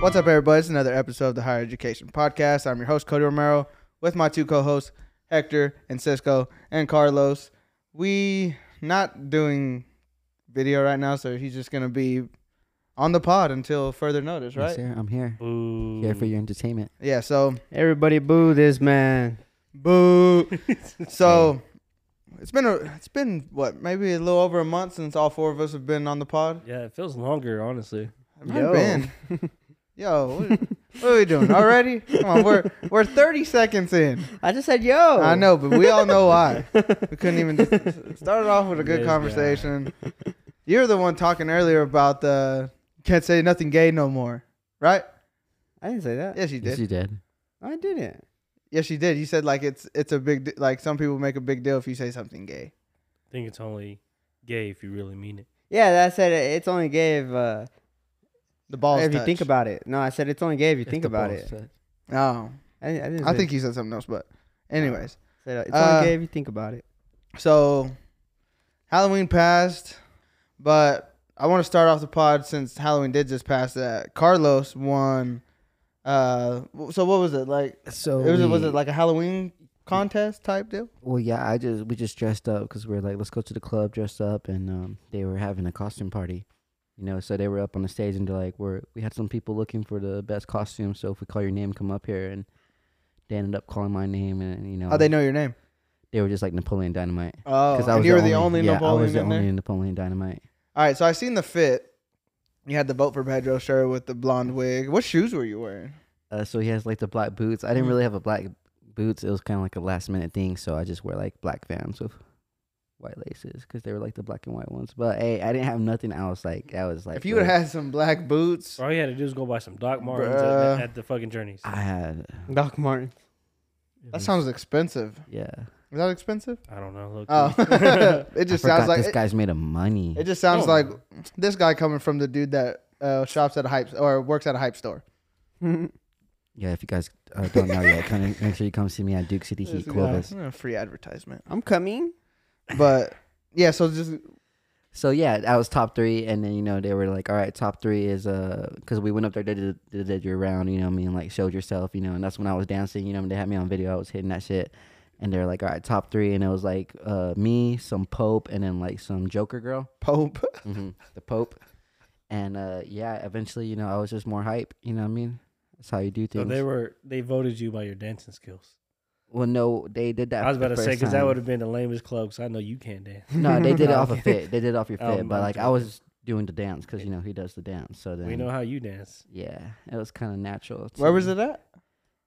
What's up, everybody? It's another episode of the Higher Education Podcast. I'm your host, Cody Romero, with my two co-hosts, Hector and Cisco and Carlos. We not doing video right now, so he's just gonna be on the pod until further notice, Yes, right? sir. I'm here. Boo. Here for your entertainment. Yeah. So Everybody boo this man. boo. so it's been a, it's been what maybe a little over a month since all four of us have been on the pod. Yeah, it feels longer, honestly. It might Yo. have been. Yo, what, what are we doing already? Come on, we're we're 30 seconds in. I just said yo. I know, but we all know why. We couldn't even just started off with a good This conversation. You were the one talking earlier about the can't say nothing gay no more, right? I didn't say that. Yes, you Yes, did. you did. I didn't. Yes, you did. You said like it's it's a big d- like some people make a big deal if you say something gay. I think it's only gay if you really mean it. Yeah, that said it. it's only gay if, uh, The balls. if you touch. think about it. No, I said it's only gay if you If think the about balls it. touch. Oh, I, I didn't. I say- think you said something else, but anyways. said it's uh, only gay if you think about it. So Halloween passed, but I want to start off the pod since Halloween did just pass. That Carlos won. Uh, w- so what was it like? So It was, was we- it like a Halloween contest type deal? Well, yeah. I just we just dressed up because we were like, let's go to the club, dressed up, and um, they were having a costume party. You know, so they were up on the stage and they're like, we're we had some people looking for the best costume. So if we call your name, come up here, and they ended up calling my name, and you know, Oh, they know your name. they were just like Napoleon Dynamite. Oh, I and you were the only, yeah, Napoleon I was the in only there. Napoleon Dynamite. All right, so I seen the fit. You had the vote for Pedro shirt with the blonde wig. What shoes were you wearing? Uh, so he has like the black boots. I didn't Mhm. really have a black boots. It was kind of like a last minute thing, so I just wear like black Vans with white laces because they were like the black and white ones. But hey, I didn't have nothing else. Like I was like, if you would really- have had some black boots, All you had to do is go buy some Doc Martens Bruh. at, at the fucking Journeys. I had. Doc Martin. it that was- sounds expentive. Yeah. Is that expensive? I don't know. Look, Oh, it just Just I forgot sounds like this Oh. it- guy's made of money. It just sounds No. like this guy coming from the dude that uh, shops at a hype or works at a hype store. yeah. If you guys uh, don't know yet, come and- make sure you come see me at Duke City This Heat guy. Clovis. Yeah, free advertisement. I'm coming. But yeah, so just So yeah, that was top three, and then you know they were like, "All right, top three is uh, because we went up there, they did, they did your round, you know, what I mean, like showed yourself, you know, and that's when I was dancing, you know, they had me on video, I was hitting that shit, and they were like, "All right, top three, and it was like uh, me, some Pope, and then like some Joker girl, Pope. hmm the Pope, and uh, yeah, eventually, you know, I was just more hype, you know, what I mean, that's how you do so things. they were they voted you by your dancing skills. well, no, they did that. I was about the to say first because that time. would have been the lamest club. Because I know you can't dance. no, they did it No. off a fit, they did it off your fit, Oh, but I'm like I joking. was doing the dance because you know he does the dance, so then We know how you dance. Yeah, it was kind of natural. Where was to it at?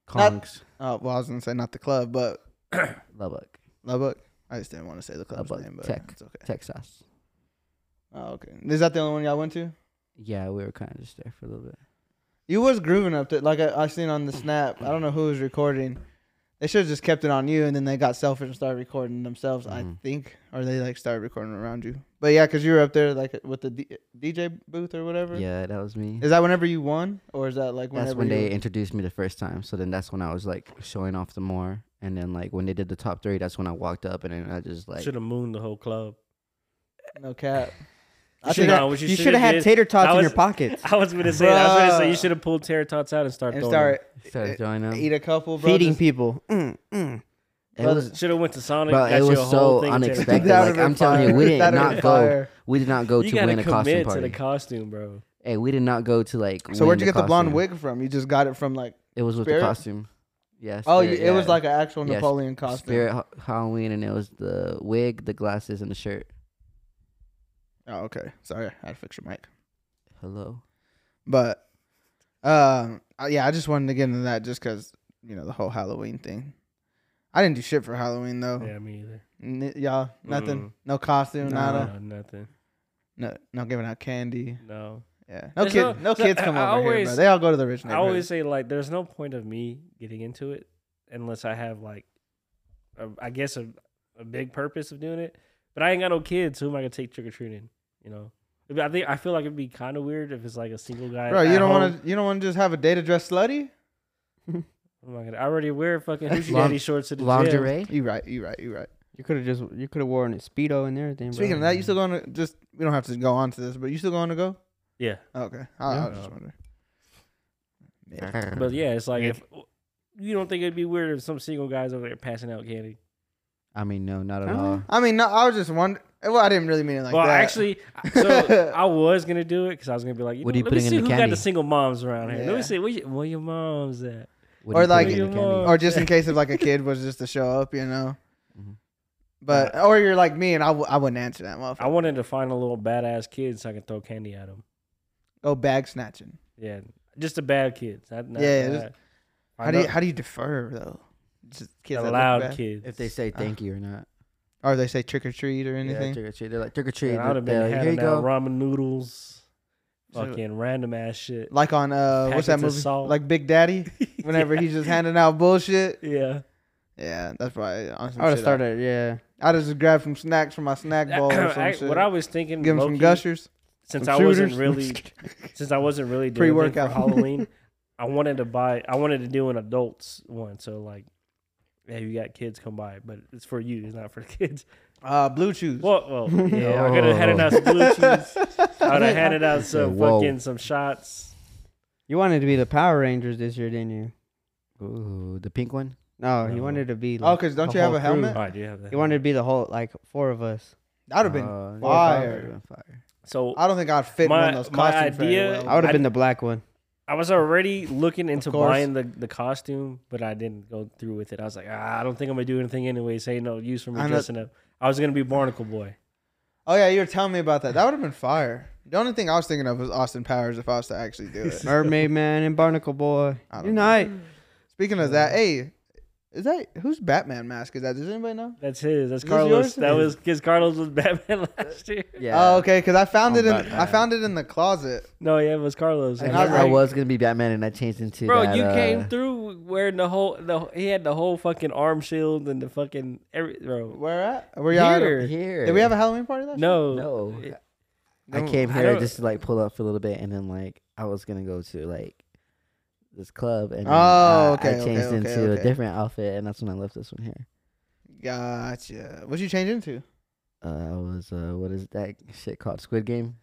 Kong's Oh, well, I was gonna say not the club, but Lubbock, Lubbock. I just didn't want to say the club's Lubbock name, but Tech. it's okay. Texas. Oh, okay. Is that the only one y'all went to? Yeah, we were kind of just there for a little bit. You was grooving up there, like I, I seen on the snap. I don't know who was recording. They should have just kept it on you, and then they got selfish and started recording themselves. I Mhm. think, or they like started recording around you. But yeah, because you were up there like with the D- DJ booth or whatever. Yeah, that was me. Is that whenever you won, or is that like whenever? That's when you- they introduced me the first time. So then that's when I was like showing off the more. And then like when they did the top three, that's when I walked up and then I just like should have mooned the whole club. no cap. I should think- have- No, what you you should should have have had did- tater tots I in was- your pockets. I was gonna say. I was gonna say you Bruh. should have pulled tear tots out and started And throwing. Start start started it- joining them. eat a couple, bro. Feeding just- people. Mm, mm. It was, Should have went to Sonic. Bro, got it you was a so whole thing of tater tots. unexpected. That Like, would've been I'm telling you, fire. we did That would've not been go. fire. we did not go You to gotta win a costume commit party. to the costume, bro. hey, we did not go to like. So win where'd you get the blonde costume. wig from? You just got it from like It was with Spirit? the costume. Yes. oh, you, it was like an actual Yeah, Napoleon costume. Spirit ha- Halloween, and it was the wig, the glasses, and the shirt. Oh, okay. Sorry, I had to fix your mic. Hello. But um, uh, yeah, I just wanted to get into that just because you know the whole Halloween thing. I didn't do shit for Halloween though. Oh. Yeah, me either. N- y'all, nothing, Mm-mm. no costume, nada, No, nothing. no, no giving out candy. No. Yeah, no There's kid, no- no, so kids come I- I over here, bro. always- They all go to the rich I neighborhood. always say like, there's no point of me getting into it unless I have like, a, I guess a, a big purpose of doing it. But I ain't got no kids, so who am I gonna take trick or treating? You know, But I think I feel like it'd be kind of weird if it's like a single guy. bro, you at don't home. want to, you don't want to just have a day to dress slutty. I'm not gonna. Oh I already wear fucking hoochie Lon- daddy shorts to the gym. Lingerie. You right, you right, you right. You could have just you could have worn a speedo and everything. Bro. Speaking of that, you still going to just? We don't have to go on to this, but you still going to go? Yeah, Okay, I, I Yeah. was just wondering. But yeah, it's like Yeah. if you don't think it'd be weird if some single guys over there passing out candy. I mean, no, not at Huh? all. I mean, no, I was just wondering. Well, I didn't really mean it like well, that. actually, so I was gonna do it because I was gonna be like, you What are know, you let me putting in see the who got candy? the single moms around here. Let Yeah. me see where, you, where your mom's at. What Or do you put like- in your Your candy? mom. or just in case if like a kid was just to show up, you know. Mm-hmm. Mhm. But or you're like me and I, w- I wouldn't answer that I motherfucker. wanted to find a little badass kid so I could throw candy at him. Go bag snatching. Yeah, just the bad kids. Not, not, Yeah, not- just- I How do you, know- how do you defer though? Just kids that the look loud bad. kids. If they say Uh, thank you or not. or they say trick or treat or Yeah, anything. trick or treat. They're like trick or treat. Man, I would have They're been like, Here you handing out go. ramen noodles, So- fucking random ass shit. like on uh, what's that Packets of movie? salt. Like Big Daddy. Whenever he's just handing out bullshit. yeah, Yeah, that's probably. On some I would have shit started, yeah. I just grabbed some snacks from my snack bowl or some I- shit. what I was thinking, Give him some low-key, gushers. since some I wasn't shooters. really, since I wasn't really doing Pre-workout. pre-workout for Halloween, I wanted to buy, I wanted to do an adults one. So like, yeah, you got kids come by, but it's for you, it's not for the kids. Uh, blue chews. Well, well, yeah, I could have handed out some blue cheese. I would have handed out some Whoa. fucking some shots. You wanted to be the Power Rangers this year, didn't you? Ooh, the pink one. No, he No. wanted to be. Oh, Like, cause don't the you have whole a helmet? All right, do you have that? He wanted to be the whole, like, four of us. That would have been. Oh, yeah, fire. fire. so I don't think I'd fit in Uh, My- one of those my costumes idea- very well. I would have I- been the black one. I was already looking into course. buying the, the costume, but I didn't go through with it. I was like, ah, I don't think I'm gonna do anything anyway. Say no use for me I know- dressing up. I was gonna be Barnacle Boy. Oh yeah, you were telling me about that. That would have been fire. The only thing I was thinking of was Austin Powers if I was to actually do it. Mermaid Man and Barnacle Boy. I don't know. Unite. Speaking of that, hey, is that whose Batman mask is that? Does anybody know? That's his. That's Is Carlos. yours? That was because Carlos was Batman last year. Yeah. Oh, okay. Because I found I'm it in I Batman. found it in the closet. No, yeah, it was Carlos. And And I I, was like- was gonna be Batman, and I changed into Bro, that, you uh, came through wearing the whole the he had the whole fucking arm shield and the fucking every bro. Where at? Were y'all? Here. here. Did we have a Halloween party last? year? No, No. It- I No, came I here don't- just to like pull up for a little bit, and then like I was gonna go to like this club, and Oh, then, uh, I okay, okay, changed okay, into okay. a different outfit, and that's when I left this one here. Gotcha. What'd you change into? Uh, I was uh, what is that shit called? Squid Game.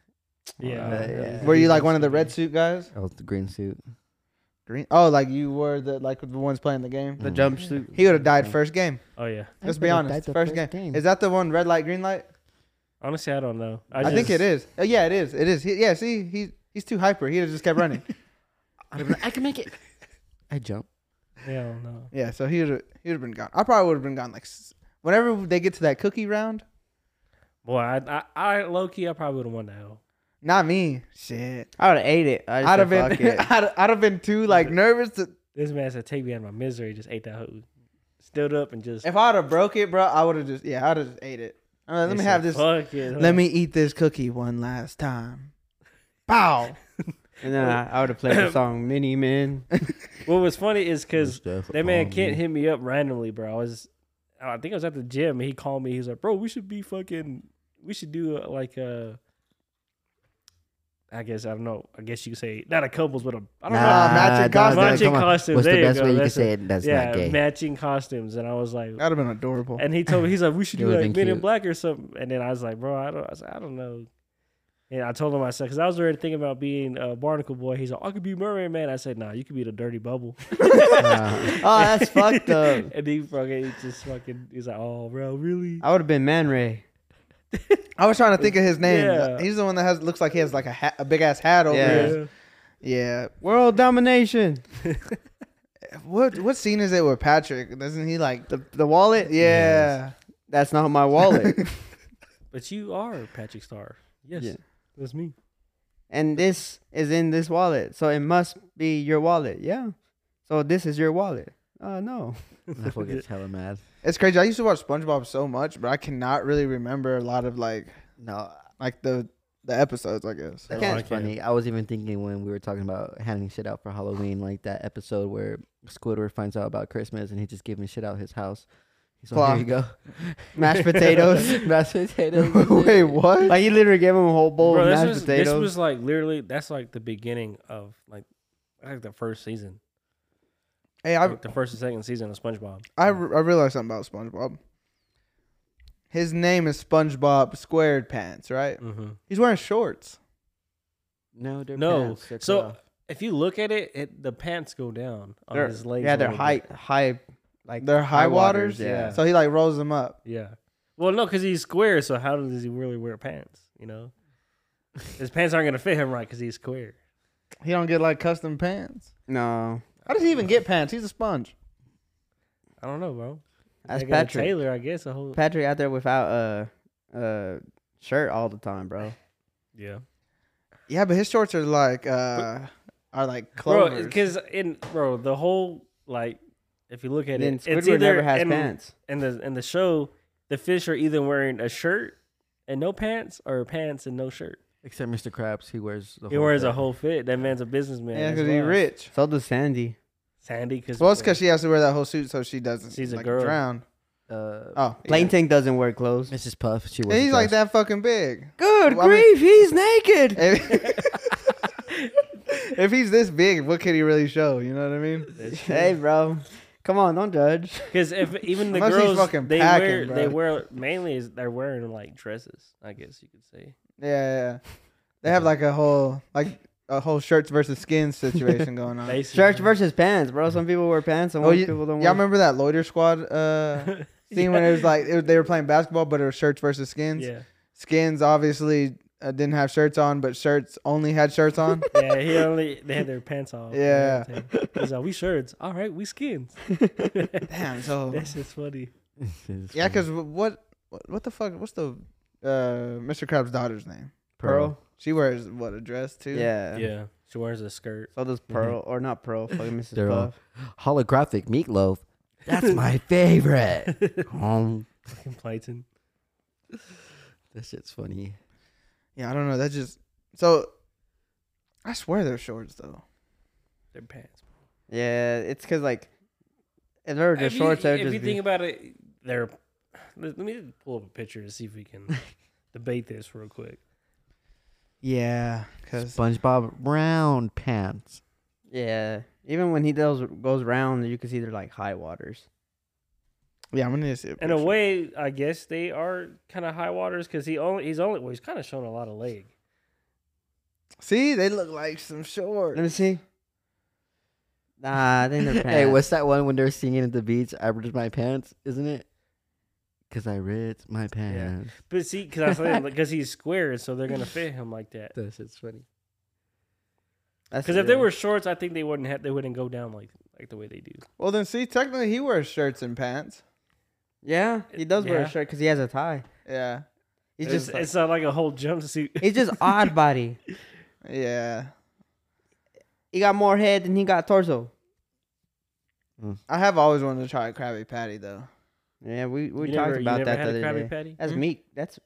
Yeah. Uh, yeah. Were you like one of the red suit guys? I was the green suit. Green. Oh, like you were the like the ones playing the game. Mm-hmm. The Mm. jumpsuit. He would have died first game. Oh yeah. I Let's be would've died honest. the First game. Is that the one red light, green light? Honestly, I don't know. I, I, just, think it is. Oh, yeah, it is. It is. He, yeah, see, he he's too hyper. He just kept running. I'd have been like, I can make it. I jump. Yeah, I don't know. yeah, so he would he would have been gone. I probably would have been gone like s- whenever they get to that cookie round. Boy, I I, I low key I probably would have won that hell. Not me. Shit. I would have ate it. I I'd have been. been I'd, I'd have been too like nervous to, This man said, "Take me out of my misery." Just ate that hoe, stood up and just. if I'd have broke it, bro. I would have just yeah, I'd have just ate it. I'm like, they let me said, have this. Fuck it, huh?" Let me eat this cookie one last time. Pow. And then I, I would have played the song Mini Men. What was funny is because Most definitely. that man Kent hit me up randomly, bro. I was, I think I was at the gym. and He called me. He's like, "Bro, we should be fucking. We should do uh like a. I guess I don't know. I guess you could say not a couples, but a. I don't Nah, know. matching dog, costumes. dog, Matching come on. costumes, What's there the you best go, way you can that's say it? That's yeah, not gay. matching costumes, and I was like, That'd have been adorable. and he told me he's like, we should It do would've like Men been in cute. Black or something. And then I was like, bro, I don't, I, was like, I don't know. And I told him I said, because I was already thinking about being a Barnacle Boy. He's like, I could be Mermaid Man. I said, nah, you could be the Dirty Bubble. Uh, Oh, that's fucked up. and he fucking he just fucking, he's like, oh, bro, really? I would have been Man Ray. I was trying to think of his name. Yeah. He's the one that has looks like he has like a hat, a big ass hat over Yeah. his. Yeah. World domination. What what scene is it with Patrick? Doesn't he like? The the wallet. Yeah. That's not my wallet. But you are Patrick Star. Yes, Yeah. that's me. and this is in this wallet, so it must be your wallet. Yeah. So this is your wallet. Uh no. that fool gets hella mad. It's crazy. I used to watch SpongeBob so much, but I cannot really remember a lot of like No, like the the episodes. I guess. That can't- was funny. I was even thinking when we were talking about handing shit out for Halloween, like that episode where Squidward finds out about Christmas and he just giving shit out his house. He's like, here you go. Mashed potatoes. Mashed potatoes. and Wait, shit. what? like he literally gave him a whole bowl Bro, of this mashed was, this potatoes. was like literally, that's like the beginning of like, like the first season, hey, I like the first and second season of SpongeBob. I re- I realized something about SpongeBob. His name is SpongeBob Squared Pants, right? Mm-hmm. He's wearing shorts. No, they're No. pants, they're cut So off. If you look at it, it the pants go down on They're- his legs. yeah, a they're little bit. high, high, like They're high, waters. Yeah. So he like rolls them up. Yeah. Well, no, because he's square. So how does he really wear pants? You know, his pants aren't gonna fit him right because he's square. He don't get like custom pants. No, How does he even get pants? He's a sponge. I don't know, bro. that's They got a Patrick. Taylor, I guess. A whole Patrick out there without a uh, uh, shirt all the time, bro. yeah, Yeah, but his shorts are like uh are like bro. clovers. Because in bro, the whole like, if you look at And then it, it's Squidward either never has in, pants. in the in the show, the fish are either wearing a shirt and no pants or pants and no shirt. Except Mr. Krabs, he wears the He wears a whole fit. That man's a businessman. yeah, as because he's well. rich. So does Sandy. Sandy, because Well, it's because she has to wear that whole suit so she doesn't She's a like, girl. drown. Uh, Oh, yeah. Plain Tank doesn't wear clothes. Mrs. Puff, she wears. And he's a like dress. that fucking big. Good Well, I mean- grief, he's naked. if if he's this big, what can he really show? You know what I mean? Hey, bro, come on, don't judge. Because if even the Unless he's girls, fucking they packing, wear bro. they wear mainly is they're wearing like dresses. I guess you could say. Yeah, yeah, yeah. They have like a whole like a whole shirts versus skins situation going on. Basically. Shirt versus pants, bro. Some people wear pants, some Oh, you, people don't. y'all wear remember that loiter squad uh, scene when it was like it, they were playing basketball, but it was shirts versus skins. Yeah, Skins obviously uh, didn't have shirts on, but shirts only had shirts on. yeah. He only they had their pants off. and Yeah. everything. He's like, we shirts. All right, we skins. Damn, so That's just funny. It's yeah, funny. because what what what the fuck? What's the uh, Mr. Krabs' daughter's name? Pearl. She wears what a dress too. Yeah. Yeah, she wears a skirt. So does Pearl, or not Pearl, fucking missus They're all- Puff. holographic meatloaf. That's my favorite. um, Fucking Plankton. that shit's funny. Yeah, I don't know. That just so. I swear they're shorts though. Their pants. Yeah, it's because like if they're just shorts, you, they're if just you be- think about it, they're. Let let me pull up a picture to see if we can debate this real quick. Yeah, because SpongeBob round pants. yeah. Even when he does goes round, you can see they're like high waters. yeah, I'm gonna need to see a In a picture. way, I guess they are kind of high waters because he only he's only well, he's kind of showing a lot of leg. See, they look like some shorts. Let me see. Nah, I think they're pants. Hey, what's that one when they're singing at the beach? I ripped my pants, isn't it? Cause I ripped my pants. But see, because I said because he's square, so they're gonna fit him like that. That shit's funny. That's Because if they weird. were shorts, I think they wouldn't have they wouldn't go down like like the way they do. Well, then see, technically he wears shirts and pants. yeah, he does wear Yeah. a shirt because he has a tie. Yeah, He's it's, just uh, just, it's not like a whole jumpsuit. he's just odd body. yeah. He got more head than he got torso. I have always wanted to try a Krabby Patty though. Yeah, we we You talked never- you about never that had the a other Krabby day. Patty? That's Hmm? meat. That's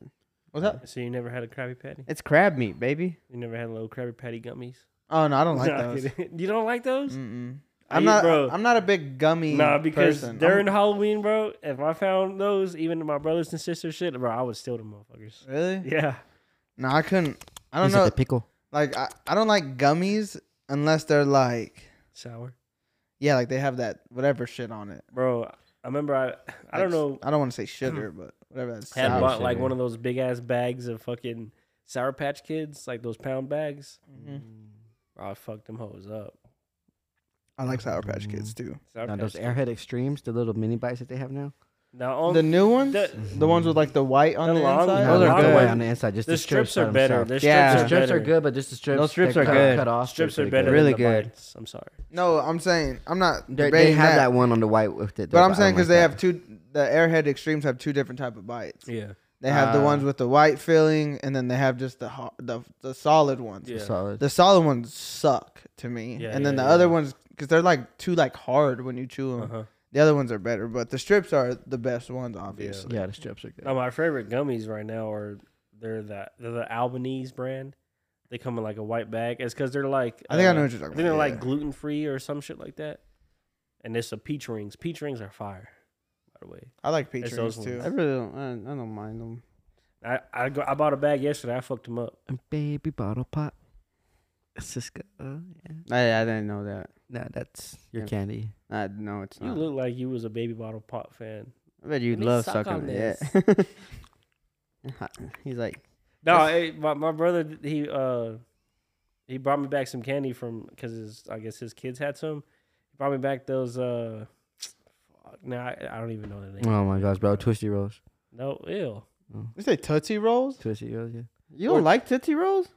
What's up? So you never had a Krabby Patty? it's crab meat, baby. You never had little Krabby Patty gummies? Oh no, I don't like Nah, I'm those. kidding. you don't like those? Mm-mm. I I'm eat- not. bro. I'm not a big gummy. Nah, because person. during I'm- Halloween, bro, if I found those, even to my brothers and sisters, shit, bro, I would steal them, motherfuckers. really. Yeah, No, I couldn't. I don't Is it know. the pickle. Like I, I don't like gummies unless they're like sour, yeah, like they have that whatever shit on it. bro. I remember I, I don't Like, know, Mm-hmm. I don't want to say sugar, but whatever that's. I had sour bought like shit. one of those big ass bags of fucking Sour Patch Kids, like those pound bags. Mm-hmm. Bro, I fucked them hoes up. I like Sour Patch Kids too. Sour Now Patch those Kids. Airhead Extremes, the little mini bites that they have now. Now, um, on The new ones, Oh, the- the, ones with like the white on The the, long inside. ones. Those are long good ones- on the inside. Just the, strips, are by better. themselves. The strips Yeah. are The strips better. are good, but just the strips. Those strips they're are cut, good. Cut off. Strips so are they better. go- Really than the good. bites. I'm sorry. No, I'm saying I'm not. They're- They debating have that. that one on the white with But it. though, I'm I saying don't because like they that. have two. The Airhead Extremes have two different type of bites. Yeah. They have the Ah. Uh, ones with the white filling, and then they have just the ho- the the solid ones. Yeah. solid. The solid ones suck to me, Yeah, and then yeah, the yeah. other ones because they're like too like hard when you chew them. Uh huh. The other ones are better, but the strips are the best ones, obviously. yeah, the strips are good. Now, my favorite gummies right now are they're the they're the Albanese brand. They come in like a white bag. It's because they're like I think I uh, know what you're talking I think they're about. like yeah. gluten free or some shit like that. And it's the peach rings. Peach rings are fire, by the way. I like peach It's those rings too. I really don't. I, I don't mind them. I I, go, I bought a bag yesterday. I fucked them up. A baby bottle pop. Cisco. Uh, yeah. I I didn't know that. No, that's your Yeah. candy. I no, it's You not. look like you was a baby bottle pop fan. I bet you Let me love suck sucking on it. Yeah. He's like, No, That's- eh, my my brother he uh He brought me back some candy from because his I guess his kids had some. He brought me back those. uh fuck, Nah, I, I don't even know the name. Oh my gosh, bro, twisty rolls, No, ew. You say Tootsie Rolls? mm. twisty rolls. Yeah, You don't Or- like Tootsie Rolls?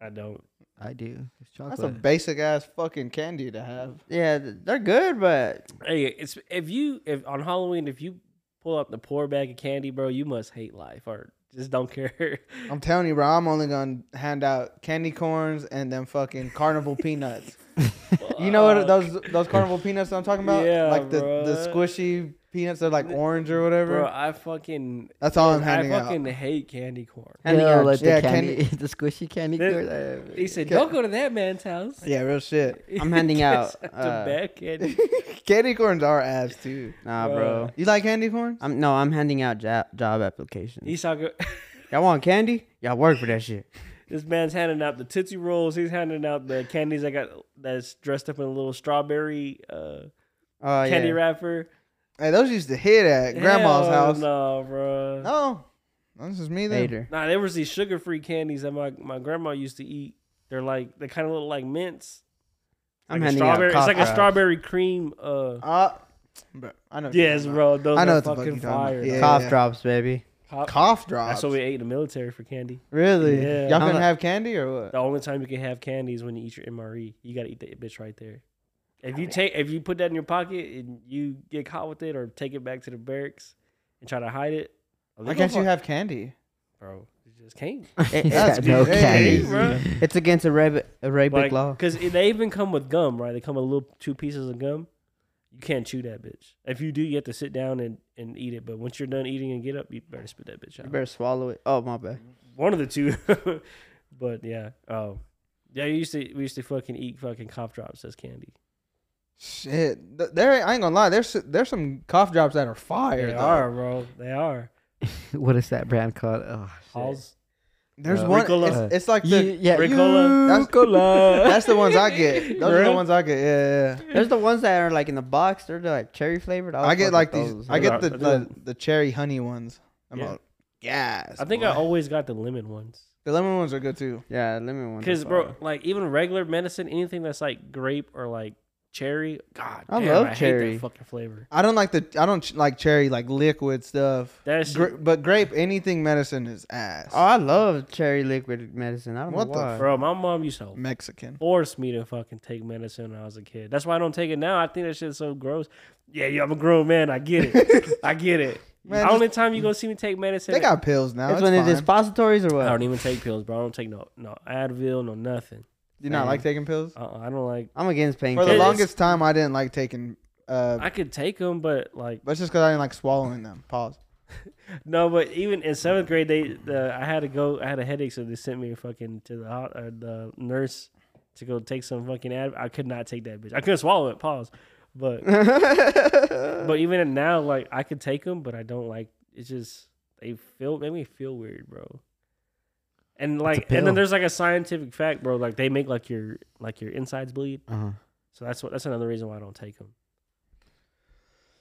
I don't. I do. It's chocolate. That's a basic ass fucking candy to have. Yeah, th- they're good, but Hey, it's if you if on Halloween if you pull out the poor bag of candy, bro, you must hate life or just don't care. I'm telling you, bro, I'm only gonna hand out candy corns and then fucking carnival peanuts. You know what Fuck. those those carnival peanuts I'm talking about? Yeah, like the, the bruh. squishy peanuts that are like orange or whatever. Bro, I fucking That's all I'm I handing out. fucking hate candy corn. handing Yo, out like yeah, the candy, the squishy candy. That- corn, uh, He said, Ca- "Don't go to that man's house." Yeah, real shit. I'm handing out, That's the uh, bad candy. candy corns are ass too. nah, Bruh. bro. You like candy corns? I'm no, I'm handing out job job applications. Esau, go- Y'all want candy? Y'all work for that shit. this man's handing out the tootsie rolls. He's handing out the candies I got that's dressed up in a little strawberry uh, Oh yeah. candy wrapper. Hey, those used to hit at grandma's Hell house. No, No, bro. this is me then. Later. Nah, there was these sugar free candies that my, my grandma used to eat. They're like they kind of look like mints. I'm like a handing out. strawberry. It's like a cough drops. strawberry cream. Uh, Uh, bro, I know. what you're yes, talking bro. Those I know are what the fuck fucking you're talking about. fire. Yeah. dog. Cough drops, baby. about. Pop- Cough drops. That's what we ate in the military for candy. Really? Yeah. Y'all I'm couldn't like- have candy or what? The only time you can have candy is when you eat your MRE. You gotta eat that bitch right there. If you take, if you put that in your pocket and you get caught with it, or take it back to the barracks and try to hide it, oh, they Why can't gonna you fuck- have candy? bro? You just can't. That's no crazy, candy. bro. It's against Arabic, Arabic Like, law. cause it- they even come with gum, right? They come with little two pieces of gum. You can't chew that bitch. If you do, you have to sit down and, and eat it. But once you're done eating and get up, you better spit that bitch You out. better swallow it. Oh my bad. One of the two. but yeah, oh yeah. You used to we used to fucking eat fucking cough drops as candy. Shit, Th- there I ain't gonna lie. There's there's some cough drops that are fire. They though. are, bro. They are. what is that brand called? Oh, shit. Halls. There's Uh, one. Ricola. It's, it's like You, the yeah, Ricola. you- That's- Ricola. that's the ones I get. Those are the Really? ones I get. Yeah, yeah. yeah. There's the ones that are like in the box. They're like cherry flavored. I'll I get fuck like with these. those. I get Those the, are- the the cherry honey ones. I'm Yeah. all gas. I think boy. I always got the lemon ones. the lemon ones are good too. Yeah, lemon ones. are Cause bro, fire. like even regular medicine, anything that's like grape or like cherry, God, I damn, love I Hate cherry. that fucking flavor. I don't like the. I don't ch- like cherry like liquid stuff. That's Gra- but grape anything medicine is ass. Oh, I love cherry liquid medicine. I don't What know the why. bro. My mom used to Mexican. force me to fucking take medicine when I was a kid. That's why I don't take it now. I think that shit's so gross. Yeah, yeah, I'm a grown man. I get it. I get it. Man, the just- only time you gonna see me take medicine, They got pills now. That's It's when fine. it is suppositories or I what? don't even take pills, bro. I don't take no no Advil, no nothing. You not like taking pills? Uh-uh, I don't like. I'm against For the It is- painkillers. longest time, I didn't like taking. Uh, I could take them, but like. that's just because I didn't like swallowing them. Pause. No, but even in seventh grade, they the, I had to go. I had a headache, so they sent me fucking to the ho- uh, the nurse to go take some fucking ad. I could not take that bitch. I couldn't swallow it. Pause. But Uh. but even now, like I could take them, but I don't like. It's just they feel made me feel weird, bro. And like, and pill. then there's like a scientific fact, bro. Like they make like your like your insides bleed. Uh-huh. So that's what that's another reason why I don't take them.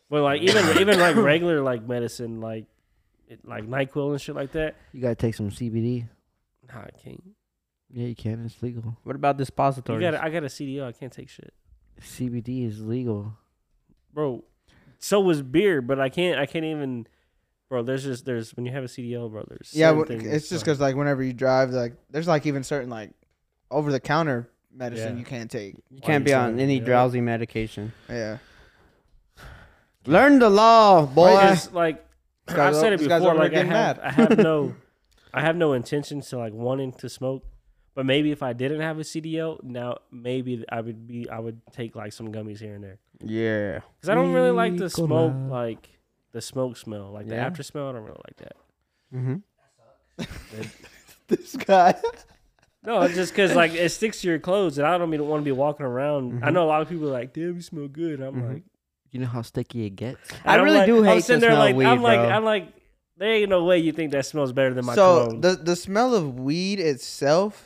But like even even like regular like medicine like it, like Nyquil and shit like that. You gotta take some CBD. Nah, I can't. Yeah, you can. It's legal. what about the You suppositories? got I got a CDO. I can't take shit, CBD is legal. bro. So was beer, but I can't. I can't even, bro. There's just there's when you have a CDO, bro. There's Yeah, certain w- things it's just like- because like whenever you drive, like there's like even certain like over the counter medicine Yeah. you can't take. you can't be on any Yeah. drowsy medication. Yeah, Learn the Why law, boy. you It's like guys I've said over- it these guys before. over Like I here getting have, mad. I have no, I have no intentions to like wanting to smoke. But maybe if I didn't have a CDO, now maybe I would be. I would take like some gummies here and there. yeah. Because I don't really like the smoke, Nicola. like the smoke smell, like the Yeah? after smell. I don't really like that. Mm-hmm. this guy. No, it's just because like it sticks to your clothes, and I don't want to be walking around. I Mhm. know a lot of people are like, "Damn, you smell good." I'm Mhm. like, You know how sticky it gets. I and I'm really like- do hate to smell like, I'm weed, like, bro. I'm like, there ain't no way you think that smells better than my So cologne. the the smell of weed itself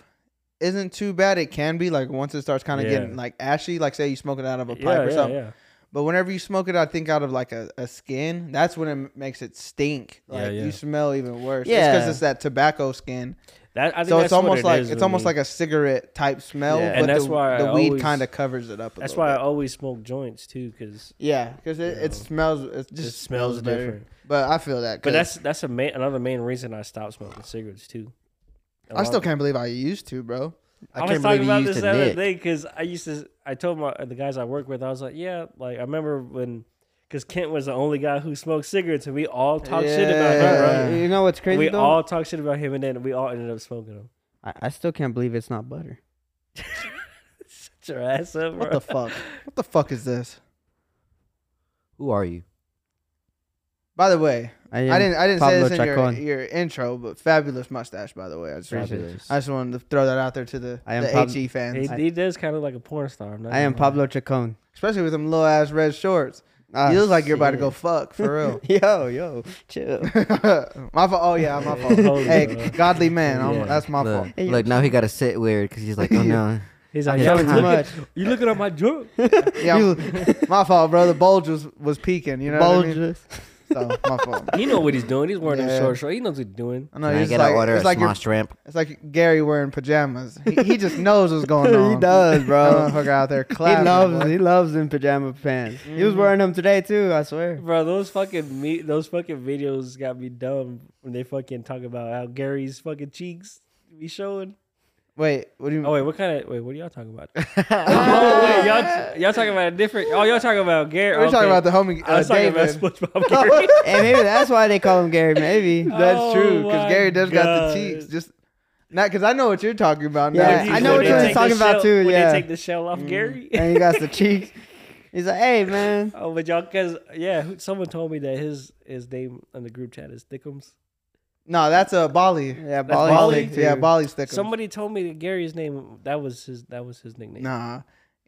isn't too bad. It can be like once it starts kind of Yeah. getting like ashy, like say you smoke it out of a pipe yeah, or yeah, something. yeah. But whenever you smoke it, I think out of like a, a skin, that's when it m- makes it stink. Yeah, Like yeah. you smell even worse. Yeah, Yeah. because it's that tobacco skin That I think so that's it's almost what it like is it's with almost me. like a cigarette type smell, Yeah. but And that's the, why I the weed always- kind of covers it up. A That's little why I bit. always smoke joints too, because yeah, because it, it Yeah. smells. It just it smells, better. different. But I feel that. But 'cause that's that's a main another main reason I stopped smoking cigarettes too. A I lot- still can't believe I used to, bro. I, was talking about this the other day because I used to. I told my the guys I work with. I was like, yeah, like I remember when, because Kent was the only guy who smoked cigarettes, and we all talked shit about Yeah. him, You know what's right? crazy We though? all talked shit about him, and then we all ended up smoking them. I, I still can't believe it's not butter. Shut your ass up, bro. What the fuck? What the fuck is this? Who are you? By the way, I am didn't I didn't Pablo say this in your, Chacon. your intro, but fabulous mustache. By the way, I just Appreciate it. Fabulous. I just wanted to throw that out there to the, I am the Pab- HE He, fans, he does kind of like a porn star. I'm not I am gonna lie. Pablo Chacon. especially with them little ass red shorts. Ah, you look like you're about to shit. go fuck for real. Yo, yo, chill. my fault. Oh yeah, my fault. Holy hey, fuck. godly man, Yeah. I'm, that's my look, fault. Hey, look, now he got to sit weird because he's like, oh no. He's I'm like, yo, drunk you too looking, much. you looking at my drunk? Yeah, my fault, bro. The bulge was, was peeking. You know, what I mean? Bulges. so my fault. He know what he's doing. He's wearing Yeah. them short shorts. He knows what he's doing. I know. Can I it's get like, an order it's of like your- smosh shrimp? it's like Gary wearing pajamas. He, he just knows what's going on. he does, I bro. don't hooker out there he clapping. loves boy. he loves them pajama pants. He Mm-hmm. was wearing them today too. I swear. Bro, those fucking me, those fucking videos got me dumb when they fucking talk about how Gary's fucking cheeks be showing. Wait, what do you? Oh wait, what kind of wait? What are y'all talking about? oh wait, y'all y'all talking about a different? Oh, y'all talking about Gary? We're talking about the homie I uh, was talking David. about SpongeBob Gary. and maybe that's why they call him Gary. Maybe. That's Oh true, because my Gary does got God. the cheeks. Just not because I know what you're talking about. Yeah, now. I know When what they you're take the talking about shell- too, When yeah. Mm. they take the shell off Gary. and he got the cheeks. He's like, hey man. Oh, but y'all, cause yeah, who- someone told me that his his name on the group chat is Thickums. No, that's a Bali. Yeah, That's Bali. Bali? stick Yeah, too. Bali sticker. Somebody told me that Gary's name that was his that was his nickname. Nah,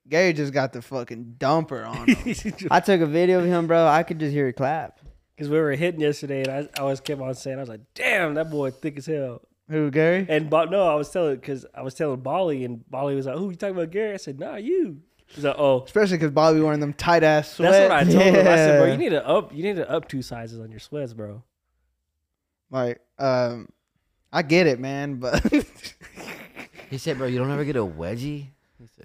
Gary just got the fucking dumper on. him. I took a video of him, bro. I could just hear it clap. Because we were hitting yesterday, and I, I always kept on saying, I was like, damn, that boy thick as hell. Who Gary? And but no, I was telling because I was telling Bali, and Bali was like, "Who you talking about, Gary?" I said, "Nah, you." He's like, "Oh, Especially because Bobby wearing them tight ass sweats. that's what I told him." I said, "Bro, Yeah. you need to up, you need to up two sizes on your sweats, bro." Like, um, I get it, man, but it's He said, bro, you don't ever get a wedgie?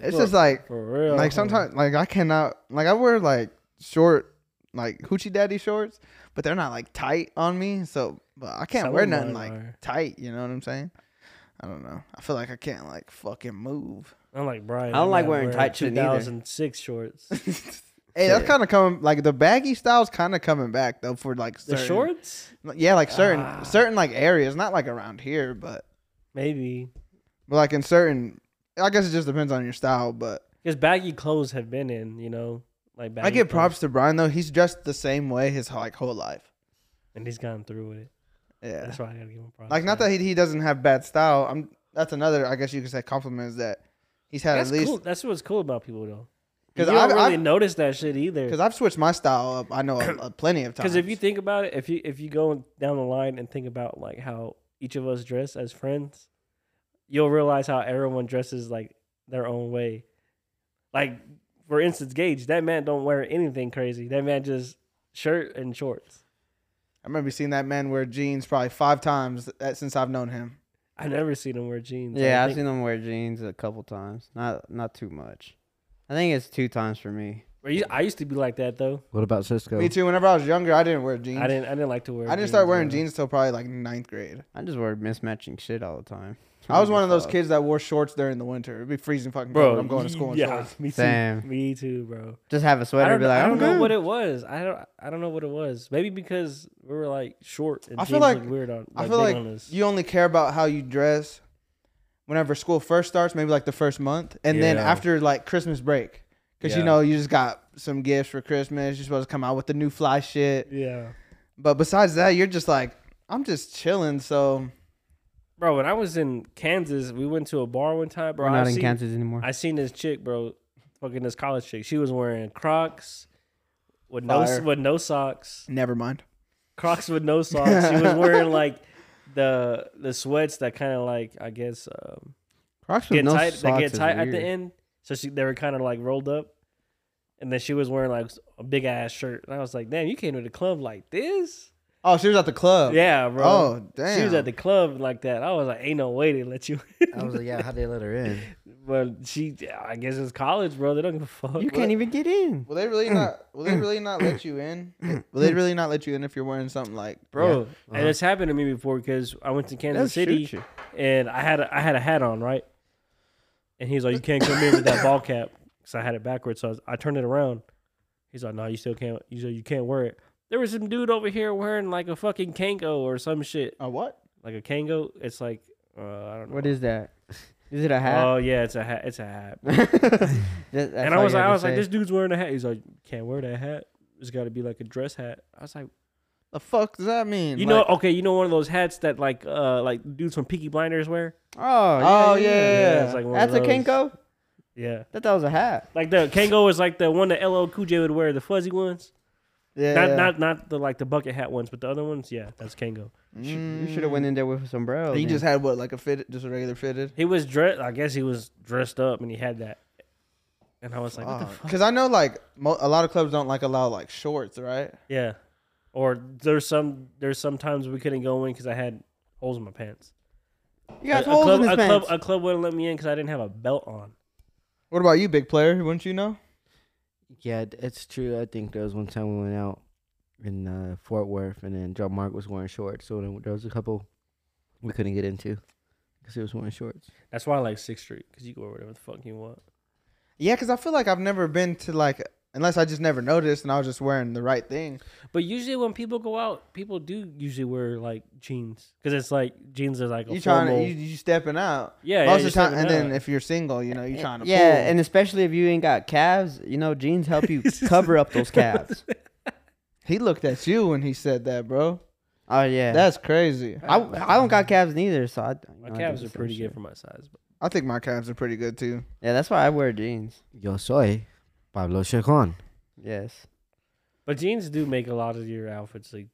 just like, For real, like sometimes, like I cannot, like I wear like short, like hoochie daddy shorts, but they're not like tight on me, so but I can't Some wear of nothing mine like are. tight. You know what I'm saying? I don't know. I feel like I can't like fucking move. I'm like Brian. I don't I'm like not wearing tight shit neither. 2006 shorts. Hey, that's Yeah. kind of coming. Like the baggy style's kind of coming back though for like the certain, shorts, Yeah, like certain Ah. certain like areas, not like around here, but maybe but like in certain. I guess it just depends on your style, but because baggy clothes have been in, you know, like baggy I give clothes, props to Brian though. He's dressed the same way his like whole life. and he's gone through with it. Yeah, That's why I gotta give him props. like not man. that he, he doesn't have bad style. I'm that's another I guess you could say compliment is that he's had That's at least cool. That's what's cool about people though. 'Cause Because I I've- don't really I've- notice that shit either. because I've switched my style up. I know a, a plenty of times. Because if you think about it, if you if you go down the line and think about like how each of us dress as friends, you'll realize how everyone dresses like their own way. Like for instance, Gage, that man don't wear anything crazy. That man just shirt and shorts. I remember seeing that man wear jeans probably five times that, since I've known him. I never seen him wear jeans. I Yeah, I've think- seen him wear jeans a couple times. Not not too much. I think it's two times for me. Or you- I used to be like that though. What about Cisco? Me too. Whenever I was younger, I didn't wear jeans. I didn't. I didn't like to wear. I didn't start wearing bro. jeans till probably like ninth grade. I just wear mismatching shit all the time. I was one of those Fuck. kids that wore shorts during the winter. It'd be freezing fucking cold. bro. I'm going to school in yeah, shorts. me too. Same. Me too, bro. Just have a I sweater. don't, Be like, I don't I'm know good. what it was. I don't. I don't know what it was. Maybe because we were like short and I I feel like- weird on. I Like feel big like on us. you only care about how you dress whenever school first starts, maybe like the first month, and then Yeah. after like Christmas break, because you Yeah. know you just got some gifts for Christmas. You're supposed to come out with the new fly shit, yeah, but besides that, you're just like I'm just chilling. So bro. When I was in Kansas, we went to a bar one time, bro. We're not I in seen, Kansas anymore. I seen this chick, bro. Fucking this college chick. She was wearing Crocs with Fire. no with no socks. never mind. Crocs with no socks. she was wearing like the the sweats that kind of like I guess um, Crocs get with no tight. They socks get is tight at the weird. end. So she, they were kind of like rolled up, and then she was wearing like a big ass shirt, and I was like, "Damn, you came to the club like this." Oh, she was at the club. Yeah, bro. Oh, damn. She was at the club like that. I was like, ain't no way they let you. I Oh. was like, yeah, how they let her in? but she, I guess it's college, bro. They don't give a fuck. You can't even get in. Will they really not? Will they really not let you in? Will they really not let you in if you're wearing something like? bro. uh-huh. And it's happened to me before because I went to Kansas They'll City shoot you. and I had a, I had a hat on, right? And he's like, "You can't come in with that ball cap," because I had it backwards. So I, was- I turned it around. He's like, "No, you still can't. You still, you can't wear it." There was some dude over here wearing like a fucking Kango or some shit, A what? like a Kango. It's like uh, I don't know. What is that? Is it a hat? Oh yeah, it's a hat. It's a hat. and and I was like, I was like, this dude's wearing a hat. He's like, can't wear that hat. It's got to be like a dress hat. I was like, The fuck does that mean? you Like- know, okay, you know, one of those hats that like, uh, like dudes from Peaky Blinders wear. Oh, yeah, Oh, yeah, yeah. yeah. it's like one That's a of those. Kenko. Yeah, That that was a hat. like the Kango is like the one that LL Cool J would wear, the fuzzy ones. yeah, Not, yeah. not, not the like the bucket hat ones, but the other ones. Yeah, that's Kango. You should have went in there with a sombrero. Mm. He then. just had what, like a fitted, just a regular fitted. He was dressed. I guess he was dressed up, and he had that. And I was like, what the fuck? Because I know like mo- a lot of clubs don't like allow like shorts, right? Yeah. Or there's some there's sometimes we couldn't go in because I had holes in my pants. you got a, holes club, in his a pants. club a club wouldn't let me in because I didn't have a belt on. What about you, big player? Wouldn't you know? Yeah, d- it's true. I think there was one time we went out in uh, Fort Worth, and then John Mark was wearing shorts. So then there was a couple we couldn't get into because he was wearing shorts. That's why I like Sixth Street because you can wear whatever the fuck you want. Yeah, because I feel like I've never been to like unless I just never noticed and I was just wearing the right thing. But usually when people go out, people do usually wear like jeans because it's like jeans are like a You trying formal. to you, you stepping out yeah, most yeah, of the time, and then if you're single, you know you trying to yeah, pull. and especially if you ain't got calves, you know, jeans help you cover up those calves. he looked at you when he said that, bro. Oh yeah, That's crazy. I, I don't got calves neither, so I, you my know, I calves do are the same pretty shit. good for my size. But I think my calves are pretty good too. Yeah, that's why I wear jeans. Yo soy Pablo Chacon. Yes, but jeans do make a lot of your outfits like,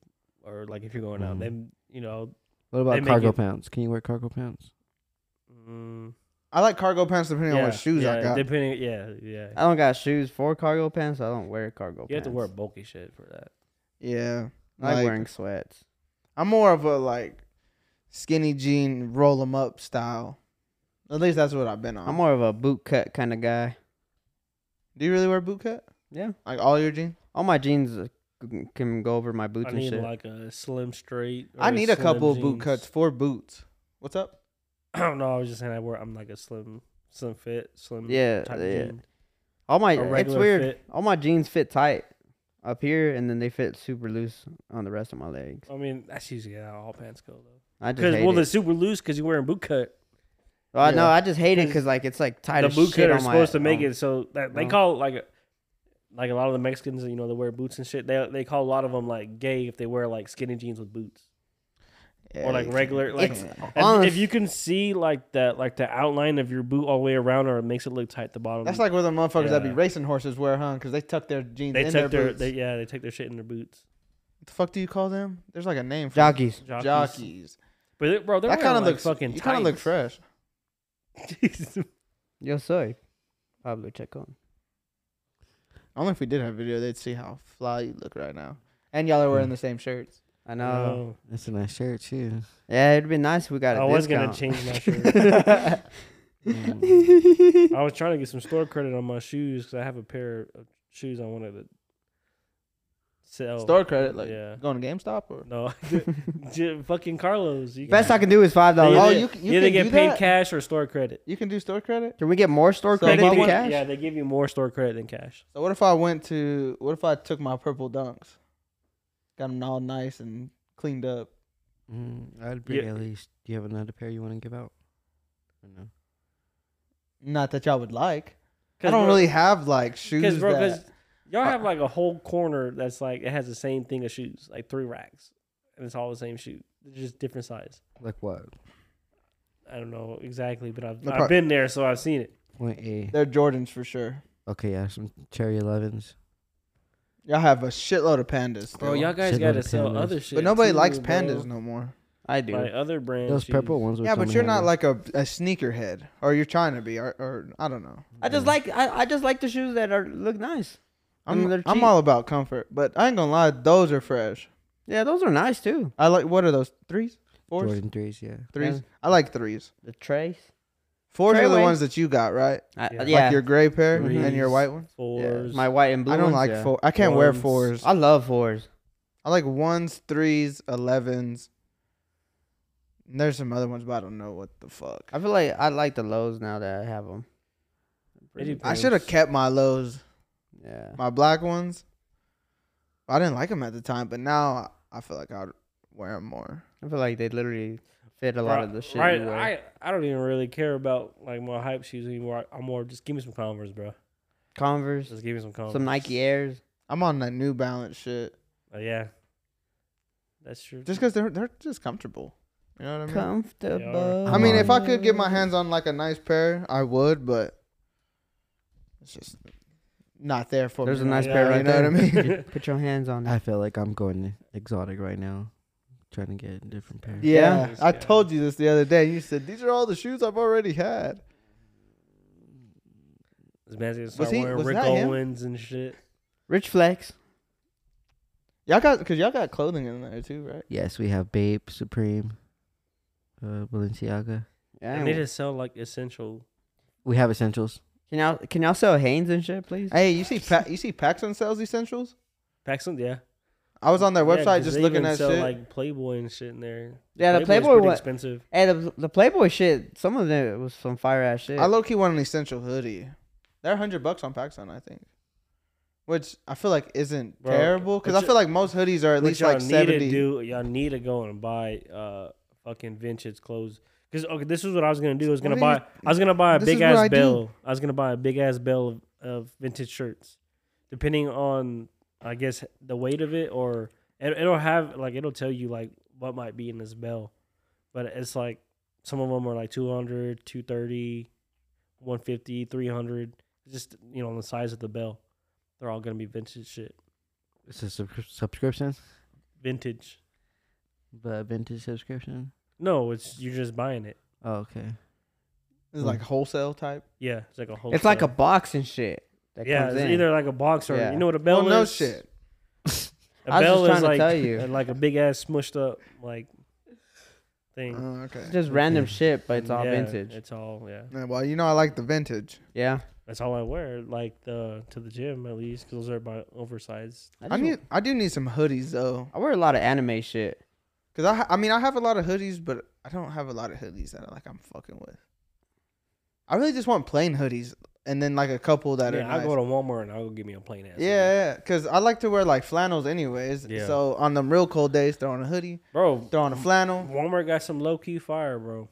or like if you're going Mm. out, Mhm. then you know, What They about make cargo it- pants? Can you wear cargo pants? mm, I like cargo pants depending on yeah, what shoes yeah, I got. Depending, yeah, yeah, I don't got shoes for cargo pants. So I don't wear cargo. you have to wear pants. bulky shit for that. yeah, I like, like- wearing sweats. I'm more of a like skinny jean roll 'em up style. At least that's what I've been on. I'm more of a boot cut kind of guy. Do you really wear boot cut? Yeah, Like all your jeans? all my jeans uh, c- can go over my boots I and need shit. like a slim straight. I or need a slim couple of boot jeans. cuts for boots. What's up? I don't know. I was just saying I wear. I'm like a slim, slim fit, slim. Yeah, type yeah. Of jean. all my a it's regular weird. fit. All my jeans fit tight up here, and then they fit super loose on the rest of my legs. I mean, that's usually how all pants go though. I just Because hate well, it. they're super loose because you're wearing boot cut. Well, I know Yeah. I just hate it 'Cause because like it's like tight the as boot shit on cut are my- um, supposed to make on- it so that they no. call like, a, like a lot of the Mexicans, you know, they wear boots and shit. They they call a lot of them like gay if they wear like skinny jeans with boots or like regular like. um, It's- if- honest- if you can see like the like the outline of your boot all the way around, or it makes it look tight at the bottom. That's like where the motherfuckers that be Yeah. racing horses wear, huh? Because they tuck their jeans they in take their, their, boots. they, yeah they take their shit in their boots. What the fuck do you call them? There's like a name for them. Jockeys. Jockeys. Jockeys. But they- bro, they're That kind of like looks fucking. You kind of look fresh. fresh. Yo soy Pablo Chacon. Only if we did have video, they'd see how fly you look right now. And y'all are Hmm. wearing the same shirts. I know. That's a nice shirt too. Yeah, it'd be nice if we got a I was gonna discount. change my shirt. Mm, Mm. I was trying to get some store credit on my shoes because I have a pair of shoes I wanted to sell. Store credit, like Oh, yeah. going to GameStop or No, j- fucking Carlos. You Best can, I can do is five They dollars. Oh, either, you c- you either can get do paid that? cash or store credit. you can do store credit. Can we get more store So credit if I than want- cash? Yeah, they give you more store credit than cash. So what if I went to? What if I took my purple dunks, got them all nice and cleaned up? Mm, I'd bring Yeah. at least. Do you have another pair you want to give out? Or no. Not that y'all would like. 'Cause I don't bro- really have like shoes Because bro, because that. Uh, y'all I- have like a whole corner that's like it has the same thing of shoes, like three racks, and it's all the same shoe, They're just different size. Like what? I don't know exactly, but I've, No I've prob- been there, so I've seen it. Point A. They're Jordans for sure. Okay, yeah, some cherry 11s. Y'all have a shitload of pandas, still. Bro, y'all guys Shitload gotta of sell pandas. other shit. but nobody too, likes bro. pandas no more. I do. Like other brands. Those purple ones. would Yeah, come but in you're not handy. like a, a sneakerhead, or you're trying to be, or, or I don't know. I Mm. just like I, I just like the shoes that are look nice. I mean, I'm they're I'm cheap. all about comfort, but I ain't gonna lie, those are fresh. Yeah, those are nice too. I like what are those threes, fours, Jordan threes, yeah. threes? Yeah. I like threes. The trace. Fours are the Trailways. ones that you got right, I- Yeah. Yeah, Like like your gray pair and your Threes. white ones. Fours. my white and blue. I don't ones, like yeah. four. I can't wear Ones. fours. I love fours. I like ones, threes, elevens. And there's some other ones, but I don't know what the fuck. I feel like I like the lows now that I have them. Maybe I should have kept my lows, Yeah. my black ones. I didn't like them at the time, but now I feel like I'd wear them more. I feel like they literally fit a lot of the shit. Right, you wear. I, I don't even really care about like my hype shoes anymore. I- I'm more just give me some Converse, bro. Converse, Just give me some Converse. some Nike Airs. I'm on that New Balance shit Uh, yeah, that's true. just because they're they're just comfortable. You know what I mean? Comfortable. I mean, if I could get my hands on like a nice pair, I would, but it's just not there for There's a me. nice right pair now, right You know what I mean? Put- Put your hands on I that. feel like I'm going exotic right now, trying to get a different pair. Yeah, Yeah. I told you this the other day. You said these are all the shoes I've already had. this man's gonna start he- wearing was Rick that him? Owens and shit. Rich Flex. Y'all got because y'all got clothing in there too, right? Yes, we have Babe Supreme, uh, Balenciaga. Yeah. I need to sell like essential. We have essentials. Can y'all can y'all sell Hanes and shit, please? Hey, you see, pa- you see, Paxson sells essentials. Paxton, yeah. I was on their Yeah, website 'cause just they looking even at sell, shit. like Playboy and shit in there. Yeah, the Playboy's Playboy pretty one- expensive. Hey, the, the Playboy shit. Some of them was some fire ass shit. I low key want an essential hoodie. They're hundred bucks on Paxson, I think, which I feel like isn't Bro, terrible because what I you- feel like most hoodies are at What least y'all like need seventy. to do. Y'all need to go and buy uh fucking vintage clothes. Cause okay, this is what I was gonna do. I was What gonna do buy. you- I was gonna buy a This is big what I ass do. bell. I was gonna buy a big ass bell of, of vintage shirts, depending on I guess the weight of it, or it, it'll have like it'll tell you like what might be in this bell, but it's like some of them are like 200, 230, 150, 300. Just you know, on the size of the bell, they're all gonna be vintage shit. It's a sub- subscription, Vintage. but vintage subscription. No, it's you're just buying it. Oh, okay. It's like wholesale type. Yeah, it's like a whole. it's like a box and shit. That yeah, comes it's in. either like a box or Yeah. you know what a Well, bell Oh, no is. shit. A I was just bell trying is to like tell you. like a big ass smushed up like thing. Oh, okay. It's just random Okay. shit, but Mm, it's all Yeah, vintage. It's all yeah. Yeah, well, you know I like the vintage. yeah. That's all I wear like the to the gym at least because those are my oversized. I just- need. I do need some hoodies though, I wear a lot of anime shit. cause I. ha- I mean, I have a lot of hoodies, but I don't have a lot of hoodies that I like. I'm fucking with. I really just want plain hoodies, and then like a couple that Yeah, are. I'll Nice. go to Walmart and I'll go get me a plain ass. yeah, yeah, cause I like to wear like flannels anyways. Yeah. So on them real cold days, throw on a hoodie, bro. throw on a flannel. Walmart got some low key fire, bro.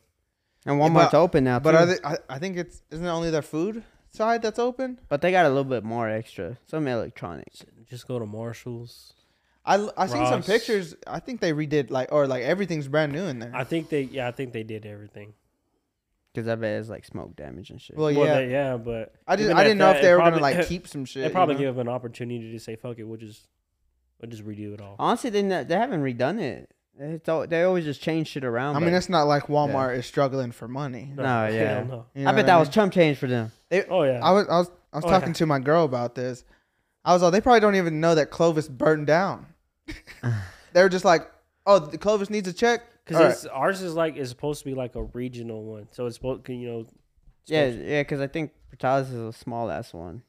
And Walmart's but- open now. But too. are they? I, I think it's isn't it only their food side that's open. But they got a little bit more extra. Some electronics. Just go to Marshalls. I l- I seen some Ross. pictures. I think they redid like or like everything's brand new in there. I think they yeah I think they did everything. Because I bet it's like smoke damage and shit. well, Well, yeah. yeah, yeah but I just even I at didn't know that, if they it were probably- gonna like keep some shit. They you probably know? give them an opportunity to say fuck it. We'll just we'll just redo it all. Honestly, they, ne- they haven't redone it. It's all, they always just change shit around. I but- mean, it's not like Walmart is struggling for money. No, yeah. hell no. You know I bet what that was mean? chump change for them. Oh yeah. I was I was I was Oh, talking yeah. to my girl about this. I was like, they probably don't even know that Clovis burned down. they were just like, oh, the Clovis needs a check. All right. Because ours is like it's supposed to be like a regional one, so it's supposed you know. it's Yeah, supposed- yeah, because I think Portales is a small ass one.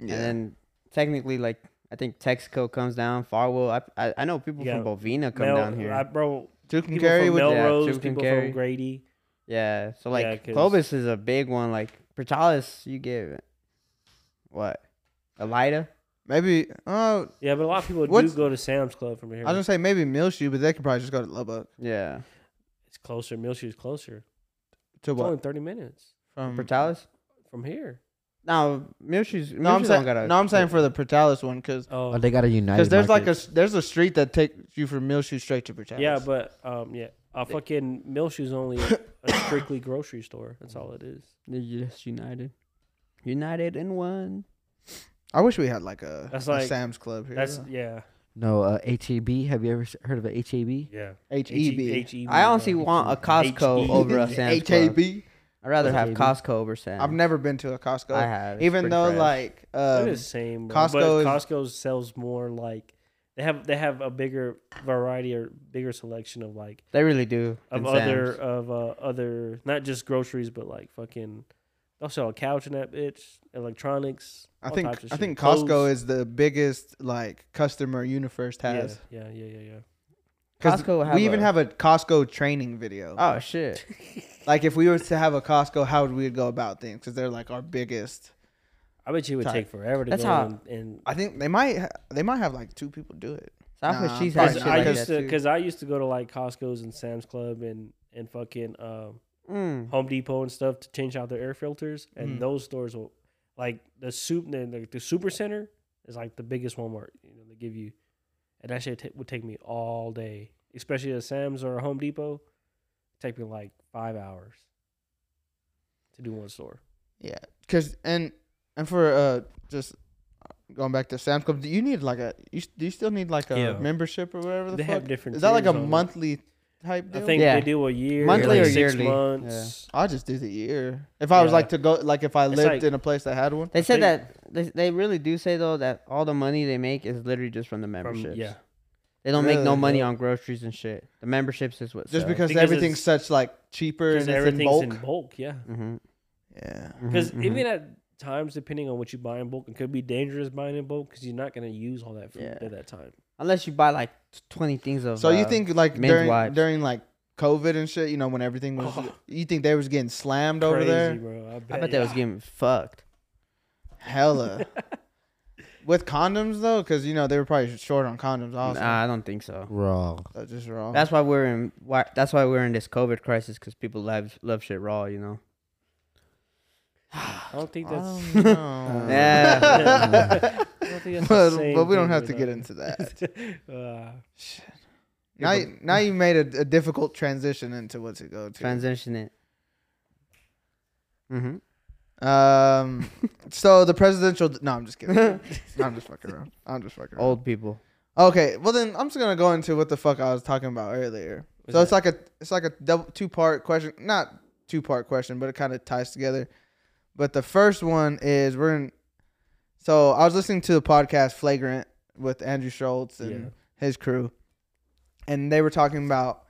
Yeah. And then technically, like, I think Texaco comes down, Farwell. I, I, I know people Yeah, from Bovina come Mel- down here. I, bro. Duke and People Carrie from with Mel- Melrose, Yeah, Duke and people Carey. from Grady. yeah, so like Yeah, 'cause- Clovis is a big one. Like Portales, you give what? Elida? maybe. Oh, Yeah, but a lot of people What's- do go to Sam's Club from here. I was gonna say maybe Milshoe, but they could probably just go to Lubbock Yeah, it's closer. Millshoe's closer. to It's only what thirty minutes from. Portales. from here. No, Milshu's. no, I'm Milshu's saying don't got a- no, I'm saying for the Portales one because Oh, Oh, they got a United. because there's like a Markets. s- there's a street that takes you from Milshoe straight to Portales. yeah, but um, yeah, uh, fucking Millshoe's only a, a strictly grocery store. That's all it is. They're just united. United in one. I wish we had like a, That's a like- Sam's Club here. That's yeah, no uh, HEB. Have you ever s- heard of a HEB? yeah. H E B. H-E-B, I honestly bro. want a Costco H-E- over a Sam's H E Club. A B. I'd rather have H-E-B. Costco over Sam's. I've never been to a Costco. I have. It's even pretty though fresh. like um, They're the same. Bro. Costco Costco but is- Costco sells more like They have they have a bigger variety or bigger selection of like They really do. of in other Sam's. of uh, other not just groceries but like fucking they'll sell a couch in that bitch, electronics. I all think types of I shit. think Costco Clothes. is the biggest like customer UniFirst has. Yeah, yeah, yeah, yeah. yeah. 'Cause Costco will have we even a- have a Costco training video. Oh shit! Like if we were to have a Costco, how would we go about things? Because they're like our biggest. I bet you it would Type. take forever to That's go how- and, and I think they might ha- they might have like two people do it. Southwest Nah, cheese probably has Cause shit not. I like used that to, too. cause I used to go to like Costco's and Sam's Club and and fucking um, Mm. Home Depot and stuff to change out their air filters, and Hmm. Mhm. those stores will, like the soup, the, the, the Super Center is like the biggest Walmart. You know, they give you, and that shit ta- would take me all day, especially at Sam's or Home Depot. Take me like five hours to do one store. Yeah, because and and for uh just uh, going back to Sam's Club, do you need like a you s- do you still need like a Yeah. membership or whatever the They fuck? have different. Is that like a tiers on it. monthly type I deal? think Yeah. they do a year, Monthly like or six yearly. months. I'll just do the year. If I was Yeah. like to go, like if I It's lived like- in a place that had one, They said think- that they, they really do say though that all the money they make is literally just from the from- memberships. yeah, they don't make no Really? money on groceries and shit. The memberships is what. just because, Because everything's it's- such like cheaper because and it's in everything's bulk. in bulk. Yeah. Mm-hmm. yeah, Because Mm-hmm. even at times, depending on what you buy in bulk, it could be dangerous buying in bulk because you're not going to use all that food Yeah. at that time. unless you buy like t- twenty things of. so you uh, think like men's during wives. during like COVID and shit, you know, when everything was, Oh. you think they was getting slammed over Crazy, there, bro. I bet, I bet that was getting fucked. hella. With condoms though, because you know they were probably short on condoms. Also, Nah, I don't think so. Raw. That's just wrong. That's why we're in. Why, that's why we're in this COVID crisis because people love love shit raw. You know. I don't think I that's. don't Uh, know. Yeah. I don't think that's the but, same but we don't thing have to with get that. into that. uh, Shit. Now, you, now you made a, a difficult transition into what to go to. Transition it. Mm-hmm. um, so the presidential. No, I'm just kidding. No, I'm just fucking around. I'm just fucking around. Old people. Okay, well then I'm just gonna go into what the fuck I was talking about earlier. What's so it's like a it's like a double two part question, not two part question, but it kind of ties together. But the first one is we're in. So I was listening to the podcast Flagrant with Andrew Schultz and Yeah. his crew, and they were talking about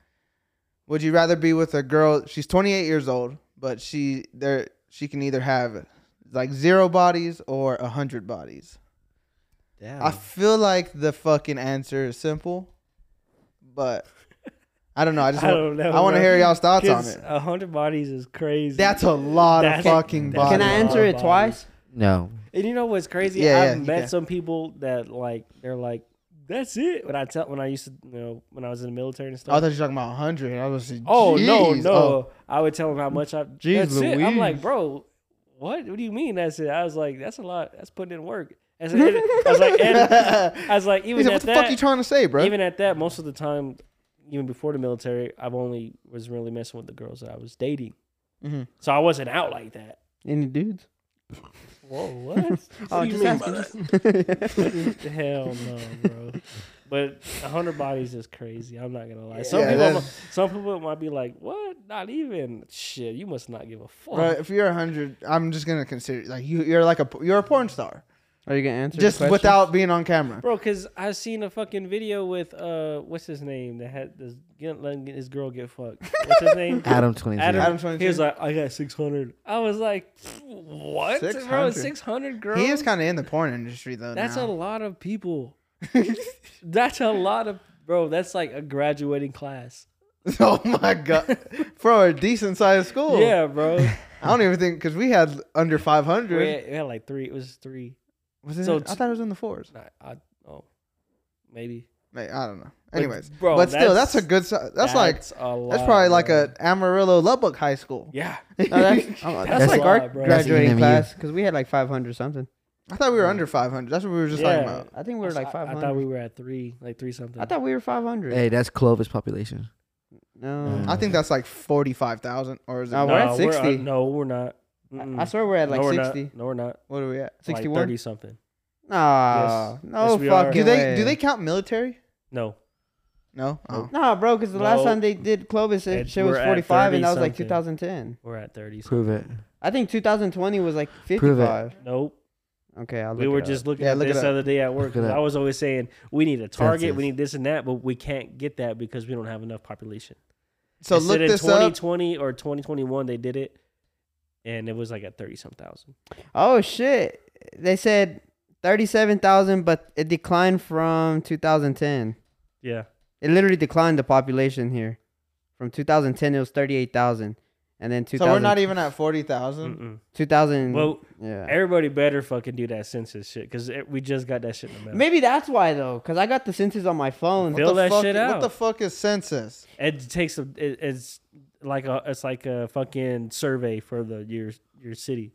would you rather be with a girl? She's 28 years old, but she there she can either have like zero bodies or a hundred bodies. Damn. I feel like the fucking answer is simple, but I don't know. I just I want, don't know. I want to bro. hear y'all's thoughts on 'Cause it. A hundred bodies is crazy. That's a lot That's- of fucking Can I bodies. Can I answer it Bodies. twice? no. And you know what's crazy? Yeah, I've yeah, you met can. some people that like they're like, "That's it." When I tell when I used to, you know, when I was in the military and stuff. Oh, I thought you were talking about 100. I was like, Oh no, "Jeez." no! Oh, I would tell him how much I. Jeez that's it. I'm like, Louise. bro, what? What do you mean? That's it. I was like, that's a lot. That's putting in work. I said, and- I was like, and- I was like, He even said, at what the that, fuck you trying to say, bro? even at that, most of the time, even before the military, I've only was really messing with the girls that I was dating, Mhm. so I wasn't out like that. Any dudes? Whoa, what? what Oh, do you just mean by asking. that? Hell no, bro. But a hundred bodies is crazy. I'm not gonna lie. Some Yeah, people, that's- some people might be like, "What? Not even shit. You must not give a fuck." Bro, if you're 100, I'm just gonna consider like you. You're like a you're a porn star, Are you gonna answer? just questions? without being on camera. Bro, cause I seen a fucking video with uh, what's his name that had this get, letting his girl get fucked. What's his name? Adam 22. Adam. Adam 22? He was like, I got six hundred. I was like, what, bro? 600? Six hundred girls. He is kind of in the porn industry though. That's a now. lot of people. that's a lot of bro. That's like a graduating class. oh my god, for a decent sized school. Yeah, bro. We I don't even think because we had under 500. had, we had like three. It was three. Was it? So in- I t- thought it was in the fours. I, I oh, maybe. May- I don't know. Like, Anyways, bro, but still, that's, that's- a good. si- That's, like a lot, that's probably like bro. a Amarillo Lubbock High School. yeah. No, that's, oh, that's That's like a our lot, bro. That's graduating EMU. class because we had like 500 something. I thought we were under 500. That's what we were just Yeah. talking about. I think we were like I- 500. I thought we were at three, like three something. were 500. Hey, that's Clovis population. No, Yeah. I think that's like 45,000 or is it? No, we're at we're, uh, 60. no, we're not. Mm-mm. I I swear we're at like no, we're 60. Not. No, we're not. what are we at? Like 61? thirty something. Nah, Yes. no Yes, we are. fucking Do they way. do they count military? No, No. Oh. Nah, bro, because the last No. time they did Clovis, it, It- shit was we're at 45, and 30 that was like something. 2010. we're at thirty. Prove it. I think 2020 was like Prove it. 55. Nope. Okay, I'll look we were it up. just looking Yeah, at look it this up. other day at work. Look it up. I was always saying we need a target, Census. we need this and that, but we can't get that because we don't have enough population. So It said look in this up. 2020 or 2021 they did it, and it was like at thirty some thousand. Oh shit! They said thirty-seven thousand, but it declined from two thousand ten. Yeah, It literally declined the population here. From two thousand ten, it was thirty-eight thousand, and then two So we're thousand. not even at forty thousand. Mm-mm. two thousand. well, yeah. everybody better fucking do that census shit because we just got that shit in the mail. Maybe that's why though, cause I got the census on my phone. Fill that fuck, shit What out. the fuck is census? It takes a it, it's like a it's like a fucking survey for the your your city.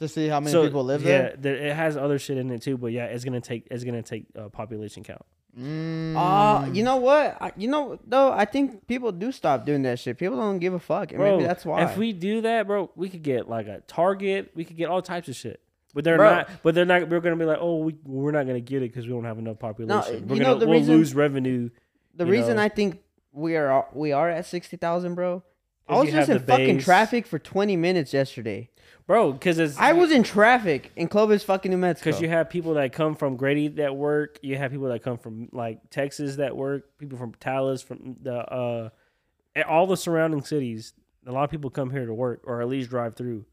To see how many So, people live yeah, there. it has other shit in it too, but yeah, it's gonna take it's gonna take uh, population count. Mm. Ah, you know what? I, you know though, I think people do stop doing that shit. People don't give a fuck, and Bro, maybe that's why. If we do that, bro, we could get like a Target. We could get all types of shit. But they're Bro. not. But they're not. We're gonna be like, oh, we we're not gonna get it because we don't have enough population. you we're know, gonna the we'll reason- lose revenue. the you reason know. I think we are we are at sixty thousand, bro. I 'Cause was you just have in the fucking base. traffic for twenty minutes yesterday. bro. Because it's I was in traffic in Clovis, fucking New Mexico. because you have people that come from Grady that work. You have people that come from like Texas that work. People from Dallas, from the uh, and all the surrounding cities. A lot of people come here to work or at least drive through.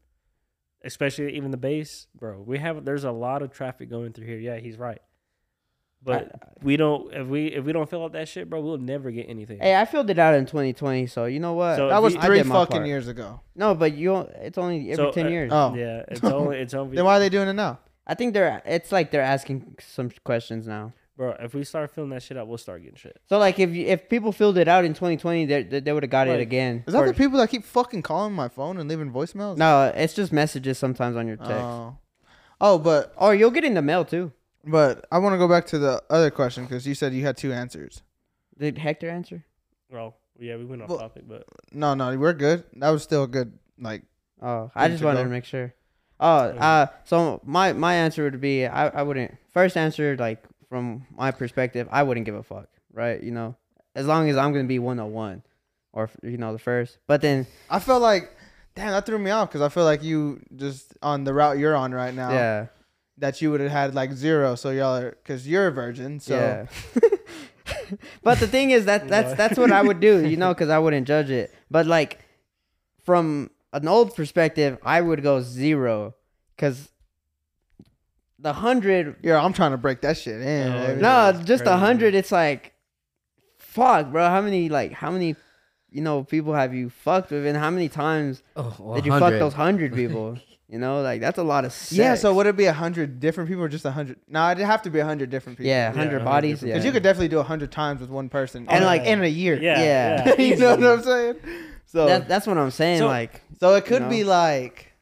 Especially even the base, bro. We have there's a lot of traffic going through here. Yeah, he's right. But we don't if we if we don't fill out that shit, bro, we'll never get anything. hey, I filled it out in 2020, so you know what? So- that was I did three my fucking part. years ago. no, but you. don't- It's only every So, ten uh, years. Oh, Yeah, it's only it's only then why are they doing it now? I think they're. It's like they're asking some questions now. bro. If we start filling that shit out, we'll start getting shit. So like, if you, if people filled it out in 2020, they they, they would have got it Like, again. Is that Or- the people that keep fucking calling my phone and leaving voicemails? no, it's just messages sometimes on your text. Oh. Oh, but Or you'll get in the mail too. but I want to go back to the other question because you said you had two answers. Did Hector answer? Bro, yeah, we went off Well- topic, but No, no, we're good. That was still good. Like Oh, I Didn't just you wanted go? to make sure. Oh, uh, so my my answer would be I, I wouldn't first answer like from my perspective I wouldn't give a fuck right you know as long as I'm gonna be 101 or you know the first but then I felt like, damn, that threw me off because I feel like you just on the route you're on right now. yeah That you would have had like zero. So y'all are because you're a virgin. So yeah. but the thing is that that's that's what I would do you know because I wouldn't judge it but like from an old perspective I would go zero because the hundred yeah, I'm trying to break that shit in. Oh, baby. yeah. No, it's just a crazy. hundred. It's like, fuck, bro. How many like how many, you know, people have you fucked with, and how many times Oh, did you fuck those hundred people? you know, like that's a lot of sex. Yeah, so would it be a hundred different people or just a hundred? No, it'd have to be a hundred different people. yeah, Yeah, hundred 100 bodies. different- Yeah, because you could definitely do a hundred times with one person, And, like, in a year. yeah, Yeah. yeah. you know what I'm saying? So That, that's what I'm saying. So- like, so it could you be know. like,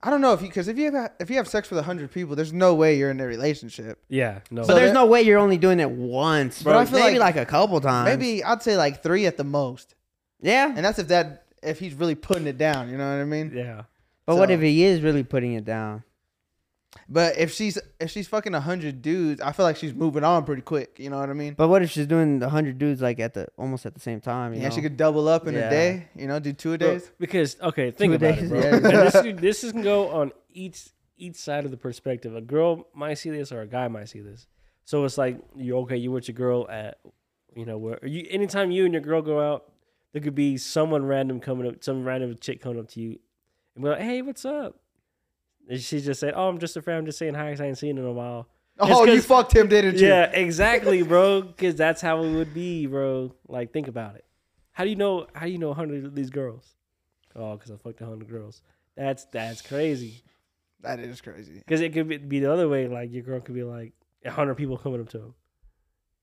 I don't know if you because if you have if you have sex with a hundred people, there's no way you're in a relationship. Yeah, no. but So there's that- no way you're only doing it once, But bro. I feel maybe like- like, a couple times. Maybe I'd say like three at the most, Yeah, and that's if that if he's really putting it down. You know what I mean? yeah. but what so- if he is really putting it down? But if she's if she's fucking a hundred dudes, I feel like she's moving on pretty quick. You know what I mean? But what if she's doing the hundred dudes like at the almost at the same time? You Yeah, know? she could double up in a Yeah. day. You know, do two a days. Bro, because okay, think Two about days, it, bro. yeah. And this, can- this is can go on each each side of the perspective. A girl might see this, or a guy might see this. So it's like you okay, you with your girl at, you know, where you anytime you and your girl go out, there could be someone random coming up, some random chick coming up to you, and be like, hey, what's up? And she just said, oh, I'm just a friend, I'm just saying hi, 'cause I ain't seen in a while. It's Oh, you 'cause- fucked him, didn't you? Yeah, exactly, bro. Because that's how it would be, bro. Like, think about it. How do you know? How do you know a hundred of these girls? Oh, because I fucked a hundred girls. That's that's crazy. That is crazy. Because it could be, be the other way. Like your girl could be like a hundred people coming up to him,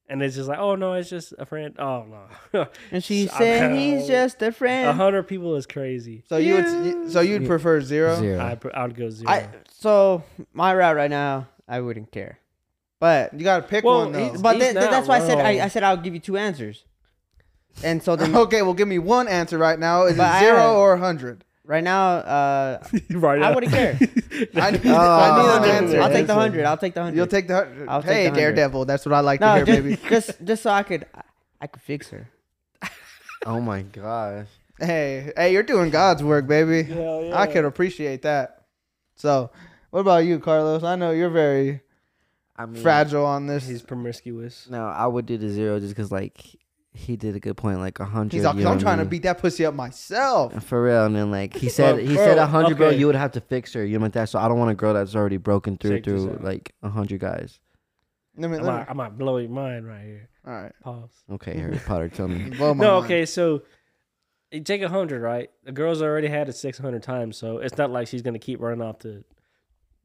and it's just like, oh no, it's just a friend. Oh no, and she I'm said out. he's just a a Uh-huh. friend. hundred people is crazy. So you would Yeah. s- so you'd Yeah. prefer zero? Zero. I pr- I would go zero. I so my route right now, I wouldn't care. But You gotta pick Well, one though. he's- but then- not that's why I said wrong. I, I said I'll give you two answers. And so then okay, well, give me one answer right now. Is But it I- zero or a hundred? right now, uh, right I now. wouldn't care. I need, I I need need an an Oh, answer. Oh, I'll take the Answer. hundred. I'll take the hundred. You'll take the hundred. I'll take hey, the 100. Daredevil. That's what I like to no, hear, just, baby. just just so I could I, I could fix her. Oh my gosh. Hey, hey, you're doing God's work, baby. Hell yeah. I could appreciate that. So, What about you, Carlos? I know you're very I mean, fragile on this. He's promiscuous. No, I would do the zero just because like he did a good point, like a hundred. He's like, you know I'm what I trying to mean? Uh, beat that pussy up myself. For real, and then like he said, he bro, said a hundred, bro. okay. You would have to fix her, you know what that. So I don't want a girl that's already broken through Check this through out. like a hundred guys. Let me, I let might, me, I might blow your mind right here. all right. Pause. Okay, Harry Potter, tell me. Blow my no, mind. okay, so you take a hundred, right? The girl's already had it six hundred times, so it's not like she's gonna keep running off to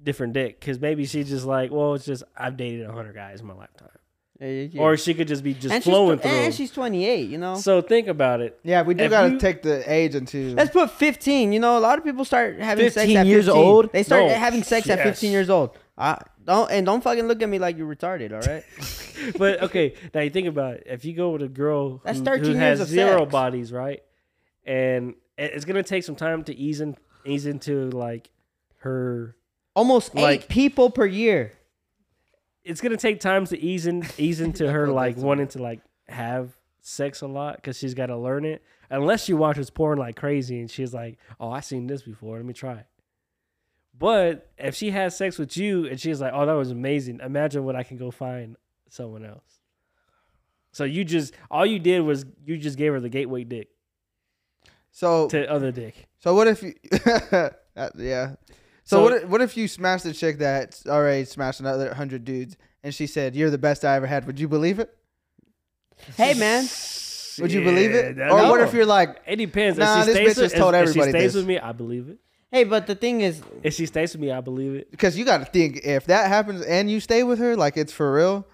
different dick. Because maybe she's just like, well, it's just I've dated a hundred guys in my lifetime, Yeah, yeah, yeah. or she could just be just and she's, flowing tw- through. and she's 28, you know? so think about it. Yeah, we do If gotta you- take the age into. Let's put 15. You know, a lot of people start having sex 15 at years 15. old? They start No. having sex at 15 Yes. years old. I don't and don't fucking look at me like you're retarded. All right. But okay, now you think about it. If you go with a girl who, That's who 13 years has of zero sex. bodies, right? And it- it's gonna take some time to ease in, ease into like her Almost Like- eight people per year. it's gonna take time to ease in ease into her feel like that's- wanting to like have sex a lot because she's got to learn it. Unless she watches porn like crazy and she's like, "Oh, I seen this before. Let me try." But if she has sex with you and she's like, "Oh, that was amazing. Imagine what I can go find someone else." So you just all you did was you just gave her the gateway dick So to other dick. so what if you? Uh, yeah. So, So- what if, what if you smashed the chick that's already smashed another hundred dudes, and she said, "You're the best I ever had." Would you believe it? Hey man, Would you believe Yeah, it? that- Or no. what if you're like, It depends. Nah, if she this bitch stays with, just told if- if everybody she stays this. with me, I believe it. hey, but the thing is, If she stays with me, I believe it. because you got to think if that happens and you stay with her, like it's for real,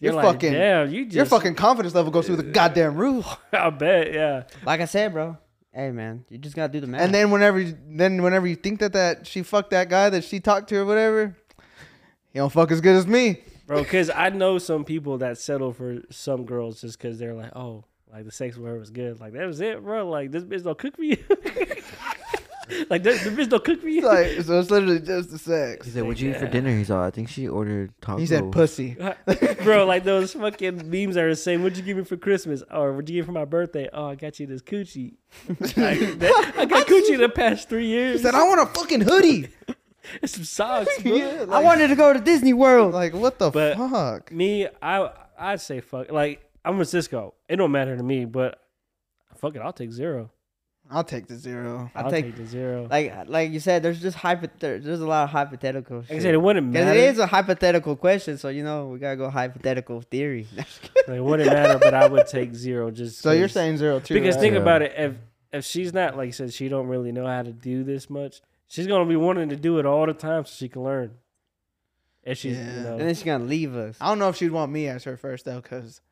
You're, your like, fucking damn, you just your fucking confidence level goes through the goddamn roof. I bet, yeah. like I said, bro. Hey man, you just gotta do the math. And then whenever you, then whenever you think that that she fucked that guy that she talked to or whatever, he don't fuck as good as me. Bro, because I know some people that settle for some girls just because they're like, oh, like the sex with her was good. Like, that was it, bro. Like, this bitch don't cook for you. like, this, the bitch don't cook for you. It's like so it's literally just the He sex. said, "What'd you eat for dinner?" He's all, "I think she ordered tacos." He said pussy. bro, like those fucking memes that are saying, what'd you give me for Christmas? Or what'd you give me for my birthday? Oh, I got you this coochie. Like, that- I got coochie the past three He years. said, I want a fucking hoodie. And some socks, bro. yeah, I like, wanted to go to Disney World. like what the But- fuck? Me, I, I'd say fuck. Like, I'm a Cisco. It don't matter to me, but fuck it, I'll take zero. I'll take the zero. I I'll take- take, the zero. Like like you said, there's just hypo- there- there's a lot of hypothetical. Like I shit. said, it wouldn't 'Cause matter. it is a hypothetical question, so you know we gotta go hypothetical theory. Like, it wouldn't matter, but I would take zero just. So you're 'cause- saying zero too? because right? think Yeah. about it, if if she's not like I said, she don't really know how to do this much. She's gonna be wanting to do it all the time so she can learn. If she's Yeah. you know, and then she's gonna leave us. I don't know if she'd want me as her first though, cause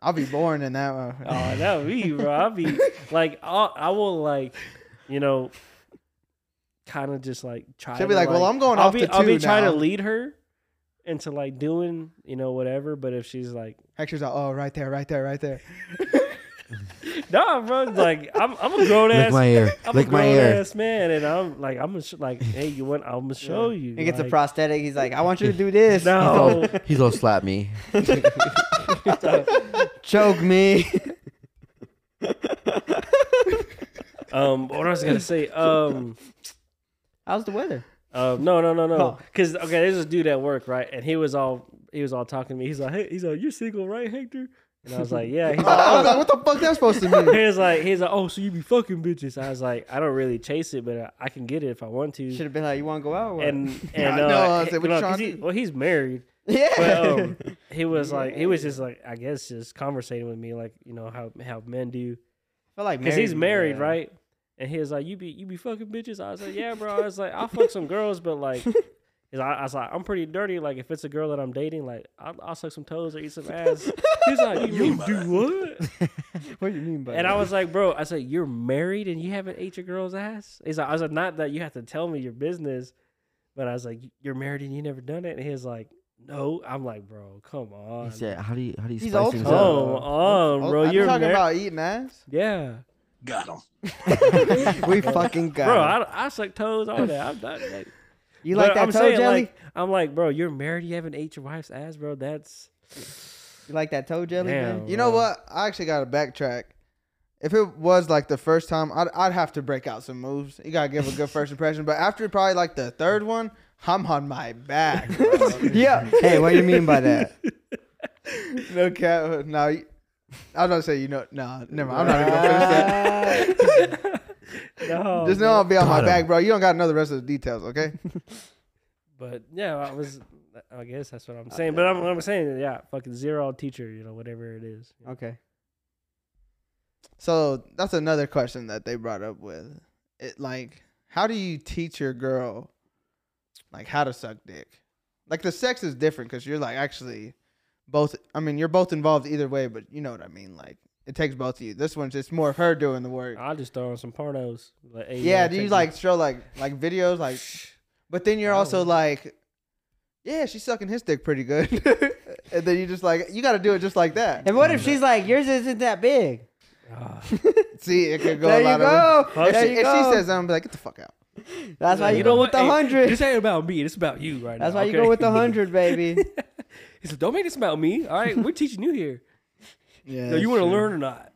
I'll be born in that. uh, One. oh that would be bro. I'll be like I'll, I will like you know, kind of just like try. She'll to, be like, "Well, I'm going I'll off be, to I'll be two trying now. to lead her into like doing you know whatever. But if she's like, Hector's like, oh, right there, right there, right there. nah, bro, like I'm I'm a grown "Lick ass my ear, I'm lick a my grown ear." ass man, and I'm like, I'm gonna sh- like, hey, you want? I'm gonna show you. He gets a like, prosthetic. He's like, I want you to do this. He's No, all, he's all slap me. choke me. um, what was I gonna say? Um, How's the weather? um, no, no, no, no, Oh. because okay, there's this dude at work, right, and he was all, he was all talking to me. He's like, hey, he's like, you're single, right, Hector? And I was like, yeah. He's Oh, I was like, like, what the fuck that's supposed to mean? oh. He was like, he's like, oh, so you be fucking bitches? I was like, I don't really chase it, but I, I can get it if I want to. Should have been like, you want to go out? Or what? And I and know, uh, I said, he- what no, you 'cause trying he- to- well, he's married. yeah. but um, he was like he was just like I guess just conversating with me like you know how how men do feel like because he's married yeah. right and he was like you be you be fucking bitches I was like yeah bro I was like I'll fuck some girls but like 'cause I, I was like I'm pretty dirty like if it's a girl that I'm dating like I'll, I'll suck some toes or eat some ass he's like you, mean do what What do you mean by and that? I was like bro I said you're married and you haven't ate your girl's ass he's like I was like not that you have to tell me your business but I was like you're married and you never done it and he was like no I'm like bro come on Oh. He said, "How do you, how do you He's spice old things school. up?" Come on, bro. I'm You're Oh, talking mar- about eating ass. yeah, we fucking got bro. it. I, I suck toes all that. I'm not, like, You like but that I'm toe saying, jelly? Like, I'm like, bro. You're married. You haven't ate your wife's ass, bro. That's you like that toe jelly? Damn. man? You know Wow. what? I actually got to backtrack. if it was like the first time, I'd, I'd have to break out some moves. You gotta give a good first impression. But after probably like the third one, I'm on my back. bro. yeah. Hey, what do you mean by that? no cap. No, you- I was gonna say you know. No, never. mind. I'm not gonna finish that. no, Just know I'll be on my Got him. back, bro. You don't gotta know the rest of the details, okay? But yeah, I was. I guess that's what I'm saying. But I'm, what I'm saying, yeah, fucking zero teacher, you know, whatever it is. Okay. So that's another question that they brought up with it. Like, how do you teach your girl, like, how to suck dick? Like, the sex is different because you're like actually both. I mean, you're both involved either way, but you know what I mean. Like, it takes both of you. This one's just more of her doing the work. I'll just throw in some pornos. Like, hey, yeah, y'all do check you it- like show like like videos like? But then you're I also would. like, yeah, she's sucking his dick pretty good, and then you just like you got to do it just like that. And what if she's like, yours isn't that big? Ah, See, it could go there a lot you of. go. If There If, you she, if go. she says that, I'm like, get the fuck out. That's why you Yeah. go with the Ah. Hey, hundred. This ain't about me. It's about you right That's now. why you go with the okay? hundred, baby. He said, "Don't make this about me. All right, we're teaching you here. Yeah, No, you want to learn or not?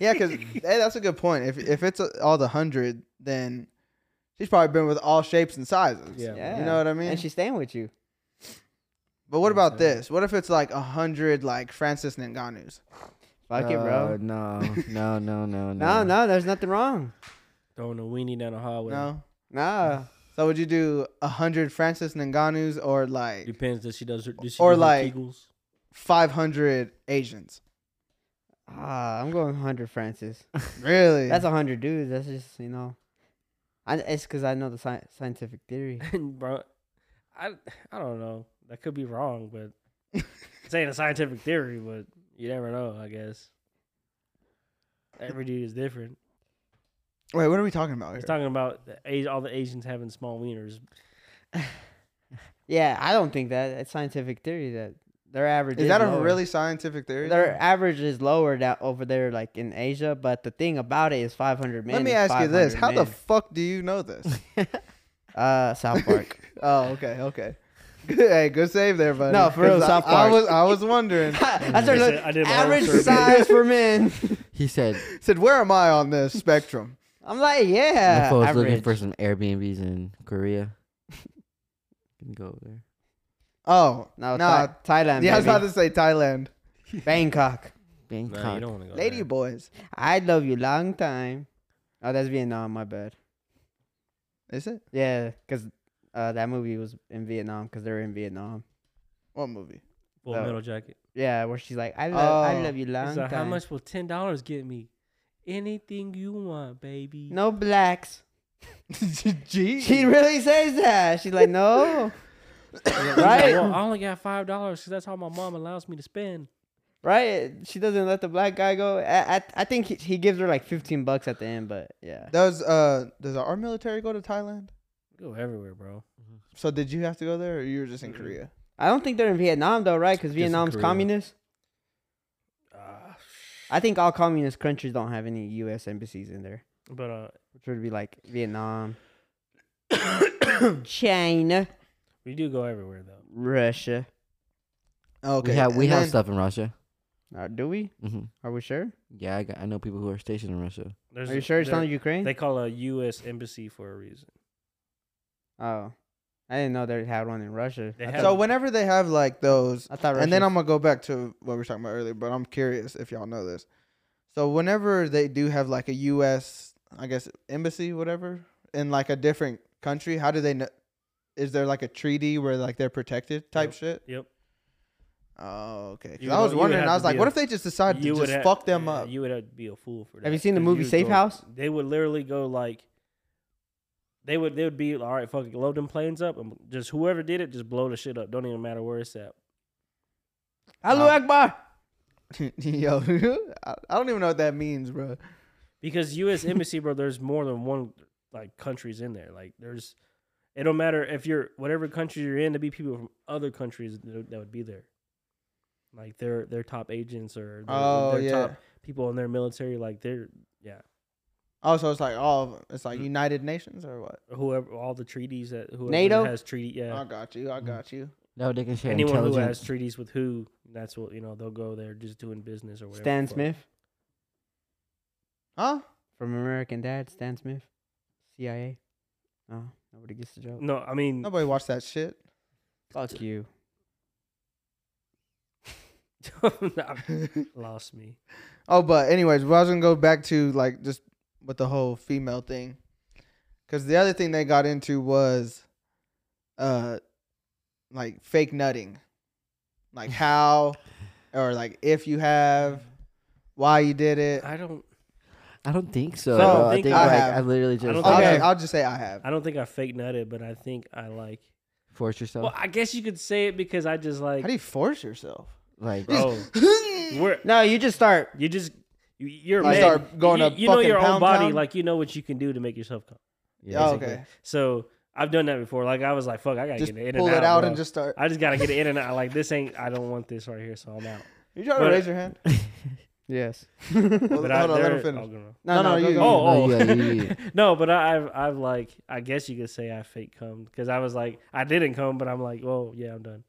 Yeah, because hey, that's a good point. If if it's all the hundred, then she's probably been with all shapes and sizes. Yeah. Yeah. you know what I mean. and she's staying with you. but what about Yeah. this? What if it's like a hundred like Francis Ngannou's? Fuck it, Uh, bro. No, no, no, no, no. No, no, there's nothing wrong. Throwing a weenie down the hallway. No. No. So would you do a hundred Francis Ngannou's or like Depends. Does she does her? Does she Or do her like- Kegels? five hundred Asians? Ah, I'm going hundred, Francis. Really? That's hundred dudes. That's just you know, I, it's because I know the sci- scientific theory. bro. I I don't know. That could be wrong, but it's ain't a scientific theory, but you never know. I guess every dude is different. Wait, what are we talking about here? It's talking about the, Asi- all the Asians having small wieners. Yeah, I don't think that it's scientific theory that their average Is that a lower. really scientific theory? Their average is lower down over there, like in Asia. But the thing about it is 500 men. Let me is ask you this: 500 How the men. fuck do you know this? uh South Park? oh, okay, okay. hey, good save there, buddy. No, for real, 'Cause I- South I Park. was I was wondering. I started said- looking, I did my own average survey. size for men. He said said, "Where am I on this spectrum?" I'm like, my yeah, foe is average. looking for some Airbnbs in Korea. Can go over there. Oh, no, no, Tha- Thailand. yeah, I was about baby. to say Thailand. Bangkok. Bangkok. Nah, you don't want to go. Lady there. boys, I love you long time. Oh, that's Vietnam. My bad. is it? Yeah, because uh, that movie was in Vietnam because they're in Vietnam. What movie? Full Oh. metal jacket. Yeah, where she's like, I love, I Oh. love you long It's like, time. how much will ten dollars get me? Anything you want, baby. No blacks. She Gee, really says that. She's like, no, He's like, right? well, I only got five dollars because that's all my mom allows me to spend. right. She doesn't let the black guy go. I, I, I think he, he gives her like fifteen bucks at the end, but yeah. does uh does our military go to Thailand? Go everywhere, bro. So did you have to go there, or you were just Mm. in Korea? I don't think they're in Vietnam though, right? Because Just in Vietnam's Korea. communist. Ah, I think all communist countries don't have any U.S. embassies in there, but uh, which would be like Vietnam, China, we do go everywhere though. Russia. Okay, We have we and have then- stuff in Russia. Uh, do we? hmm Are we sure? Yeah, I, got, I know people who are stationed in Russia. There's Are you sure it's there- not Ukraine? They call a U.S. embassy for a reason. oh, I didn't know they had one in Russia. They I have- thought- So whenever they have like those, I thought. Russia and then I'm gonna go back to what we were talking about earlier, but I'm curious if y'all know this. So whenever they do have like a U.S. I guess embassy, whatever, in like a different country, how do they know? Is there like a treaty where like they're protected type Nope. shit? Yep. Oh, okay. 'Cause You would- I was you would wondering. have I to was like, be what a- if they just decide to just ha- fuck them yeah, up? You would have to be a fool for that. Have you seen the 'cause movie would Safe go- House? They would literally go like, they would they would be like, all right, fuck it, load them planes up and just whoever did it, just blow the shit up. Don't even matter where it's at. Hello, Um, Akbar. Yo, I I don't even know what that means, bro. Because U.S. embassy, bro, there's more than one like countries in there. Like there's, it don't matter if you're whatever country you're in. There'd be people from other countries that, that would be there. Like their their top agents or their, Oh their yeah. top people in their military. Like they're yeah, Also, Oh, it's like all of 'em. it's Mm. like United Nations or what? whoever all the treaties that whoever NATO? has treaty yeah. Mm. I got you. I got you. No, they can share Anyone who has intelligence. treaties with who, that's what you know. They'll go there just doing business or whatever. Stan the fuck. Smith. Huh? From American Dad, Stan Smith, CIA. Oh, nobody gets the joke. No, I mean, Nobody watched that shit. Fuck you. lost me. Oh, but anyways, well, I was gonna go back to like just with the whole female thing, because the other thing they got into was, uh, like fake nutting, like how, or like if you have, why you did it. I don't. I don't think so. So, I don't bro. I think think I like have. I literally just don't I'll, think like, just, I- I'll just say I have. I don't think I fake nutted, but I think I like. force yourself. Well, I guess you could say it because I just like. How do you force yourself? like bro, we're, No, you just start. you just you, you're a I man. start going you, to you know fucking your own Pound body, Town? like you know what you can do to make yourself come. yeah, oh, it's like- okay. So I've done that before. Like I was like, fuck, I gotta Just get it in pull and it out, out bro. and just start. I just gotta get it in and out. Like this ain't. I don't want this right here, so I'm out. You trying to but- raise your hand? Yes. Hold, But hold I, on, let him there- I'll finish. go on. No, no, go- you- go. Oh, oh. yeah, yeah, yeah. no, but I, I've, I've like, I guess you could say I fake come because I was like, I didn't come, but I'm like, whoa, yeah, I'm done.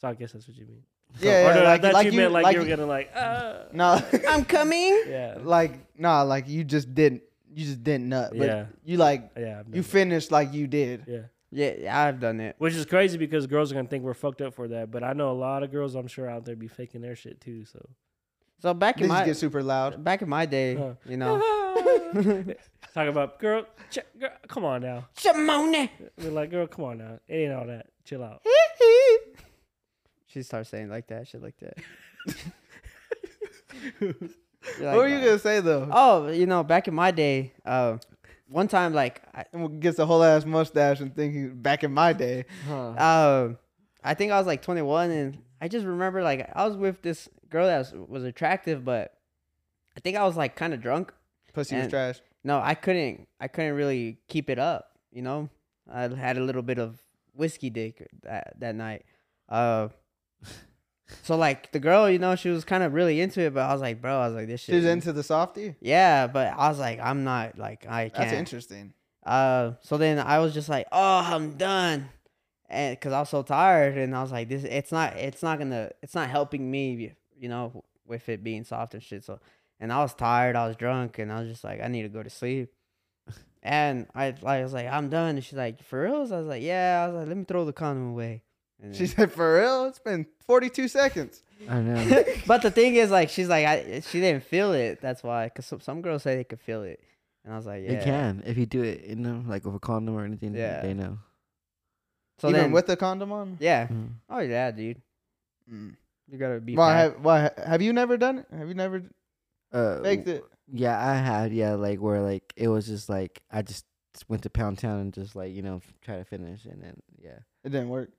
So I guess that's what you mean. Yeah, or yeah, no, like, I thought like you, you meant like, like you were you- gonna like, uh, No, I'm coming. yeah, like nah, like you just didn't. You just didn't nut. But Yeah. You like yeah, I'm you done. finished like you did. yeah. Yeah, I've done it. Which is crazy because girls are gonna think we're fucked up for that, but I know a lot of girls I'm sure out there be faking their shit too. So So back Did in you my get super loud? back in my day, No. you know, talk about girl, ch- girl, come on now. Shimone. We're like, girl, come on now. It ain't all that. Chill out. she starts saying like that, shit like that. what were you gonna say though? Oh, you know, back in my day, uh, one time like I, And gets a whole ass mustache and thinking back in my day. uh, I think I was like 21, and I just remember like I was with this girl that was, was attractive, but I think I was like kind of drunk. Pussy was And- trash. No, I couldn't. I couldn't really keep it up. You know, I had a little bit of whiskey dick that that night. Uh, so like the girl, you know, she was kind of really into it, but I was like, bro, I was like, this shit. She's is- into the softy. Yeah, but I was like, I'm not like I That's can't. interesting. Uh, so then I was just like, oh, I'm done, and because I was so tired, and I was like, this, it's not, it's not gonna, it's not helping me, you know, with it being soft and shit. So, and I was tired, I was drunk, and I was just like, I need to go to sleep. And I, I was like, I'm done. And she's like, for reals? I was like, yeah. I was like, let me throw the condom away. And She said, "For real, it's been 42 seconds." I know. but the thing is, like, she's like, I, she didn't feel it. That's why, cause some, some girls say they could feel it, and I was like, yeah. It can if you do it, you know, like with a condom or anything. Yeah. they know. So Even then, with the condom on. yeah. Mm. Oh yeah, dude. Mm. You gotta be. Why packed. have why have you never done it? Have you never Uh, faked it? Yeah, I had yeah, like where like it was just like I just went to Pound Town and just like you know f- try to finish and then yeah, It didn't work.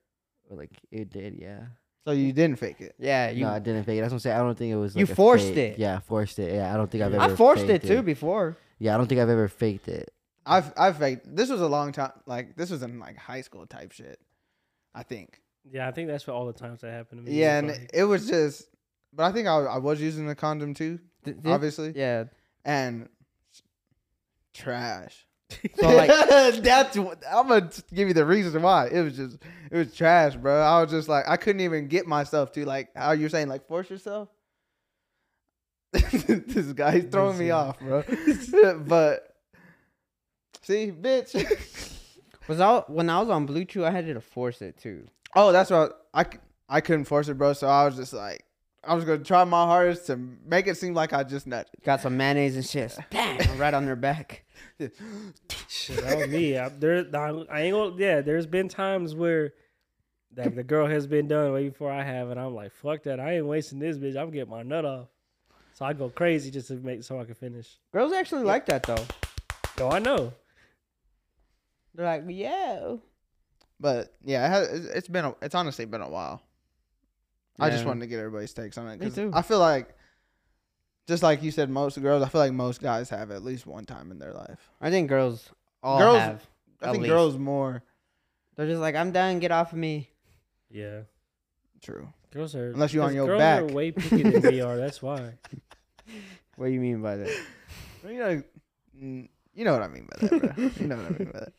Or, like it did yeah. So you didn't fake it. Yeah, you. no, I didn't fake it. That's what I'm saying. I don't think it was. You Like, a forced fake- it. Yeah, I forced it. Yeah, I don't think I've I ever. I forced it faked too before. Yeah, I don't think I've ever faked it. I've I've faked. This was a long time. Like this was in like high school type shit. I think. Yeah, I think that's what all the times that happened to me. Yeah, It's and like- it was just. But I think I, I was using a condom too, Th- th- obviously, Yeah. and trash. So like, that's what- I'm gonna give you the reason why it was just it was trash, bro. I was just like I couldn't even get myself to like how you're saying like force yourself. this guy's throwing me off, bro. but see, bitch. was I when I was on Blue Chew, I had to force it too. oh, that's what I, I c- I couldn't force it, bro. So I was just like I was gonna try my hardest to make it seem like I just nutted. Got some mayonnaise and shit. Bang! right on their back. Shit, that was me. I, there, I, I ain't gonna. Yeah, there's been times where like the girl has been done way before I have, and I'm like, fuck that. I ain't wasting this bitch. I'm getting my nut off. So I go crazy just to make so I can finish. Girls actually like that though. So I know. They're like, yeah. But yeah, it has, it's- it's been a, it's honestly been a while. I just Yeah. wanted to get everybody's takes on it. Me 'cause too. I feel like, just like you said, most girls. I feel like most guys have at least one time in their life. I think girls all Girls- have. I At think least. girls more They're just like, I'm done. Get off of me. Yeah, true. girls are Unless you on because your girls back. are way picky than we are. That's why. What do you mean by that? You know, mm, you know what I mean by that. Bro. you know what I mean by that.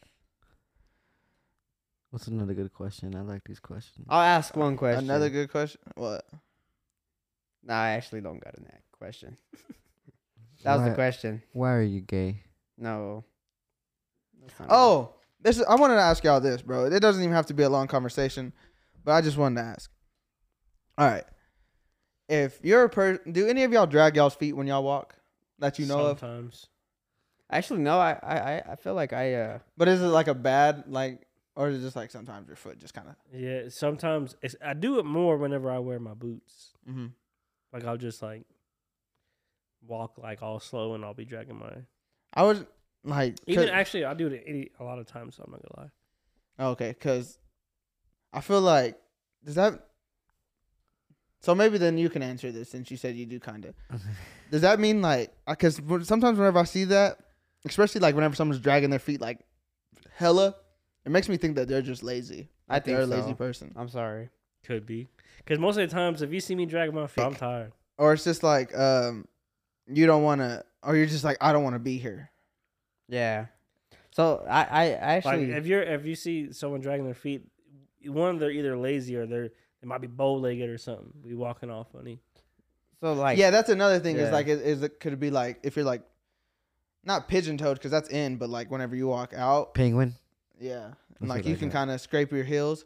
What's another good question? I like these questions. I'll ask one question. Another good question. What? Nah, I actually don't got a that question. That was the Why- question. Why are you gay? No. That's not right. Oh, this is, I wanted to ask y'all this, bro. It doesn't even have to be a long conversation, but I just wanted to ask. All right, if you're a person, do any of y'all drag y'all's feet when y'all walk that you know of? Sometimes. actually, no. I, I, I- I feel like I. Uh, But is it like a bad like, or is it just like sometimes your foot just kind of? Yeah, sometimes it's, I do it more whenever I wear my boots. Like I'll just like walk like all slow and I'll be dragging my. I was like, Even could- actually, I do it any, a lot of times. So I'm not gonna lie. Okay, because I feel like does that. So maybe then you can answer this since you said you do kind of. does that mean like because sometimes whenever I see that, especially like whenever someone's dragging their feet like hella, it makes me think that they're just lazy. I Like, think they're so. a lazy person, I'm sorry. Could be because most of the times, if you see me dragging my feet, I'm tired. or it's just like um, you don't want to, or you're just like I don't want to be here. Yeah. So I, I Like actually. if you're if you see someone dragging their feet, one they're either lazy or they're they might be bow legged or something. Be walking all funny. so like. yeah, that's another thing. Is Yeah. like is, is it could it be like if you're like not pigeon toed because that's in, but like whenever you walk out, Penguin. yeah, That's like what you I can got. kind of scrape your heels.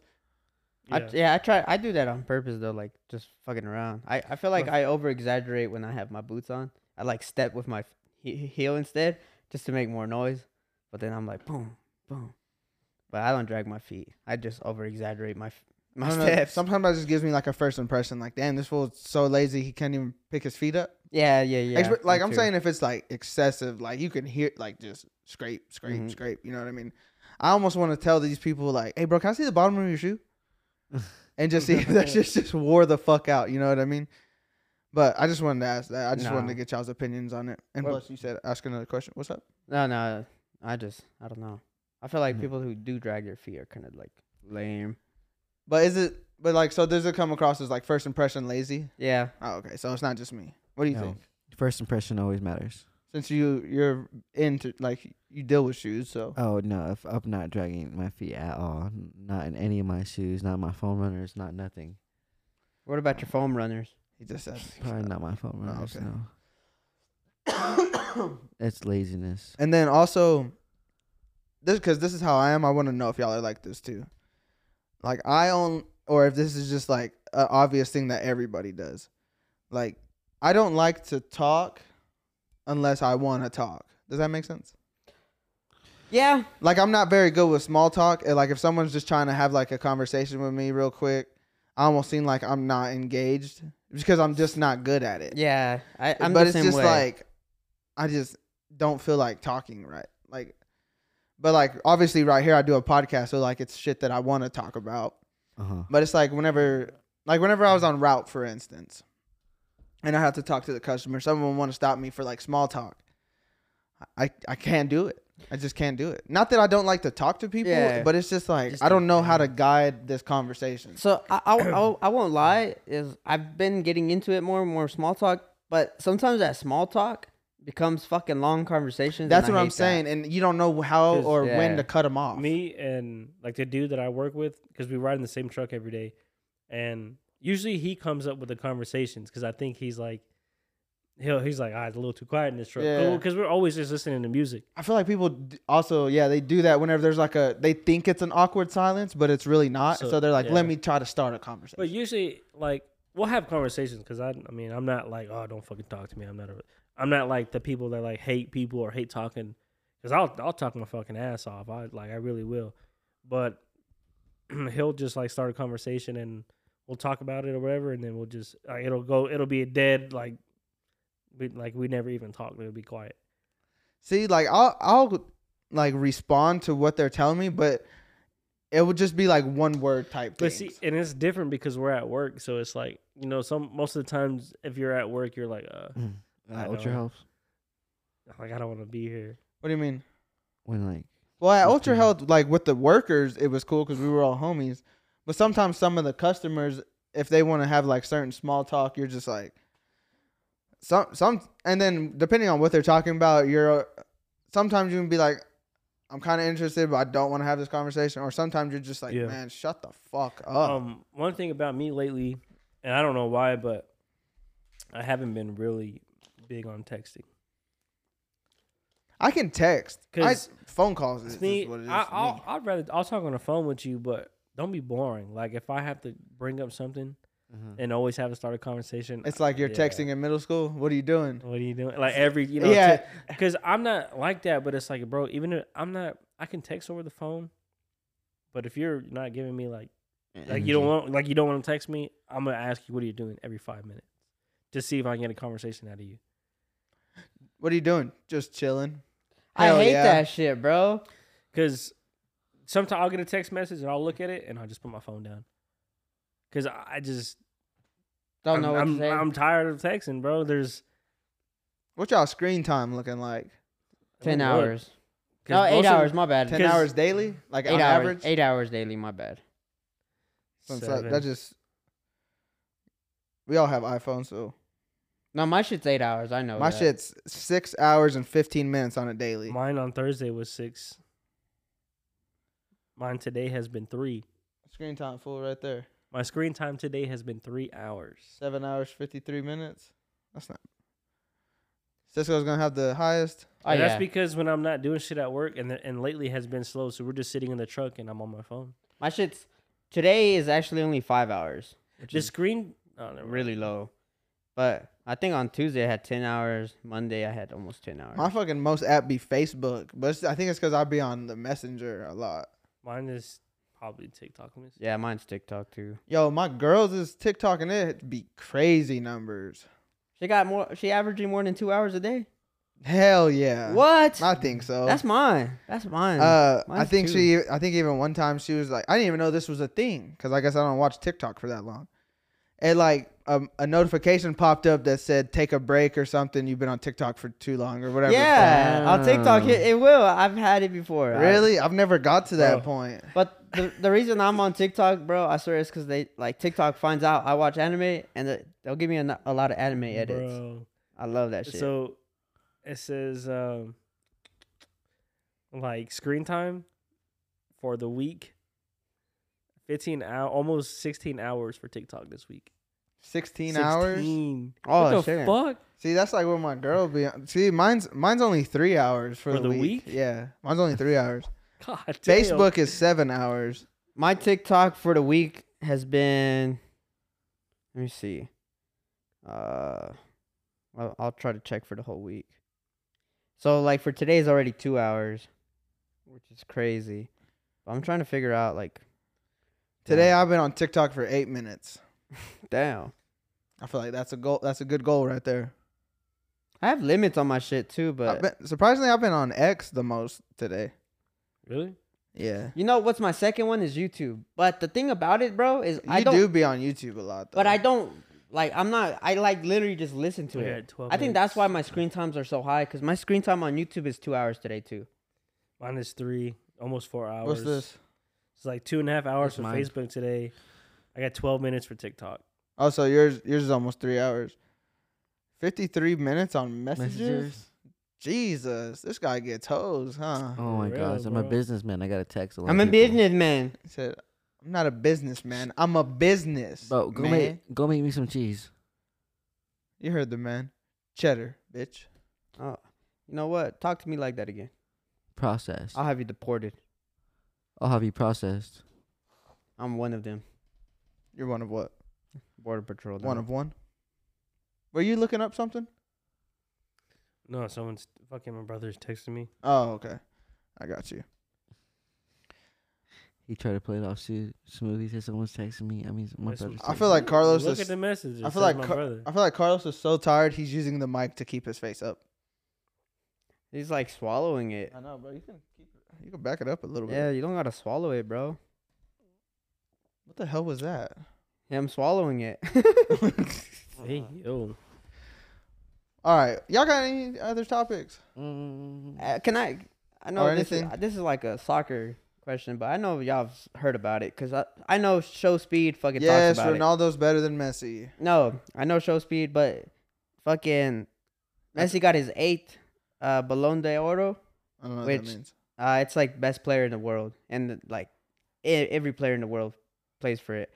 I, yeah. I try. I do that on purpose though, like just fucking around. I, I feel like Well- I over exaggerate when I have my boots on. I like step with my f- he- he- heel instead, just to make more noise. But then I'm like boom, boom. But I don't drag my feet. I just over exaggerate my f- my I don't know, steps. Sometimes that just gives me like a first impression. Like, damn, this fool's so lazy he can't even pick his feet up. yeah, yeah, yeah. Expe- like me I'm too. saying, if it's like excessive, like you can hear like just scrape, scrape, Mhm. scrape. You know what I mean? I almost want to tell these people like, hey, bro, can I see the bottom of your shoe? and just see if that shit just wore the fuck out. You know what I mean? But I just wanted to ask that. I just wanted Nah. to get y'all's opinions on it. And Well- plus, you said ask another question. What's up? No, no. I just I don't know. I feel Mm. like Mhm. people who do drag their feet are kind of like lame. But is it? But like, so does it come across as like first impression lazy? Yeah. Oh, okay. So it's not just me. What do you No. think? First impression always matters. since you you're into like you deal with shoes, so Oh no, if I'm not dragging my feet at all, n- not in any of my shoes, not my phone runners, not nothing. What about your foam runners? he just said. Probably not my phone Oh, runners. okay. No, it's laziness. And then also, this because this is how I am. I want to know if y'all are like this too. Like I own, or if this is just like an obvious thing that everybody does. Like I don't like to talk unless I want to talk. Does that make sense? Yeah. like I'm not very good with small talk. and, Like if someone's just trying to have like a conversation with me real quick, I almost seem like I'm not engaged because I'm just not good at it. Yeah. I, I'm but the it's same just way. like I just don't feel like talking right. Like, but like obviously right here I do a podcast, so like it's shit that I want to talk about. Uh huh. But it's like whenever, like whenever I was on route, for instance, and I have to talk to the customer, someone want to stop me for like small talk. I I can't do it. I just can't do it. Not that I don't like to talk to people, Yeah. but it's just like Just I don't don't- know how to guide this conversation. So I, I, I, I won't lie. Is I've been getting into it more and more small talk, but sometimes that small talk becomes fucking long conversations. That's and what I I'm hate that. saying, and you don't know how 'Cause- or when yeah. to cut them off. Me and like the dude that I work with, because we ride in the same truck every day, and usually he comes up with the conversations because I think he's like, he'll he's like, ah, it's a little too quiet in this truck. Yeah. Because we're always just listening to music. I feel like people d- also, yeah, they do that whenever there's like a they think it's an awkward silence, but it's really not. So, So- they're like, yeah. let me try to start a conversation. But usually, like we'll have conversations because I, I mean, I'm not like, oh, don't fucking talk to me. I'm not, a, I'm not like the people that like hate people or hate talking. Because I'll, I'll talk my fucking ass off. I like, I really will. But he'll just like start a conversation and we'll talk about it or whatever, and then we'll just like, it'll go, it'll be a dead like, we, like we never even talked. It'll be quiet. See, like I'll I'll like respond to what they're telling me, but it would just be like one word type. But things. see, and it's different because we're at work, so it's like you know, some most of the times if you're at work, you're like, uh, I That Ultra know. helps like I don't want to be here. what do you mean? when like Well, at Just Ultra do- Health, like with the workers, it was cool because we were all homies. But sometimes some of the customers, if they want to have like certain small talk, you're just like some some, and then depending on what they're talking about, you're sometimes you can be like. I'm kind of interested, but I don't want to have this conversation. Or sometimes you're just like, Yeah. man, shut the fuck up. Um, one thing about me lately, and I don't know why, but I haven't been really big on texting. I can text. I, 'Cause phone calls is, It's is me. what it is. I, for I'll, me. I'd rather I'll talk on the phone with you, but don't be boring. Like if I have to bring up something and always have to start a conversation, It's like you're yeah. texting in middle school. What are you doing? What are you doing? Like every you know, Yeah. Because I'm not like that, but it's like, bro, even if I'm not, I can text over the phone. But if you're not giving me like e-, like you don't want like you don't want to text me, I'm gonna ask you what are you doing every five minutes to see if I can get a conversation out of you. What are you doing? Just chilling. I Hell hate yeah. that shit, bro. Because sometimes I'll get a text message and I'll look at it and I'll just put my phone down. Because I I just Don't I'm, know what I'm, to say. I'm tired of texting, bro. There's What y'all screen time looking like? Ten Look, hours. 'cause No, eight most of- hours. My bad. Ten 'Cause- hours daily, like eight on hours. average. Eight hours daily. My bad. So it's like- Seven. that just we all have iPhones, so No, my shit's eight hours. I Oh, know. my that. shit's six hours and fifteen minutes on a daily. Mine on Thursday was six. Mine today has been three. Screen time full right there. My screen time today has been three hours. Seven hours fifty three minutes. That's not. Cisco's gonna have the highest. Oh, And yeah. That's because when I'm not doing shit at work, and the, and lately has been slow, so we're just sitting in the truck and I'm on my phone. my shit's today is actually only five hours. Which The is screen, oh, never mind. really low. But I think on Tuesday I had ten hours. Monday I had almost ten hours. My fucking most app be Facebook, but it's, I think it's because I be on the Messenger a lot. mine is probably TikTok. Let me see. yeah, mine's TikTok too. Yo, my girls is TikTok and it be crazy numbers. She got more. She averaging more than two hours a day. Hell yeah. what? I think so. That's mine. That's mine. Uh, I Mine's think two. she. I think even one time she was like, I didn't even know this was a thing because I guess I don't watch TikTok for that long. And like um, a notification popped up that said, "Take a break" or something. You've been on TikTok for too long or whatever. yeah, on TikTok Damn. it, it will. I've had it before. I- Really, I've never got to that Bro. point. But the, the reason I'm on TikTok, bro, I swear it's because they like TikTok finds out I watch anime and they- they'll give me a, a lot of anime edits. Bro. I love that shit. So it says, um, like screen time for the week, fifteen hour, almost sixteen hours for TikTok this week. Sixteen hours. 16. Oh, what the shit. fuck? See, that's like where my girl be. On. See, mine's mine's only three hours for, For the week? Yeah, mine's only three hours. God damn. Facebook is seven hours. My TikTok for the week has been. Let me see. Uh, I'll, I'll try to check for the whole week. So like for today is already two hours, which is crazy. I'm trying to figure out like Today I've been on TikTok for eight minutes. damn. I feel like that's a goal. That's a good goal right there. I have limits on my shit too, I've but been, surprisingly, I've been on X the most today. Really? Yeah. You know what's my second one is YouTube. But the thing about it, bro, is I you don't. do be on YouTube a lot, though. But I don't like. I'm not. I like literally just listen to We it. had 12 I think that's minutes. why my screen times are so high because my screen time on YouTube is two hours today too. Mine is three, almost four hours. What's this? It's like two and a half hours That's for mine. Facebook today. I got 12 minutes for TikTok. Oh, so yours yours is almost three hours. Fifty three minutes on messages? Messages. Jesus, this guy gets hoes, huh? Oh my For gosh, real, I'm a bro. businessman. I gotta text a lot. I'm of a people. businessman. He said, "I'm not a businessman. I'm a business Bro, go man." make go make me some cheese. You heard the man, cheddar, bitch. Oh, you know what? Talk to me like that again. Processed. I'll have you deported. I'll have you processed. I'm one of them. You're one of what? Border patrol. One of one. Were you looking up something? No, someone's fucking my brother's texting me. Oh, okay. I got you. He tried to play it off su- smooth. He said someone's texting me. I mean, my That's- brother's I texting feel me. like Carlos Look is- at the message. I I feel feel like my Car- brother. I feel like Carlos is so tired. He's using the mic to keep his face up. He's like swallowing it. I know, bro. You can keep it. You can back it up a little bit. Yeah, you don't gotta swallow it, bro. What the hell was that? Him swallowing it. Hey, yo. All right, y'all got any other topics? Mm. Uh, can I? I know Or this is, anything? this is like a soccer question, but I know y'all have heard about it because I, I know Show Speed fucking yes, talks about Ronaldo's better than Messi. it. No, I know Show Speed, but fucking Messi got his eighth uh, Ballon d'Oro. I don't know what Which- that means. Uh, it's like best player in the world, and like e- every player in the world plays for it.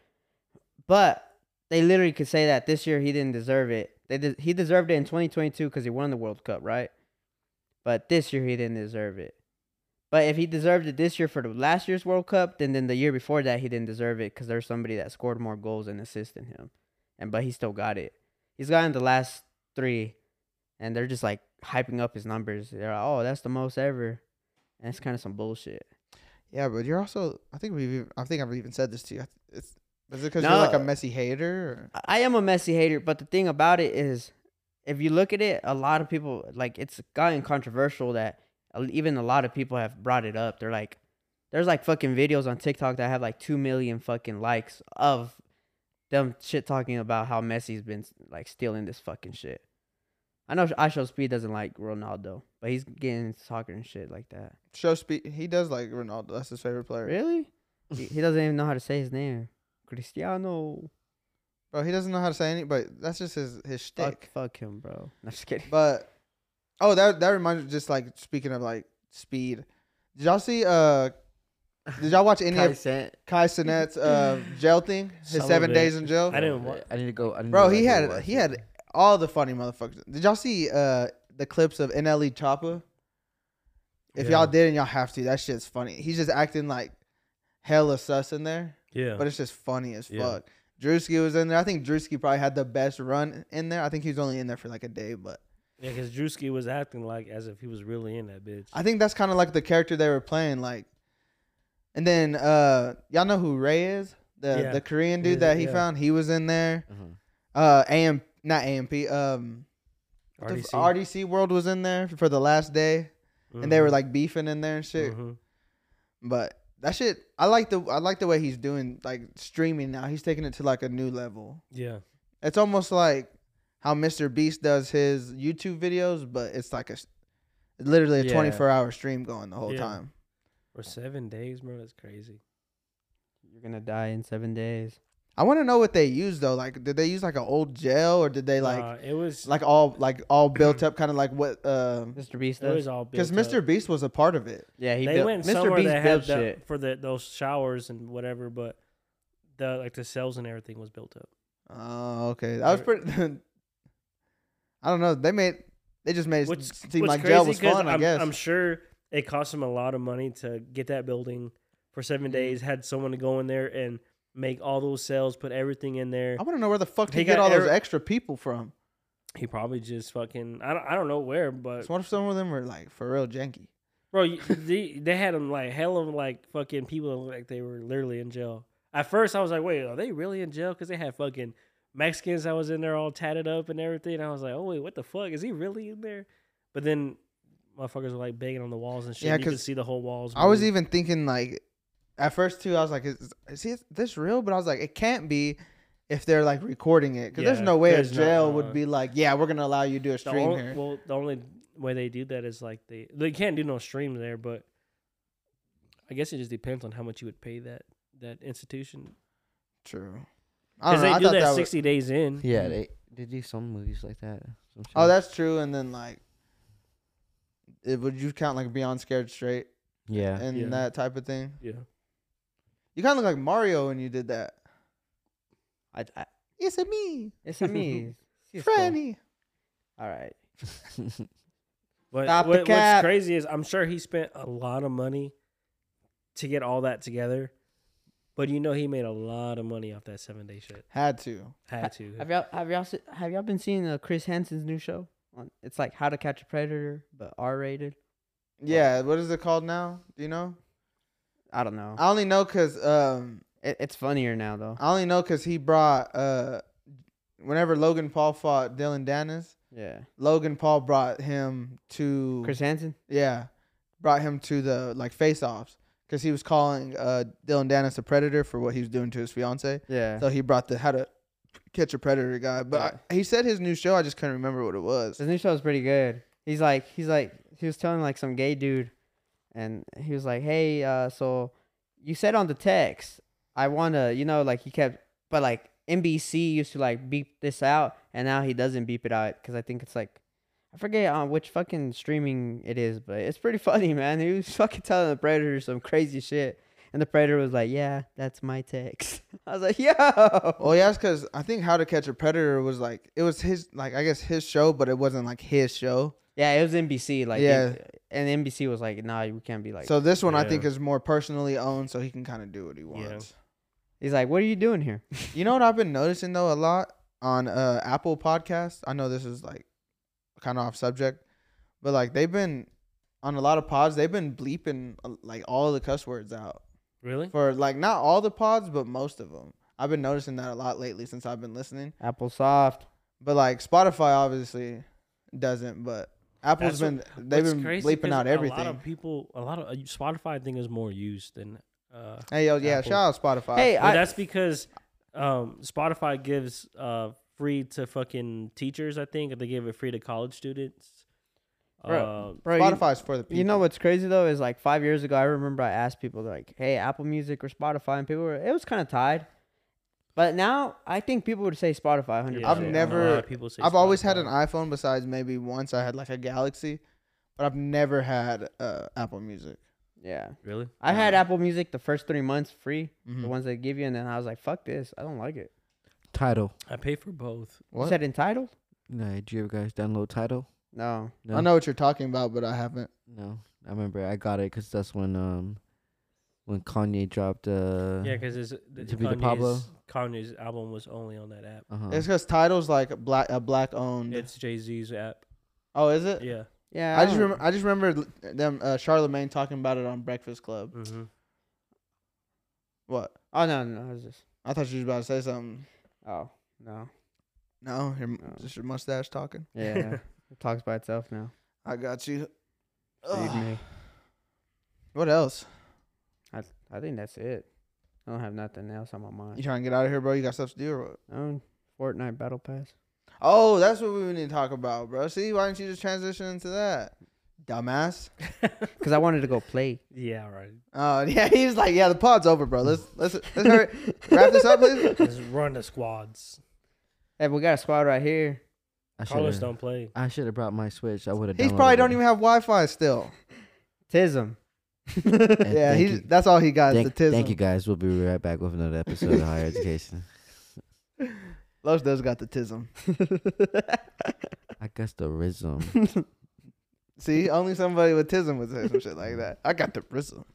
But they literally could say that this year he didn't deserve it. They de- he deserved it in 2022 because he won the World Cup, right? But this year he didn't deserve it. But if he deserved it this year for the last year's World Cup, then then the year before that he didn't deserve it because there's somebody that scored more goals and assists than him, and but he still got it. He's gotten the last three, and they're just like hyping up his numbers. They're like, oh, that's the most ever, and it's kind of some bullshit. Yeah, but you're also. I think we've. even- I think I've even said this to you. It's, is it because No. you're like a messy hater? Or? I- I am a messy hater, but the thing about it is, if you look at it, a lot of people like it's gotten controversial that a- even a lot of people have brought it up. They're like, there's like fucking videos on TikTok that have like two million fucking likes of them shit talking about how Messi's been like stealing this fucking shit. I know I show speed doesn't like Ronaldo, but he's getting soccer and shit like that. Show speed. He does like Ronaldo. That's his favorite player. Really? he, he doesn't even know how to say his name. Cristiano. Bro, he doesn't know how to say any. But that's just his his Fuck, shtick. fuck him, bro. I'm just kidding. But oh, that that reminds me. Just like speaking of like speed, did y'all see? Uh, did y'all watch any Kai of sent. Kai Sinet's uh jail thing? His Some of seven it. days in jail. I didn't wa- I need to go. I need Bro, to he go had watch he it. had all the funny motherfuckers. Did y'all see uh the clips of NLE Choppa? If Yeah. y'all didn't, y'all have to. That shit's funny. He's just acting like hella sus in there, Yeah. but it's just funny as Yeah. fuck. Drewski was in there. I think Drewski probably had the best run in there. I think he was only in there for like a day, but Yeah, because Drewski was acting like as if he was really in that bitch. I think that's kind of like the character they were playing. Like, and then uh y'all know who Ray is, the Yeah. the Korean He's- dude that he yeah. found. He was in there. Mhm. Uh, AM not AMP. Um, The f- RDC. RDC World was in there for the last day, and Mm-hmm. they were like beefing in there and shit. Mhm. But that shit, I like the I like the way he's doing like streaming now. He's taking it to like a new level. Yeah. It's almost like how Mr. Beast does his YouTube videos, but it's like a s- literally a Yeah. 24 hour stream going the whole Yeah. time. For seven days, bro. That's crazy. You're gonna die in seven days. I want to know what they use though. Like, did they use like an old jail or did they like Nah, it was like all like all built up, kind of like what? Mr. Beast it does. was all Because built Mr. up. Beast was a part of it. Yeah, he they built, went Mr. somewhere Beast that had built the, shit. for the those showers and whatever, but the like the cells and everything was built up. Oh, okay. That was Or- pretty. I don't know. They made. They just made it Which s- seem what's like jail crazy was 'cause fun. i I'm, guess. I'm sure it cost him a lot of money to get that building for Mm-hmm. seven days. Had someone to go in there and make all those cells, put everything in there. I want to know where the fuck He they get got all those every- extra people from. He probably just fucking I don't, I don't know where, but So what if some of them were like for real janky? Bro, you- they, they had them like hell of like fucking people that looked like they were literally in jail. At first, I was like, wait, are they really in jail? Because they had fucking Mexicans that was in there all tatted up and everything. I was like, oh, wait, what the fuck? Is he really in there? But then motherfuckers were like banging on the walls and shit. Yeah, Yeah, you could 'cause see the whole walls. I was move. even thinking like, at first too, I was like, is, is he- this real? But I was like, it can't be. If they're like recording it, because there's Yeah, no way a there's not, jail uh, would be like, yeah, we're gonna allow you to do a The stream on- here. Well, the only way they do that is like they they can't do no stream there, but I guess it just depends on how much you would pay that that institution. True. I Because don't they know. I do thought that, that was, sixty days in. Yeah, they they do some movies like that. some Mm. oh, shows. that's true. And then like, it, would you count like Beyond Scared Straight? yeah. and Yeah. that type of thing. Yeah. You kind of look like Mario when you did that. I, I, Yes, it me, it's a me, Cisco. Franny. All right, But Stop the what, cap. what's crazy is I'm sure he spent a lot of money to get all that together. But you know he made a lot of money off that seven day shit. Had to. Had to. have y'all have y'all se- have y'all been seeing uh, Chris Hansen's new show? On- It's like How to Catch a Predator, but R rated. Yeah. What is it called now? Do you know? I don't know. I only know because um, It, it's funnier now though. I only know because he brought uh, whenever Logan Paul fought Dylan Dennis, Yeah, Logan Paul brought him to Chris Hansen. yeah, brought him to the like face offs because he was calling uh Dylan Dennis a predator for what he was doing to his fiance. Yeah, So he brought the how to catch a predator guy, but I, he said his new show. I just couldn't remember what it was. his new show is pretty good. He's like he's like he was telling like some gay dude, and he was like, hey, uh, so you said on the text, I wanna, you know, like he kept, but like NBC used to like beep this out, and now he doesn't beep it out because I think it's like, I forget on which fucking streaming it is, but it's pretty funny, man. He was fucking telling the predator some crazy shit, and the predator was like, yeah, that's my text. I was like, yo, Well, yeah, it's because I think How to Catch a Predator was like it was his like I guess his show, but it wasn't like his show. Yeah, it was NBC. Like, Yeah. it- and NBC was like, "Nah, you can't be like." so this one I think Yeah. is more personally owned, so he can kind of do what he Yeah. wants. he's like, "What are you doing here?" You know what I've been noticing though a lot on uh, Apple Podcasts. I know this is like kind of off subject, but like they've been on a lot of pods. They've been bleeping uh, like all the cuss words out Really? for like not all the pods, but most of them. I've been noticing that a lot lately since I've been listening. Apple Soft. But like Spotify obviously doesn't, but Apple's That's what- been they've What's been crazy bleeping 'cause out A everything. lot of people, a lot of uh, Spotify I think is more used than. Uh, hey yo, yeah, Apple. shout out Spotify. Hey, but I, that's because um, Spotify gives uh, free to fucking teachers. I think they give it free to college students. Bro, Uh, bro, you- Spotify's for the people. You know what's crazy though is like five years ago, I remember I asked people they're like, "Hey, Apple Music or Spotify," and people were it was kind of tied. But now I think people would say Spotify. Hundred. yeah, I've I know a never- lot of people say I've always had Spotify. an iPhone besides maybe once I had like a Galaxy, but I've never had uh, Apple Music. Yeah, Really? Uh, I had Apple Music the first three months free, the Mhm. ones they give you, and then I was like, "Fuck this, I don't like it." Title. I pay for both. What? You said entitled? No, did you ever guys download Title? No. I know what you're talking about, but I haven't. No, I remember I got it because that's when um when Kanye dropped uh Yeah, because it's the- To be the Kanye's- Pablo? Kanye's album was only on that app. uh-huh. It's because titles like black a black Mm. owned. It's Jay Z's app. oh, is Uh, it? Yeah. Yeah. I just don't- remember. I just remember them uh, Charlemagne talking about it on Breakfast Club. Mm-hmm. What? Oh no, no, no, it was just. I thought you was about to say something. Oh no. No, your, No. just your mustache talking. Yeah. it talks by itself now. I got you. Feed Ugh. me. What else? I I think that's it. I don't have nothing else on my You mind. trying to get out of here, bro? You got stuff to do, or what? Um, Fortnite Battle Pass. Oh, that's what we need to talk about, bro. See, why didn't you just transition into that, dumbass? Cause I wanted to go play. Yeah, right. Oh yeah, he was like, yeah, the pod's over, bro. Let's let's let's hurry, wrap this up, please. Just run the squads. Hey, we got a squad right here. I Carlos should don't play. I should have brought my Switch. I would have. He probably don't even have Wi-Fi still. Tism. Yeah, Uh, thank he's you. that's all he got. is Thank, the tism. thank you guys. We'll be right back with another episode of Higher Education. Los does got the tism. I guess the rhythm. See, only somebody with tism would say some shit like that. I got the bristle.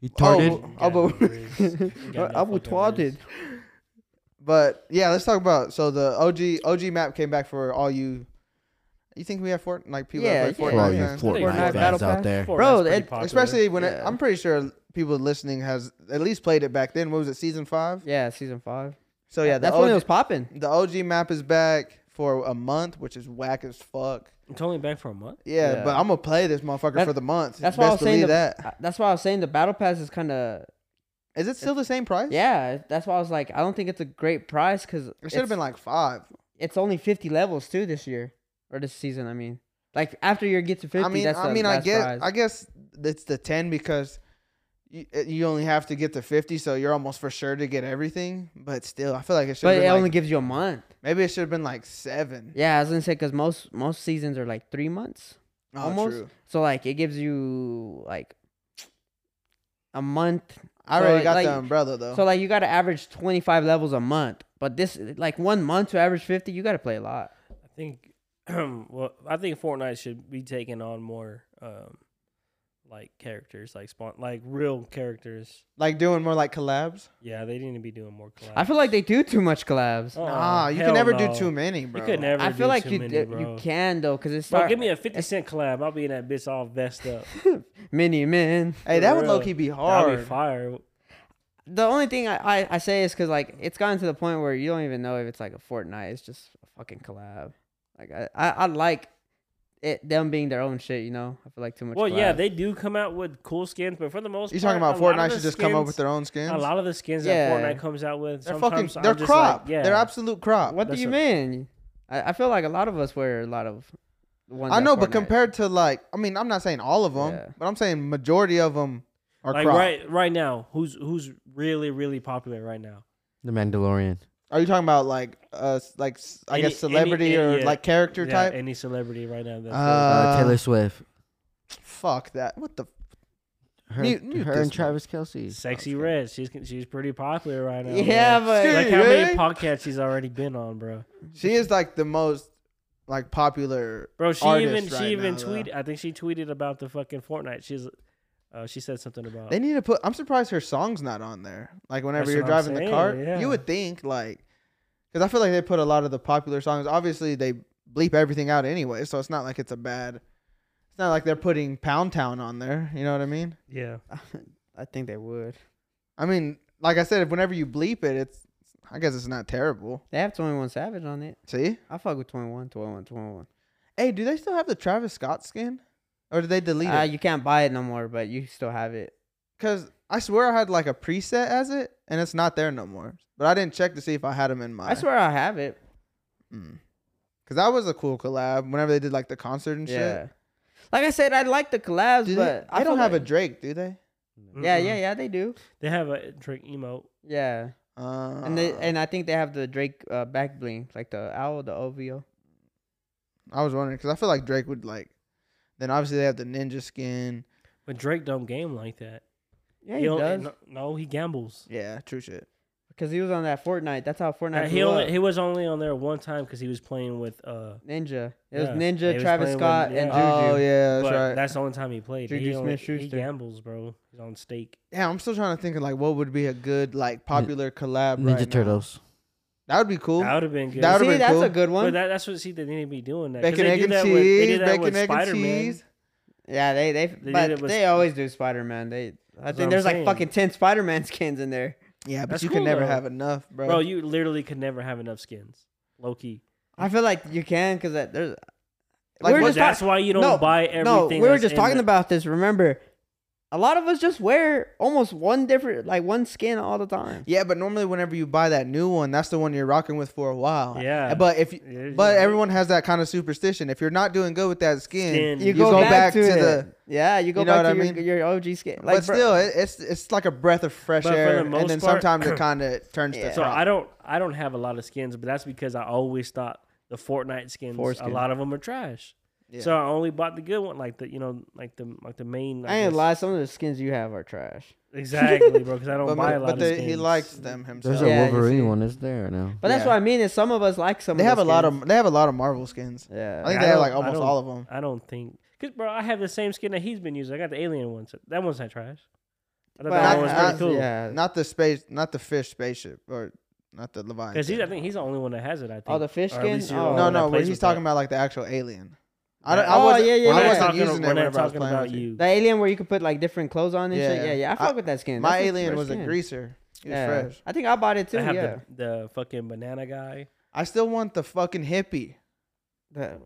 You Oh, tarded. oh, but, I was twatted. but yeah, let's talk about so the OG OG map came back for all you. You think we have Fortnite like people Yeah, that play yeah. For all Fortnite you fans? Fortnite Fortnite Battle fans out Pass. there. Bro, it- Especially when it, Yeah. I'm pretty sure people listening has at least played it back then. What was it, season five? yeah, season five. So yeah, the that's OG, when it was popping. the OG map is back for a month, which is whack as fuck. it's only back for a month. Yeah, Yeah. but I'm gonna play this motherfucker That- for the month. That's why I Best was saying believe the, that. uh, That's why I was saying the battle pass is kind of Is it still the same price? yeah. That's why I was like, I don't think it's a great price because It should have it's, been like five. it's only fifty levels too this year or this season. I mean, like after you get to fifty, I mean, that's I the mean, I last guess, prize. I guess it's the ten because you, it- you only have to get to fifty, so you're almost for sure to get everything. But still, I feel like it should. but But it been only like, gives you a month. maybe it should have been like seven. Yeah, I was gonna say because most most seasons are like three months. Oh, almost. true. So like it gives you like a month. I So, already got like- the umbrella though. So like you got to average 25 levels a month. But this like one month to average 50, you got to play a lot. I think. well, I think Fortnite should be taking on more, um, like characters, like spawn, like real characters. like doing more like collabs. Yeah, they need to be doing more collabs. I feel like they do too much collabs. Uh-uh, Ah, you hell can never no. do too many, bro. You could never. I feel do like too you many, d- bro. you can though cuz it's Bro, give me a fifty cent collab. I'll be in that bitch all vest up. mini man. Hey, that would Bro, low key be I'll hard. be fire. The only thing I, I, I say is cuz like it's gotten to the point where you don't even know if it's like a Fortnite, it's just a fucking collab. Like I I, I like it them being their own shit, you know. I feel like too much Well, yeah, collabs. they do come out with cool skins, but for the most You part, talking about a lot of Fortnite the should just come up with skins- their own skins? A lot of the skins Yeah. that Fortnite comes out with, They're fucking. sometimes They're I'm just crop. Like, yeah, They're absolute crop. What do That's you a- mean? I, I feel like a lot of us wear a lot of ones I that know, but Fortnite- compared to like, I mean, I'm not saying all of them, Yeah. but I'm saying majority of them are like crop. right right now. Who's who's really really popular right now? The Mandalorian. Are you talking about like, uh, s- like s- I Any- guess celebrity any- any, or yeah. like character Yeah, type? Any celebrity right now? That's Uh, Uh, Taylor Swift. Fuck that. What the? Her, mute- mute her this and one. Travis Kelsey. really sexy red. She's she's pretty popular right now. Yeah, bro. but like how Yeah. many podcasts she's already been on, bro? She is like the most like popular. Bro, she artist even she right even now, though. tweeted. I think she tweeted about the fucking Fortnite. She's, uh, she said something about. They need to put. I'm surprised her song's not on there. Like whenever That's you're what I'm driving the saying, car, yeah. you would think like, because I feel like they put a lot of the popular songs. Obviously, they bleep everything out anyway, so it's not like it's a bad. It's not like they're putting Pound Town on there. You know what I mean? yeah, I think they would. I mean, like I said, whenever you bleep it, it's. I guess it's not terrible. They have 21 Savage on it. See? I fuck with 21, 21, 21. Hey, do they still have the Travis Scott skin, or did they delete Ah, it? you can't buy it no more, but you still have it. Because I swear I had like a preset as it, and it's not there no more. But I didn't check to see if I had them in my. I swear I have it. Because Mm. that was a cool collab. Whenever they did like the concert and Yeah. shit. Like I said, I like the collabs, Do they, but I they don't feel have a like- Drake, do they? Yeah, Mm-mm. yeah, yeah. They do. They have a drink emote. Yeah, Uh, and they and I think they have the Drake uh, back bling, like the owl, the OVO. I was wondering because I feel like Drake would like. Then obviously they have the ninja skin. But Drake don't game like that. Yeah, he don't- does. No, no, he gambles. Yeah, true shit. Because he was on that Fortnite. That's how Uh, Fortnite. he Blew only, up. he was only on there one time because he was playing with. Uh, Ninja. It was Yeah. Ninja, He was Travis playing with- Scott, and Juju. yeah. Oh yeah, that's but right. that's the only time he played. He, Juju only, he Smith-Schuster. gambles, bro. He's on stake. yeah, I'm still trying to think of like what would be a good like popular collab. Ninja right now. Turtles. That would be cool. That would have been good. That would've See, been that's cool. a good but one. that, that's what see they need to be doing that. 'Cause Bacon they egg do and that with- they cheese. did that Bacon with egg and Spider-Man. cheese. yeah, they they, did but it with- they always do Spider Man. They I what I'm think there's like saying. fucking ten Spider Man skins in there. Yeah, but That's you cool, can never though. have enough, bro. Bro, you literally could never have enough skins. Low key. I feel like you can because there's Like, we're what- just that's talk- why you don't no, buy no. everything. We were that's just in talking the- about this. Remember, a lot of us just wear almost one different like one skin all the time. yeah, but normally whenever you buy that new one, that's the one you're rocking with for a while. Yeah. But if you, Yeah, but yeah. everyone has that kind of superstition. If you're not doing good with that skin, Skin. You, You go, go back, back to, to it. the- yeah. You go you know back what to I your, mean? your OG skin. Like, but bro- still, it, it's it's like a breath of fresh But for air, the and most then part- sometimes it kind of turns to. So crap. I don't I don't have a lot of skins, but that's because I always thought the Fortnite skins Foreskin. a lot of them are trash. Yeah. So I only bought the good one, like the you know, like the like the main. I ain't guess. lie. Some of the skins you have are trash. exactly, bro, because I don't but buy a lot but of they- skins. he likes them himself. There's Yeah, a you see. Wolverine one. It's there now. But that's Yeah. what I mean is some of us like some. They of have a the lot skins. of they have a lot of Marvel skins. Yeah. I think I they have don't- like I almost don't- all of them. I don't think, cause bro, I have the same skin that he's been using. I got the alien one. So that one's not trash. I thought But that I- one was I- pretty cool. Yeah. Not the space, not the fish spaceship, or not the Leviathan. Cause he's, I think he's the only one that has it. I think. Oh, the fish Or at skin? least you're Oh. the only no, one that no, when plays he's with talking that. about like the actual alien. I don't. I Oh, wasn't, yeah, yeah, I yeah. wasn't We're not using it we're not whenever I was talking playing about with it. you. The alien where you could put like different clothes on and shit. Yeah. Yeah, yeah. I I- fuck with that skin. My That's alien fresh was a skin. greaser. He was Yeah. fresh. I think I bought it too. I have Yeah. the, the fucking banana guy. I still want the fucking hippie. The-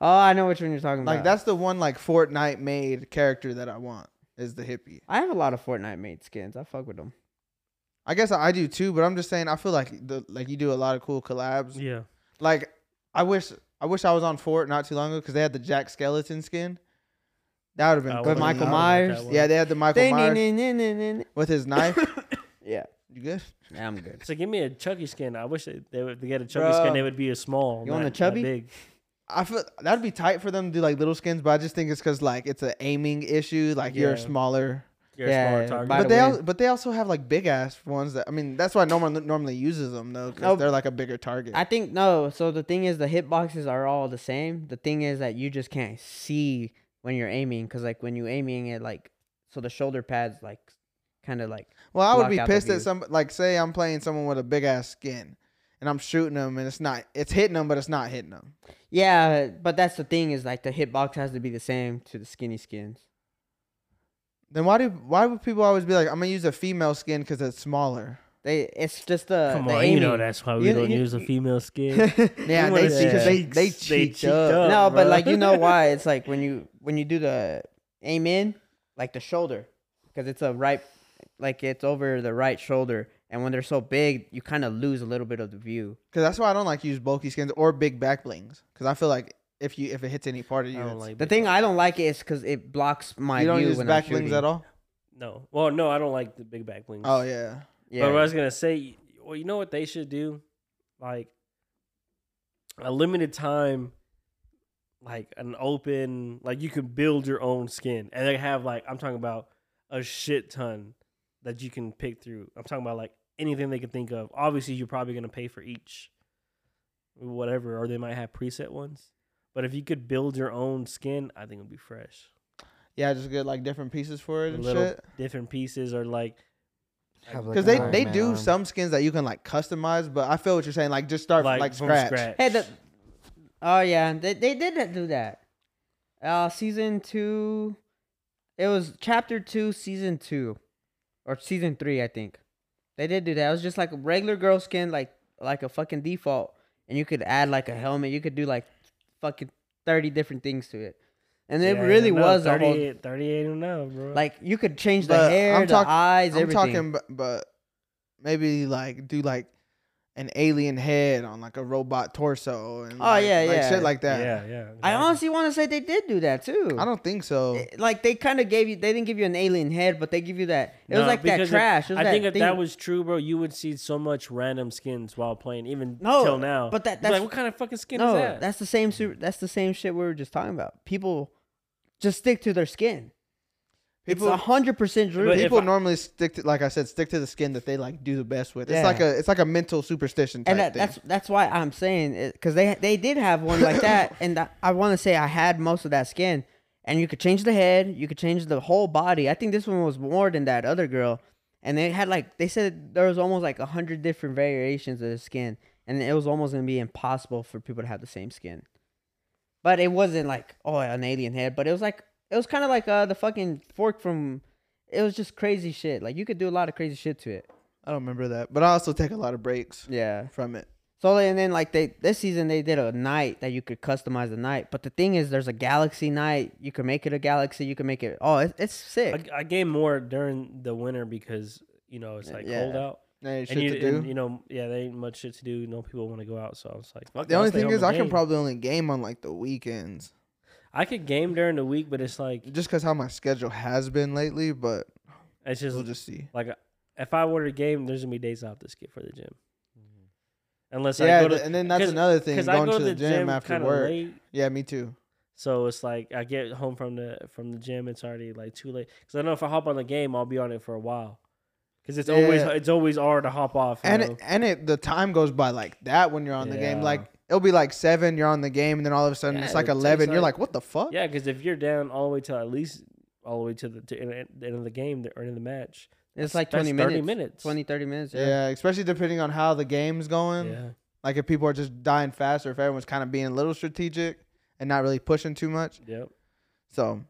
Oh, I know which one you're talking about. Like that's the one like Fortnite made character that I want is the hippie. I have a lot of Fortnite made skins. I fuck with them. I guess I do too, but I'm just saying I feel like the like you do a lot of cool collabs. Yeah. Like I wish I wish I was on Fort not too long ago because they had the Jack Skeleton skin. That would have been I cool. would've Michael liked that Myers. one. Yeah, they had the Michael Myers Ding-ding-ding-ding-ding. with his knife. Yeah. You good? Yeah, I'm good. So give me a Chucky skin. I wish they, they would they get a Chucky Bruh. skin. They would be a small. You want not- a chubby? not Big. I feel that'd be tight for them to do like little skins, but I just think it's because like it's an aiming issue. Like you're Yeah. smaller, You're Yeah, a smaller target. by but the they way- al- but they also have like big ass ones that I mean that's why no one normally uses them though because No. they're like a bigger target. I think no. So the thing is, the hitboxes are all the same. The thing is that you just can't see when you're aiming, cause like when you're aiming it, like so the shoulder pads like kind of like Well, I would block be out the pissed view. at some like say I'm playing someone with a big ass skin and I'm shooting them and it's not it's hitting them but it's not hitting them. yeah. But that's the thing is like the hitbox has to be the same to the skinny skins. Then why do why would people always be like I'm gonna use a female skin because it's smaller? They it's just the uh, Come the on, aiming. you know that's why we You- don't you- use a female skin. Yeah, they, wanna see because they cheeks. they They cheeked, cheeked up. up. no, but bro. like you know why it's like when you when you do the aim in, like the shoulder, because it's a right, like it's over the right shoulder, and when they're so big, you kind of lose a little bit of the view. Because that's why I don't like use bulky skins or big back blings because I feel like if you if it hits any part of you, I don't it's- like The big thing I don't like is because it blocks my you don't view use when back I'm blings shooting. at all. No. Well, no, I don't like the big back blings. Oh yeah, Yeah, But what I was gonna say, well, you know what they should do, like a limited time, like an open, like you can build your own skin, and they have like I'm talking about a shit ton that you can pick through. I'm talking about like anything they can think of. Obviously, you're probably gonna pay for each. whatever, or they might have preset ones. But if you could build your own skin, I think it would be fresh. Yeah, just get like different pieces for it and Little shit. different pieces or like Have, like, Because an they, Iron they Man do arm. some skins that you can like customize, but I feel what you're saying. Like just start like, from like from scratch. scratch. Hey, the, oh yeah, they they did do that. Uh, season two, it was chapter two, season two, or season three, I think. They did do that. It was just like a regular girl skin, like like a fucking default, and you could add like a helmet. You could do like fucking thirty different things to it, and it Yeah, really no, was a whole 38, 38 and up, bro. like you could change the But hair, I'm talk- the eyes, I'm everything. talking, but, but maybe like do like an alien head on like a robot torso and Oh, like, yeah, like yeah. shit like that. yeah, yeah. I exactly. honestly want to say they did do that too. I don't think so. It- Eh, like they kind of gave you they didn't give you an alien head but they give you that it was No, like that because if- trash it was I that think if thing. that was true, bro, you would see so much random skins while playing, even No, till now. but that- You'd be that's- like, what kind of fucking skin no is that? that's the same super, that's the same shit we were just talking about people just stick to their skin people, People it's 100% true But if people I- normally stick to like I said, stick to the skin that they like do the best with. It's Yeah. like a it's like a mental superstition type and that, thing. that's that's why I'm saying because they they did have one like that, and I- I want to say I had most of that skin, and you could change the head, you could change the whole body. I think this one was more than that other girl, and they had like they said there was almost like a hundred different variations of the skin, and it was almost gonna be impossible for people to have the same skin. But it wasn't like oh an alien head, but it was like it was kind of like uh the fucking fork from. It was just crazy shit. Like you could do a lot of crazy shit to it. I don't remember that, but I also take a lot of breaks Yeah. from it. So and then like they this season they did a night that you could customize the night, but the thing is there's a galaxy night. You can make it a galaxy. You can make it. Oh, it, it's sick. I, I game more during the winter because you know it's like cold Uh, Yeah. out, Ain't shit and you, to do. and, you know, yeah, there ain't much shit to do. No people want to go out, so I was like, fuck it, the I'll only stay thing home is, and I can game. probably only game on like the weekends, I could game during the week, but it's like just because how my schedule has been lately. But it's just, we'll just see. like if I were to game, there's gonna be days I have to skip for the gym, unless I yeah, go to and then that's 'cause- another thing. 'cause Going I go to the, gym, after kinda work. late, Yeah, me too. So it's like I get home from the from the gym, it's already like too late. Because I know if I hop on the game, I'll be on it for a while. Because it's always Yeah. it's always hard to hop off. you And know? it, and it the time goes by like that when you're on the game. Yeah. Like it'll be like seven, you're on the game, and then all of a sudden Yeah, it's it like takes, eleven. You're like- like, what the fuck? yeah, because if you're down all the way till at least all the way to the to end, the end of the game, the end of the match, it's like that's 20 30 minutes, minutes. Twenty thirty 20 30 minutes. Yeah. Yeah, especially depending on how the game's going. yeah, Like if people are just dying fast, or if everyone's kind of being a little strategic and not really pushing too much. yep. So,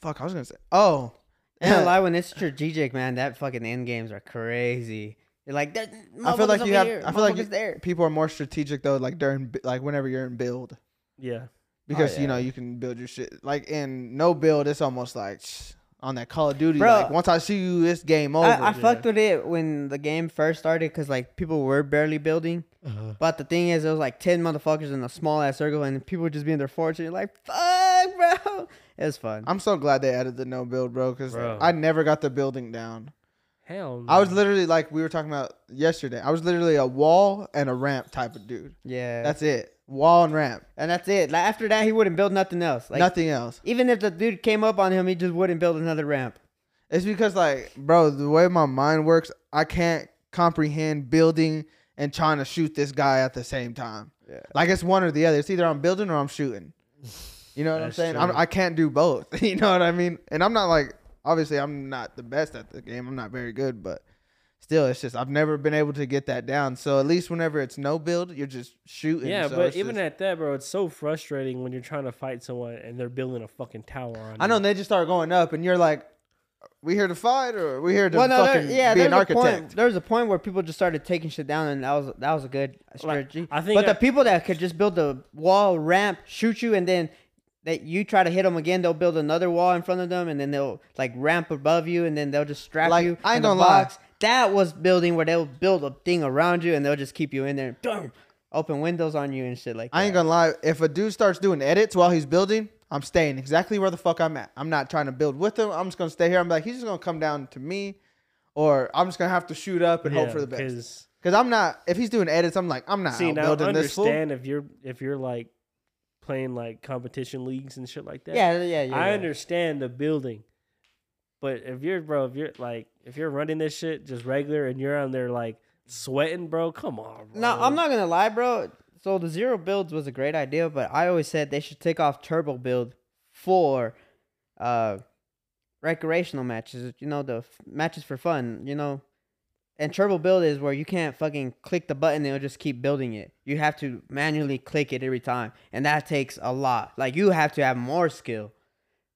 fuck, I was gonna say. Oh, And I lie when it's strategic, man. That fucking end games are crazy. You're like that. I feel like you have. Here. I feel like you- there. people are more strategic though. Like during bu- like whenever you're in build, Oh, Yeah, because you yeah. know you can build your shit. Like in no build, it's almost like shh, on that Call of Duty. Bro. like once I see you, it's game over. I, I yeah. fucked with it when the game first started because like people were barely building. Uh, But the thing is, it was like ten motherfuckers in a small ass circle, and people would just be in their fortune. You're like, fuck, bro. It was fun. I'm so glad they added the no build, bro, because Bro. I never got the building down. hell. I was no. literally like we were talking about yesterday. I was literally a wall and a ramp type of dude. Yeah, That's it. Wall and ramp. and that's it. Like, after that, he wouldn't build nothing else. Like Nothing else. Even if the dude came up on him, he just wouldn't build another ramp. It's because like, bro, the way my mind works, I can't comprehend building and trying to shoot this guy at the same time. Yeah. Like it's one or the other. It's either I'm building or I'm shooting. You know what That's I'm saying? I'm, true. I can't do both. you know what I mean? And I'm not like obviously I'm not the best at the game. I'm not very good, but still, it's just I've never been able to get that down. So at least whenever it's no build, you're just shooting. yeah, So but it's even just- at that, bro, it's so frustrating when you're trying to fight someone and they're building a fucking tower on. I know you. and they just start going up, and you're like, "We here to fight, or we here to well, no, there, fucking yeah, be there's an a point. architect?" There was a point where people just started taking shit down, and that was that was a good strategy. I think but I- the people that could just build the wall, ramp, shoot you, and then that you try to hit them again, they'll build another wall in front of them, and then they'll like ramp above you, and then they'll just strap Like, you. I ain't in the gonna lie. box. That was building where they'll build a thing around you, and they'll just keep you in there, and boom, open windows on you and shit like that. I ain't gonna lie. If a dude starts doing edits while he's building, I'm staying exactly where the fuck I'm at. I'm not trying to build with him. I'm just gonna stay here. I'm like, he's just gonna come down to me, or I'm just gonna have to shoot up and hope Yeah, for the best. 'cause- Because I'm not. If he's doing edits, I'm like, I'm not See out now, I building this fool. understand if you're if you're like playing like competition leagues and shit like that. Yeah, yeah, yeah. I yeah. understand the building, but if you're bro, if you're like if you're running this shit just regular and you're on there like sweating, bro. Come on, bro. No, I'm not gonna lie, bro. So the zero builds was a great idea, but I always said they should take off turbo build for uh recreational matches. You know, the f- matches for fun. You know, and turbo build is where you can't fucking click the button; and it'll just keep building it. You have to manually click it every time, and that takes a lot. Like you have to have more skill,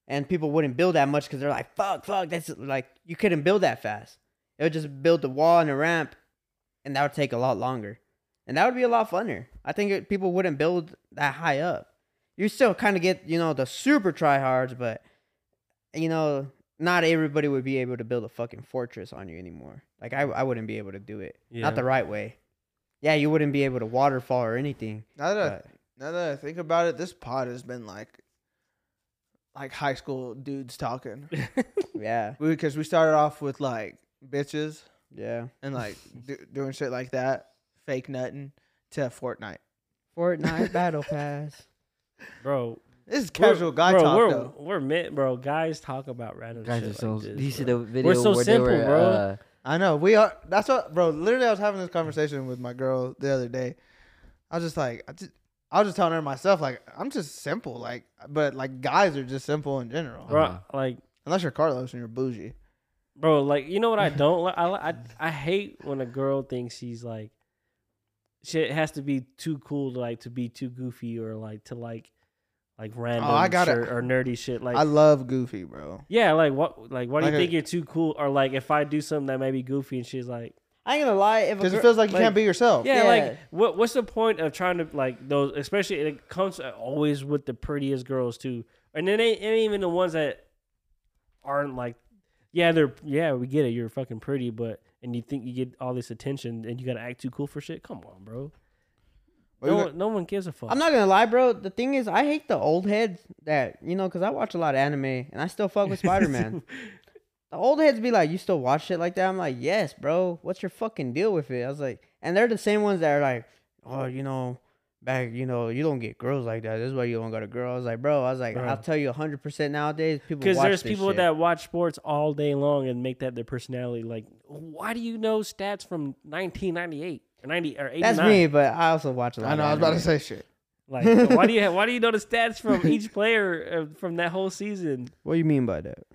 and people wouldn't build that much because they're like, "Fuck, fuck." That's like you couldn't build that fast. It would just build the wall and a ramp, and that would take a lot longer and that would be a lot funner. I think it, people wouldn't build that high up. You still kind of get you know the super tryhards, but you know not everybody would be able to build a fucking fortress on you anymore. Like I, I wouldn't be able to do it, Yeah. not the right way. Yeah, you wouldn't be able to waterfall or anything. Now that Right. I, now that I think about it, this pod has been like like high school dudes talking. Yeah, Because we started off with like bitches yeah. and like do, doing shit like that, fake nutting to Fortnite. Fortnite battle pass. bro. This is casual we're, guy bro, talk we're, though. We're meant, bro. Guys talk about random Guys shit are so. like this, you see bro. the video so where simple, they were, bro. Uh, I know we are. That's what, bro. Literally, I was having this conversation with my girl the other day. I was just like, I just, I was just telling her myself, like, I'm just simple, like, but like guys are just simple in general, bro, Uh-huh. like, unless you're Carlos and you're bougie. bro, like you know what I don't like. I, li- I I hate when a girl thinks she's like, shit has to be too cool to like to be too goofy or like to like, like random Oh, I got it. shit or nerdy shit. Like I love Goofy, bro. Yeah, like what? Like why do you Like a- think you're too cool? Or like if I do something that may be goofy, and she's like, I ain't gonna lie, if a Because girl, it feels like you can't be yourself. yeah, Yeah. like what? What's the point of trying to like those? Especially it comes always with the prettiest girls too, and it ain't, it ain't even the ones that aren't like, yeah, they're yeah, we get it. You're fucking pretty, but and you think you get all this attention, and you gotta act too cool for shit. Come on, bro. What No, you one- no one gives a fuck. I'm not gonna lie, bro. The thing is, I hate the old heads that you know, cause I watch a lot of anime and I still fuck with Spider Man. the old heads be like, "You still watch shit like that?" I'm like, "Yes, bro. What's your fucking deal with it?" I was like, and they're the same ones that are like, "Oh, you know, back, you know, you don't get girls like that. This is why you don't got a girl." I was like, "Bro, I was like, Bro. I'll tell you 100 percent nowadays, people Because because there's people shit. that watch sports all day long and make that their personality. Like, why do you know stats from 1998 or 90 or 89? that's me, but I also watch a lot. I know. I was of about to say anime. shit. Like, why do you why do you know the stats from each player uh, from that whole season? What do you mean by that?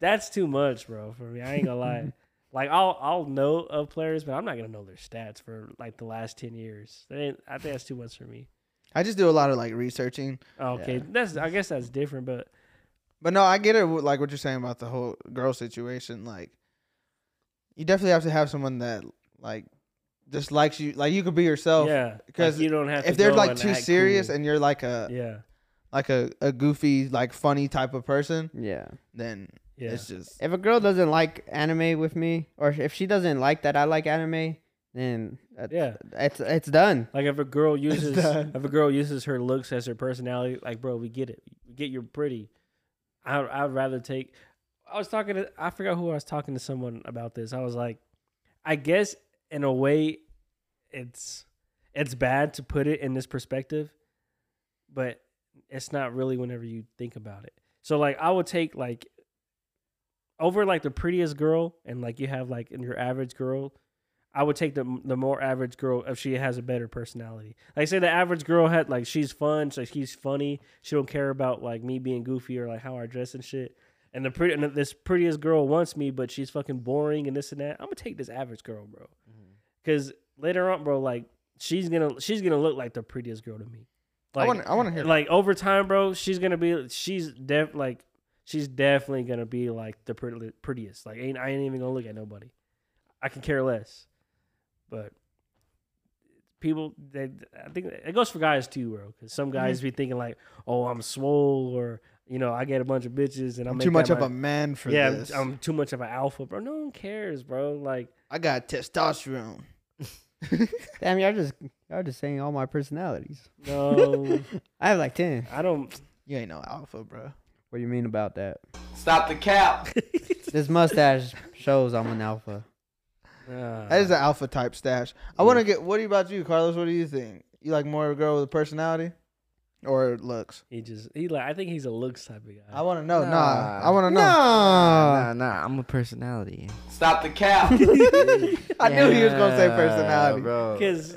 That's too much, bro. For me, I ain't gonna lie. Like, I'll I'll know of players, but I'm not gonna know their stats for like the last 10 years. That ain't, I think that's too much for me. Oh, I just do a lot of like researching. Okay, Yeah. that's I guess that's different, but But no, I get it. Like what you're saying about the whole girl situation. Like, you definitely have to have someone that like just likes you. Like you could be yourself. yeah, because like, you don't have to If they're go like and too act serious cool. and you're like a yeah, like a, a goofy like funny type of person, Yeah. then yeah, it's just If a girl doesn't like anime with me, or if she doesn't like that I like anime, then that's, yeah. it's it's done. Like if a girl uses done. if a girl uses her looks as her personality, like bro, we get it. We get you're pretty. I I'd rather take. I was talking to I forgot who I was talking to someone about this. I was like, I guess in a way, it's it's bad to put it in this perspective, but it's not really whenever you think about it. So like I would take like over like the prettiest girl and like you have like in your average girl, I would take the the more average girl if she has a better personality. Like say the average girl had like she's fun, so she's funny. She don't care about like me being goofy or like how I dress and shit. And the pretty and this prettiest girl wants me, but she's fucking boring and this and that. I'm gonna take this average girl, bro, because later on, bro, like she's gonna she's gonna look like the prettiest girl to me. I want I want to hear Like over time, bro, she's gonna be she's def like she's definitely gonna be like the pretty, prettiest. Like ain't I ain't even gonna look at nobody. I can care less. But people, they I think it goes for guys too, bro. Because Mm-hmm. some guys be thinking like, oh, I'm swole, or you know, I get a bunch of bitches, and I'm I'm too much of a man for yeah, I'm- this. I'm too much of an alpha, bro. No one cares, bro. Like I got testosterone. Damn, y'all just y'all just saying all my personalities. no, I have like ten. I don't. You ain't no alpha, bro. Uh, What do you mean about that? Stop the cap. This mustache shows I'm an alpha. Uh, That is an alpha type stash. I want to get. What about you, Carlos? What do you think? You like more of a girl with a personality? or looks? He just he like I think he's a looks type of guy. I want to know. Nah, Nah. I want to know. Nah, nah, I'm a personality. Stop the cap. I knew he was gonna say Yeah, personality. bro. 'Cause-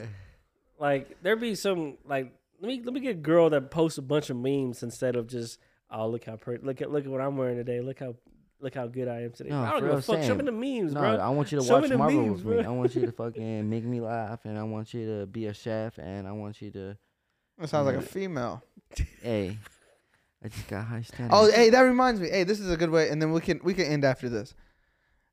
like there be some like let me let me get a girl that posts a bunch of memes instead of just oh look how pretty look at look at what I'm wearing today look how look how good I am today. No, I for don't give a real, fuck. Show same. me the memes, No, bro. I want you to Show me watch the Marvel memes, with me. bro. I want you to fucking make me laugh, and I want you to be a chef, and I want you to. That sounds like a female. Hey, I just got high standards. Oh, hey, that reminds me. Hey, this is a good way, and then we can we can end after this.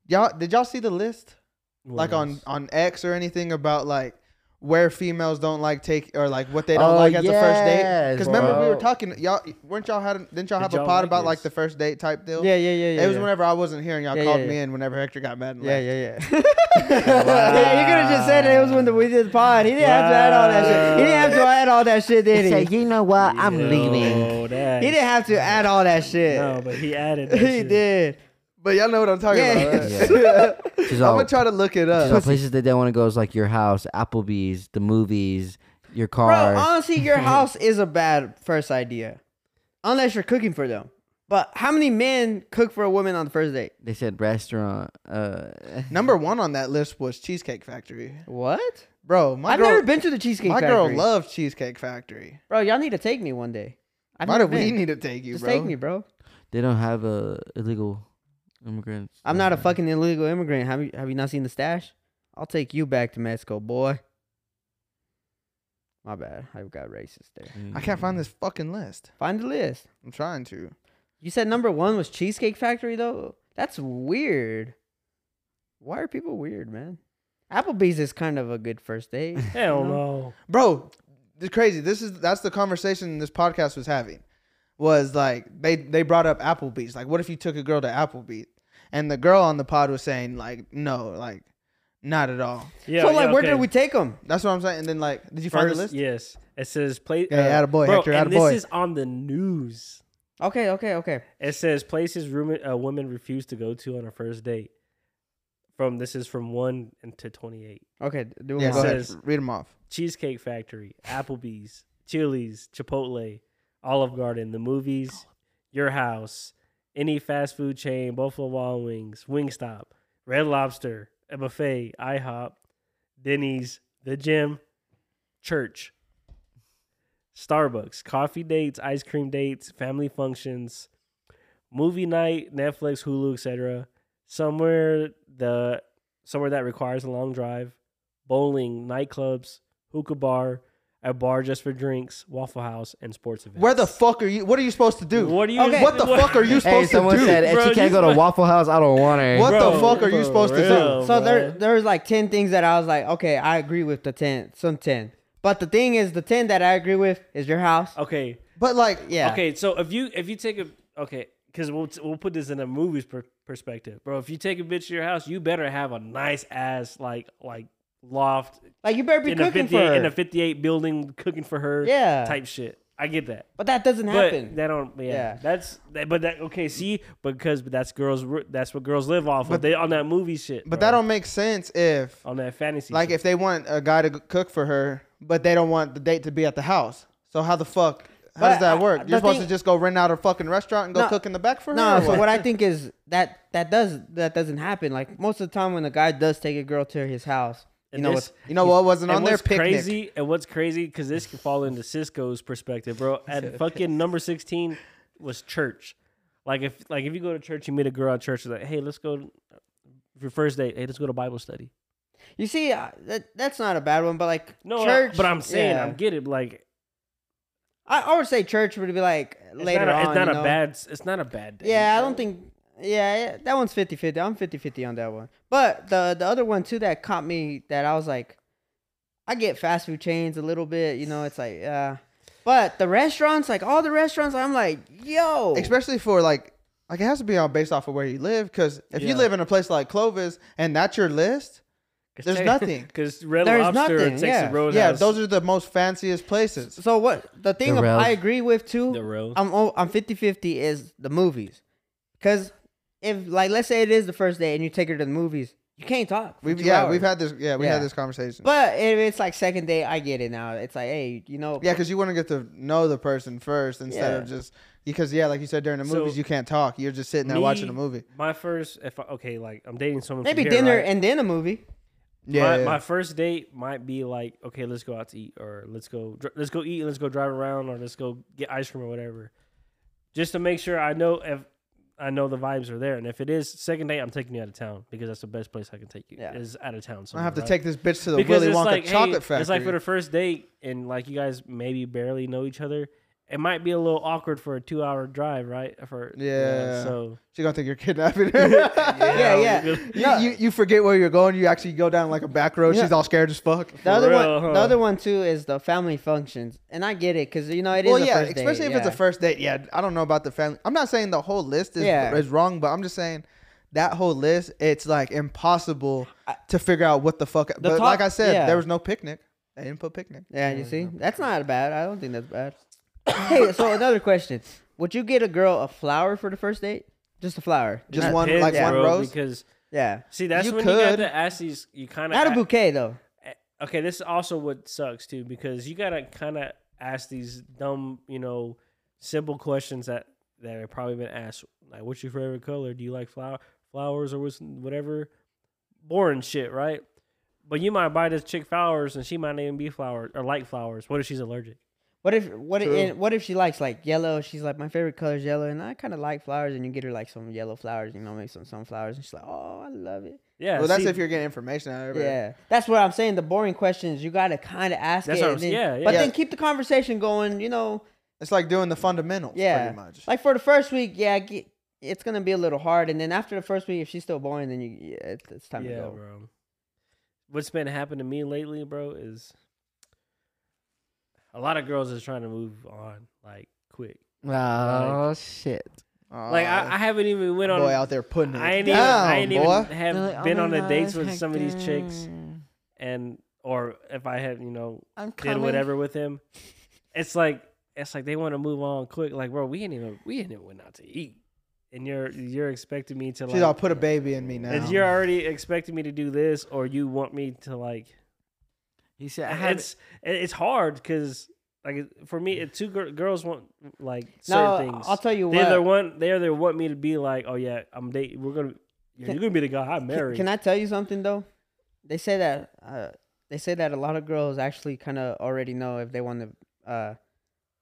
Y'all, did y'all see the list What like on else? on X or anything about like where females don't like take or like what they don't like Oh, at the first date? yes, Because remember we were bro. talking y'all weren't y'all had didn't y'all Did have a y'all pod like about like this? the first date type deal? Yeah, yeah, yeah, yeah. it was yeah. whenever I wasn't here and y'all Yeah, called yeah, me yeah. in whenever Hector got mad. And Yeah, left. yeah, yeah. yeah, you could have just said it. It was when the, we did the pod. He didn't have to add all that shit. He didn't have to add all that shit, He did said, he? you know what? I'm Yo, leaving. That He didn't have to add all that shit. no, but he added. That he shit. did. But y'all know what I'm talking Yeah. about. Right? Yeah. She's I'm all, gonna try to look it she's all up. places that they want to go is like your house, Applebee's, the movies, your Bro, um, car. honestly, your house is a bad first idea, unless you're cooking for them. But how many men cook for a woman on the first date? they said restaurant. Uh, Number one on that list was Cheesecake Factory. What? Bro, my I've girl, never been to the cheesecake. my Factory. girl loved Cheesecake Factory. Bro, y'all need to take me one day. I've Why do never we been. need to take you, Just bro? take me, bro. they don't have uh, illegal immigrants. I'm not a Mm-hmm. fucking. fucking illegal immigrant. Have you have you not seen the stash? I'll take you back to Mexico, boy. My bad. I got racist there. Mm. I can't find this fucking list. Find the list. I'm trying to. You said number one was Cheesecake Factory though? That's weird. Why are people weird, man? Applebee's is kind of a good first date. Hell you know? no. Bro, this crazy. This is that's the conversation this podcast was having. Was like they they brought up Applebee's. Like, what if you took a girl to Applebee's? And the girl on the pod was saying like, no, like, not at all. Yeah. so like, yeah, where okay. did we take them? That's what I'm saying. And then like, did you find the list? First, yes, it says play. Yeah, yeah, attaboy, bro, Hector, and attaboy. this is on the news. Okay, okay, okay. It says places room a woman refused to go to on her first date. From this is from one and to twenty eight. Okay, do Yeah, one go more. it ahead. says- Read them off. Cheesecake Factory, Applebee's, Chili's, Chipotle, Olive Garden, the movies, your house, any fast food chain, Buffalo Wild Wings, Wingstop, Red Lobster, a buffet, IHOP, Denny's, the gym, church, Starbucks, coffee dates, ice cream dates, family functions, movie night, Netflix, Hulu, etc. Somewhere the somewhere that requires a long drive, bowling, nightclubs, hookah bar, a bar just for drinks, Waffle House, and sports events. Where the fuck are you? What are you supposed to do? What are you? Okay. What the fuck are you Hey, supposed someone to do? said, if Bro, she can't you go to sp- Waffle House, I don't want her. What the Bro, fuck are you for supposed to do? real. So there, bro. there's like ten things that I was like, okay, I agree with the ten, some ten. But the thing is, the ten that I agree with is your house. Okay. But like, Yeah. Okay. So if you if you take a okay, because we'll we'll put this in a movie's per- perspective, bro. If you take a bitch to your house, you better have a nice ass like like loft Like you better be in a cooking fifty for eight in her. a fifty eight building cooking for her. Yeah. Type shit. I get that. but that doesn't But happen. they don't. Yeah, Yeah. that's. That, but that okay. See, because that's girls. That's what girls live off But- of. They on that movie shit. but bro. that don't make sense if on that fantasy. like shit. if they want a guy to g- cook for her, but they don't want the date to be at the house. So how the fuck? How But does that I- work? the You're supposed thing- to just go rent out a fucking restaurant and go No. cook in the back for her. no, or so what I think is that that does that doesn't happen. Like most of the time when a guy does take a girl to his house, you And know, this- it's- you know what wasn't and on their what's picnic? crazy and what's crazy because this could fall into Cisco's perspective, bro. At fucking number sixteen was church. Like if like if you go to church, you meet a girl at church. Like, hey, let's go for first date. Hey, let's go to Bible study. you see uh, that that's not a bad one. But like No, I- church, but I'm saying yeah. I'm get it. Like I, I would say church would be like it's later not a, on. it's not you a know? bad. It's not a bad date. Yeah, I bro. don't think. Yeah, yeah, that one's 50 50. I'm 50 50 on that one. But the the other one, too, that caught me that I was like, I get fast food chains a little bit. You know, it's like, uh, but the restaurants, like all the restaurants, I'm like, yo. especially for like like it has to be on based off of where you live. Because if you Yeah. live in a place like Clovis and that's your list, there's nothing. because Red There's Lobster nothing, and yeah. Texas Roadhouse. yeah, those are the most fanciest places. so, what the thing The of- I Ralph. agree with, too, the road. I'm oh, I'm 50 50 is the movies. Because if, like, let's say it is the first day and you take her to the movies, You can't talk. for We've two yeah, hours. we've had this yeah, we Yeah. had this conversation. But if it's like second day, I get it now. It's like, hey, you know, yeah, because you want to get to know the person first instead of Yeah. just because yeah, like you said during the So, movies, you can't talk. You're just sitting there watching me- a movie. My first, if I, okay, like I'm dating someone. maybe from here, dinner right? and then a movie. Yeah, my, yeah, my first date might be like, okay, let's go out to eat, or let's go, dr- let's go eat, and let's go drive around, or let's go get ice cream or whatever, just to make sure I know if I know the vibes are there. And if it is second date, I'm taking you out of town because that's the best place I can take you Yeah. is out of town. I have to somewhere, right? take this bitch to the because Willy it's Wonka like, chocolate hey, factory. it's like for the first date, and like you guys maybe barely know each other. It might be a little awkward for a two-hour drive, right? For Yeah. so She gonna think you're kidnapping her. yeah, Yeah, yeah. You, No. you you forget where you're going. You actually go down like a back road. Yeah. She's all scared as fuck. The other real, one, huh? the other one too, is the family functions, and I get it because you know it is. Well, a yeah, first date, especially if it's a yeah. first date. Yeah, I don't know about the family. I'm not saying the whole list is Yeah. is wrong, but I'm just saying that whole list. It's like impossible to figure out what the fuck. but top- like I said, yeah. there was no picnic. They didn't put picnic. Yeah, you see, that's not bad. I don't think that's bad. hey, so another question: Would you get a girl a flower for the first date? Just a flower, Just Not- one, Depends, like one bro, rose. because Yeah, see that's You when you got could. to ask these. You kind of not a bouquet though. Eh, okay, this is also what sucks too because you gotta kind of ask these dumb, you know, simple questions that that have probably been asked, like, "What's your favorite color? Do you like flower flowers or what's whatever?" Boring shit, right? But you might buy this chick flowers and she might not even be flowers or like flowers. What if she's allergic? What if what if, True. and what if she likes like yellow? She's like my favorite color is yellow, and I kind of like flowers. And you get her like some yellow flowers, you know, maybe some sunflowers, and she's like, oh, I love it. Yeah, well, that's see, if you're getting information out of it. Yeah, that's what I'm saying. The boring questions you gotta kind of ask That's it. what and then- I'm- yeah, yeah. But Yeah. then keep the conversation going. You know, It's like doing the fundamentals. yeah. pretty much. Like for the first week, yeah, get, it's gonna be a little hard, and then after the first week, if she's still boring, then you yeah, it's, it's time to yeah, go. bro. What's been happening to me lately, bro, is a lot of girls is trying to move on like quick. Oh shit! Like I, I haven't even went on Uh, boy out there putting it I ain't even, down, I ain't even boy. They're like, have "Oh been my on the God, dates with some of these chicks, Hector, and or if I have you know I'm did coming. whatever with him, it's like it's like they want to move on quick. Like, bro, we ain't even we ain't even went out to eat, and you're you're expecting me to She's all like, put a baby in me now. and you're already expecting me to do this, or you want me to like. He said, "I had It's it's hard because like for me, it, two gir- girls want like No, certain things. I'll tell you they either what. want they either want me to be like, oh yeah, I'm dating. We're gonna yeah, you're gonna be the guy I Can, marry. can I tell you something though? They say that uh, they say that a lot of girls actually kind of already know if they want to uh,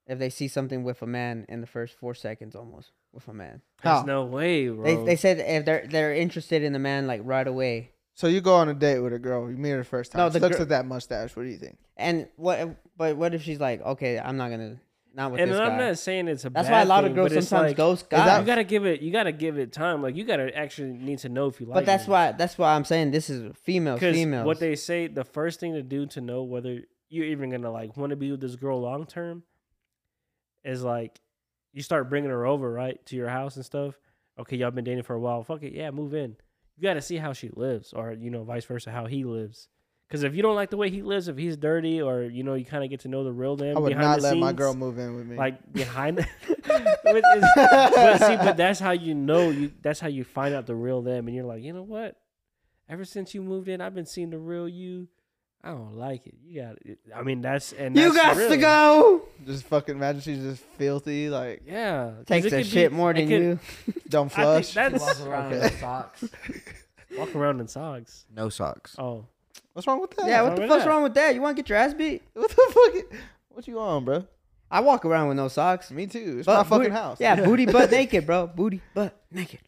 if they see something with a man in the first four seconds almost with a man. How? There's no way, They, bro. they said if they're they're interested in the man like right away. so you go on a date with a girl. You meet her the first time. No, she the looks gir- at that mustache. What do you think? And what? But what if she's like, okay, I'm not gonna not with and this I'm guy. not saying it's a. That's bad why a lot thing, of girls but it's sometimes like, ghost that- guys. You gotta give it. You gotta give it time. Like you gotta actually need to know if you like. but that's why that's why I'm saying this is females. Females. what they say the first thing to do to know whether you're even gonna like want to be with this girl long term is like you start bringing her over right to your house and stuff. Okay, y'all been dating for a while. Fuck it, yeah, move in. You gotta see how she lives, or you know, vice versa, how he lives. Because if you don't like the way he lives, if he's dirty, or you know, you kind of get to know the real them. I would behind not the let my scenes, girl move in with me. like behind it. but, it's- but see, but that's how you know you. That's how you find out the real them, and you're like, you know what? Ever since you moved in, I've been seeing the real you. I don't like it. You got. It. I mean, that's and you that's got real. to go. just fucking imagine she's just filthy. Like Yeah, 'cause Takes it the could be- shit more it than could- you. don't I flush. think that's walk around Okay. with socks. walk around in socks. No socks. Oh, What's wrong with that? Yeah. wrong What the with fuck's that? wrong with that? You want to get your ass beat? What the fuck? What you on, bro? I walk around with no socks. Me too. It's But my fucking booty- house. Yeah, booty butt naked, bro. Booty butt naked.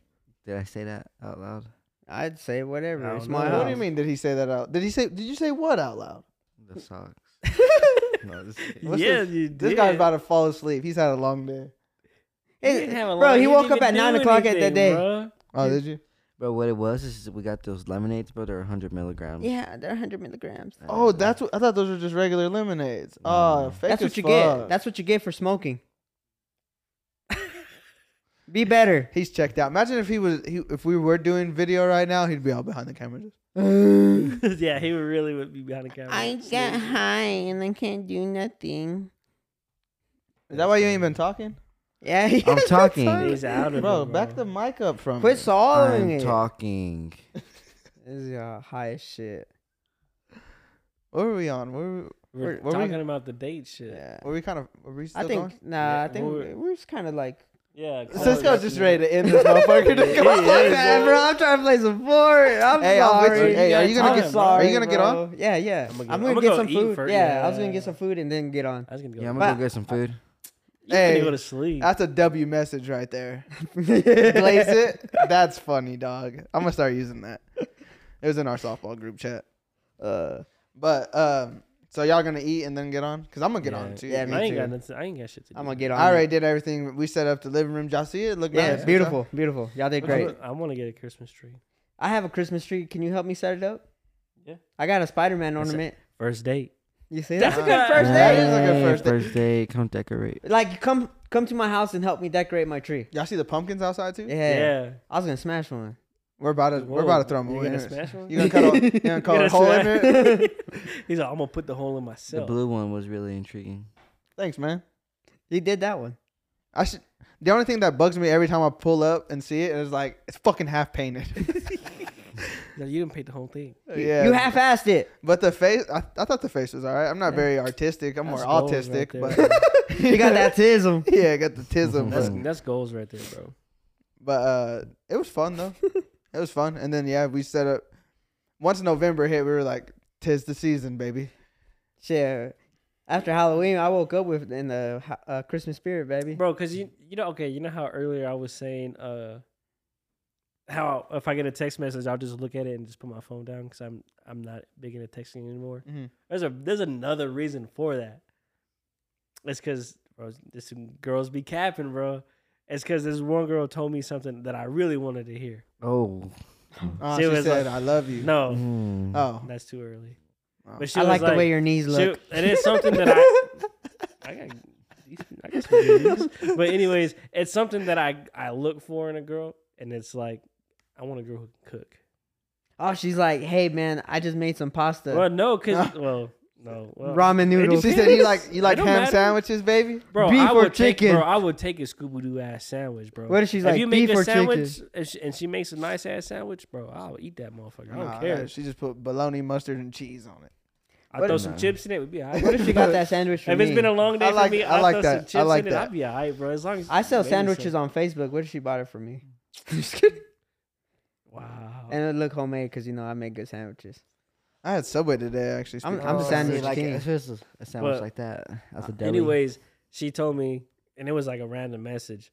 Did I say that out loud? I'd say I whatever. don't It's my know. What do you house. mean? Did he say that out? Did he say? Did you say what out loud? The socks. no, this, What's yeah, this? you This did. guy's about to fall asleep. He's had a long day. You It- didn't have a bro, lot- he you woke didn't up at even 9 do o'clock at that anything, day. bruh. Oh, did you? bro, what it was is we got those lemonades, bro. They're 100 milligrams. Yeah, they're 100 milligrams. Uh, Oh, that's what I thought. Those were just regular Mm. lemonades. Oh, No. fake That's as what you fuck. get. That's what you get for smoking. Be better. He's checked out. Imagine if he was, he, if we were doing video right now, he'd be all behind the camera. Just, yeah, he would really would be behind the camera. Snoop. high and I can't do nothing. is that why you ain't been talking, Yeah, I'm talking. He's out of it, bro? Back the mic up from. Quit me. swallowing I'm it. talking. This is uh, high as shit. What were we on? Were we, We're Where- where we- talking about the date shit. Yeah. were we kind of? Were we still I think going? nah. Yeah, I think we're- we're, just kind of like Yeah. Cole Cisco's got just you. ready to end this motherfucker. to go. man, bro. I'm trying to play some board. I'm Hey, I'm with sorry. you. Hey, are you gonna I'm get? sorry, are you gonna get on? bro. Yeah, yeah. I'm I'm gonna gonna, get- I'ma get go some eat food. first. Yeah, I was gonna get Yeah. some food and then get on. I was gonna go. Yeah, I'm But- gonna go get some food. you hey, Hey. go to sleep. That's a W message right there. Blaze Blaze it. That's funny, dog. I'm gonna start using that. It was in our softball group chat. Uh, But um, so y'all gonna eat and then get on? Cause I'm gonna get Yeah. on too. Yeah, I me ain't got too. nothing. I ain't got shit to do. I'm gonna get on. I it. already did everything. We set up the living room. Did y'all see it? it looked Yeah, nice. beautiful, beautiful. Y'all did I'm great. gonna- I want to get a Christmas tree. I have a Christmas tree. Can you help me set it up? Yeah. I got a Spider Man That's it. ornament. First date. You see That's that? a good first That date. is a good Hey, first date. First day, come decorate. Like, come come to my house and help me decorate my tree. Y'all see the pumpkins outside too? Yeah. Yeah. I was gonna smash one. We're about to we're about to throw them You away. gonna anyways. smash one? You gonna cut a, you gonna cut You're a hole in gonna it? He's like, I'm gonna put the hole in The myself. blue one was really intriguing. Thanks, man. He did that one. I should. The only thing that bugs me every time I pull up and see it is like it's fucking half painted. He's like, you didn't paint the whole thing. yeah, You half assed it. But the face, I, I thought the face was all right. I'm not very artistic. I'm more That's goals right autistic, there, but bro. You got that tism. yeah, I got the tism. that's but- that's goals right there, bro. But uh, it was fun though. it was fun, and then yeah, we set up. Once November hit, we were like, "Tis the season, baby." Shit. After Halloween, I woke up with in the ho- uh, Christmas spirit, baby. Bro, cause you you know okay, you know how earlier I was saying uh how if I get a text message, I'll just look at it and just put my phone down because I'm I'm not big into texting anymore. Mhm. There's a there's another reason for that. It's because bro, this girls be capping, bro. It's because this one girl told me something that I really wanted to hear. Oh, Oh, She she was said, like- "I love you." No, mm. Oh, that's too early. Oh. But she I was like, the way your knees she- look. it is something that I I got, these- I got some good knees. But anyways, it's something that I I look for in a girl, and it's like I want a girl who can cook. Oh, she's like, hey man, I just made some pasta, Well, no, cause well, no, well, ramen noodles. she said, "You like you like don't ham matter. sandwiches, baby?" bro, beef I or would take- chicken? bro, I would take a Scooby Doo ass sandwich, bro. What if she's if like you make beef a or sandwich chicken? and she, and she makes a nice ass sandwich, bro, I'll eat that motherfucker. I don't Nah, care. She just put bologna, mustard, and cheese on it. I what throw if- some chips in it, we'd be alright. What if she got that sandwich for If me? it's been a long day I like- for me, I I like throw that. some I chips like in it. that. I'd be alright, bro. As long as I sell maybe sandwiches some- on Facebook. What if she bought it for me? Just kidding. Wow. and it look homemade because you know I make good sandwiches. I had Subway today, actually. I'm- speaking I'm of- a sandwich like, king. If it was a- a sandwich But- like that, that's a uh, deli. Anyways, she told me, and it was like a random message,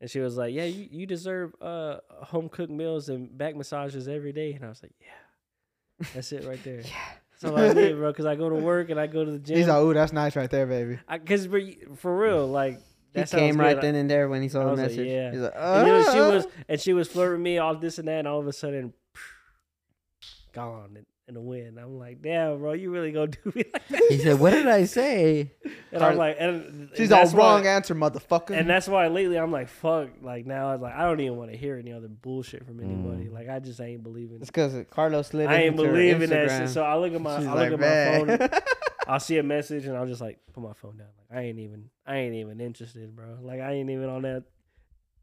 and she was like, "Yeah, you, you deserve uh home cooked meals and back massages every day." And I was like, "Yeah, that's it right there." yeah, so I did, bro, because I go to work and I go to the He's gym. like, "Ooh, that's nice right there, baby." Because for, y- for real, like He that sounds came right good. then and there when he I, saw the was like, message. "Yeah." He's like, and you know, she "Uh." was and she was flirting with me all this and that, and all of a sudden, gone in, in the wind. I'm like, "Damn, bro, you really gonna do me like that?" he said, "What did I say?" And I'm like, and She's and all that's why- wrong answer, motherfucker. and that's why lately I'm like, fuck. Like now, I was like, I don't even want to hear any other bullshit from anybody. Mm. Like I just ain't believing. It's because Carlos slid. I ain't into her believing that shit. Instagram. So I look at my, I She's look like, at my "Man." phone. I'll see a message and I'll just like put my phone down. Like I ain't even, I ain't even interested, bro. Like I ain't even on that.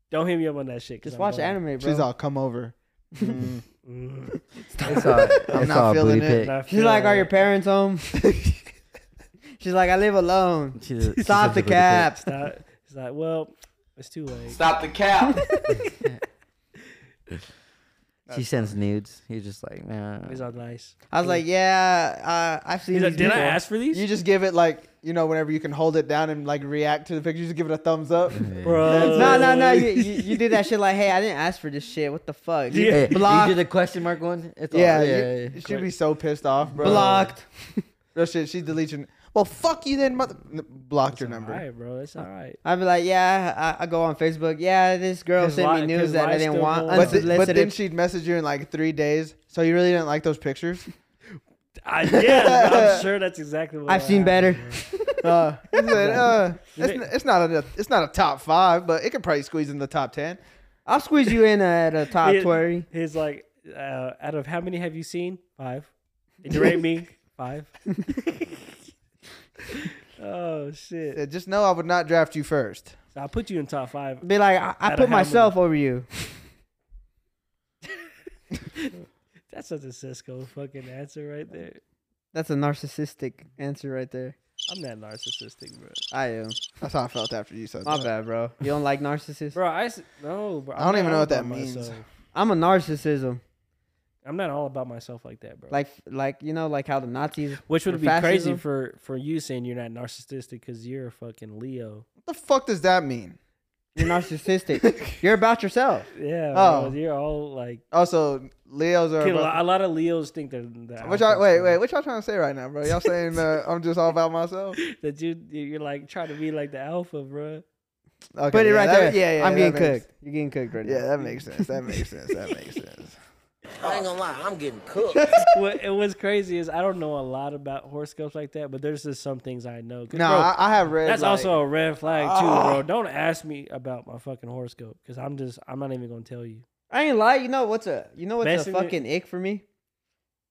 Don't hit me up on that shit. 'cause Just I'm watch done. anime, bro. She's all, "Come over." Mm. Mm. It's all, it's not all feeling booty it. pic. And I She's feel like, are your parents home? She's like, I live alone. She's a- she's such Stop a booty the pic. cap. It's not- it's like, well, it's too late. Stop the cap. She sends nudes. He's just like, man. These are nice. I was like, yeah, uh, I've seen. He's like, these did I before." ask for these, You just give it like you know whenever you can hold it down and like react to the picture. You just give it a thumbs up. bro? No, no, no. You, you, you do that shit like, hey, I didn't ask for this shit. What the fuck? You Yeah. Hey, Block. You did the question mark one. It's all- yeah, yeah, you, yeah. she'd be so pissed off, bro. blocked. Real shit. She's deleting. Well, fuck you then, mother. N- blocked your number. All right, bro. That's all right. I'd be like, yeah, I, I go on Facebook. Yeah, this girl 'Cause sent li- me news 'cause that I lies didn't still want go on. But, th- but then unsolicited. she'd message you in like three days. So you really didn't like those pictures? I, yeah, I'm sure that's exactly what I've seen better. Uh, he said, uh, it's, They- n- it's not a it's not a top five, but it could probably squeeze in the top ten. I'll squeeze you in at a top He- twenty. He's like, uh, out of how many have you seen? Five. Did you rate me? Five. oh shit! Said, Just know I would not draft you first. So I put you in top five. Be like, I, Out I of put how many? myself over you. That's such a Cisco fucking answer right there. That's a narcissistic answer right there. I'm not narcissistic, bro. I am. That's how I felt after you said My that. bad, bro. You don't like narcissists? Bro, I s- no, bro. I I'm don't not even know all what that about means. myself. I'm a narcissism. I'm not all about myself like that, bro. Like like you know like how the Nazis which would for be crazy fascism? for for you saying you're not narcissistic because you're a fucking Leo. What the fuck does that mean? you're narcissistic. you're about yourself. Yeah, Oh. bro, you're all like. Also, Leos are. Kid, a, about- lot, a lot of Leos think they're. they're What y'all, wait, alphas, wait, bro. what y'all trying to say right now, bro? Y'all saying uh, I'm just all about myself? That you you're like trying to be like the alpha, bro. Okay, Put it yeah, right that- there. Yeah, yeah. I'm that getting makes- cooked. You're getting cooked right Yeah, now. that makes sense. That makes sense. That makes sense. I ain't gonna lie, I'm getting cooked. what, and what's crazy is I don't know a lot about horoscopes like that, but there's just some things I know. 'Cause, No, bro, I, I have read. that's like- Ah. also a red flag too, bro. Don't ask me about my fucking horoscope because I'm just I'm not even gonna tell you. I ain't lie. You know what's a you know what's Messenger- a fucking ick for me?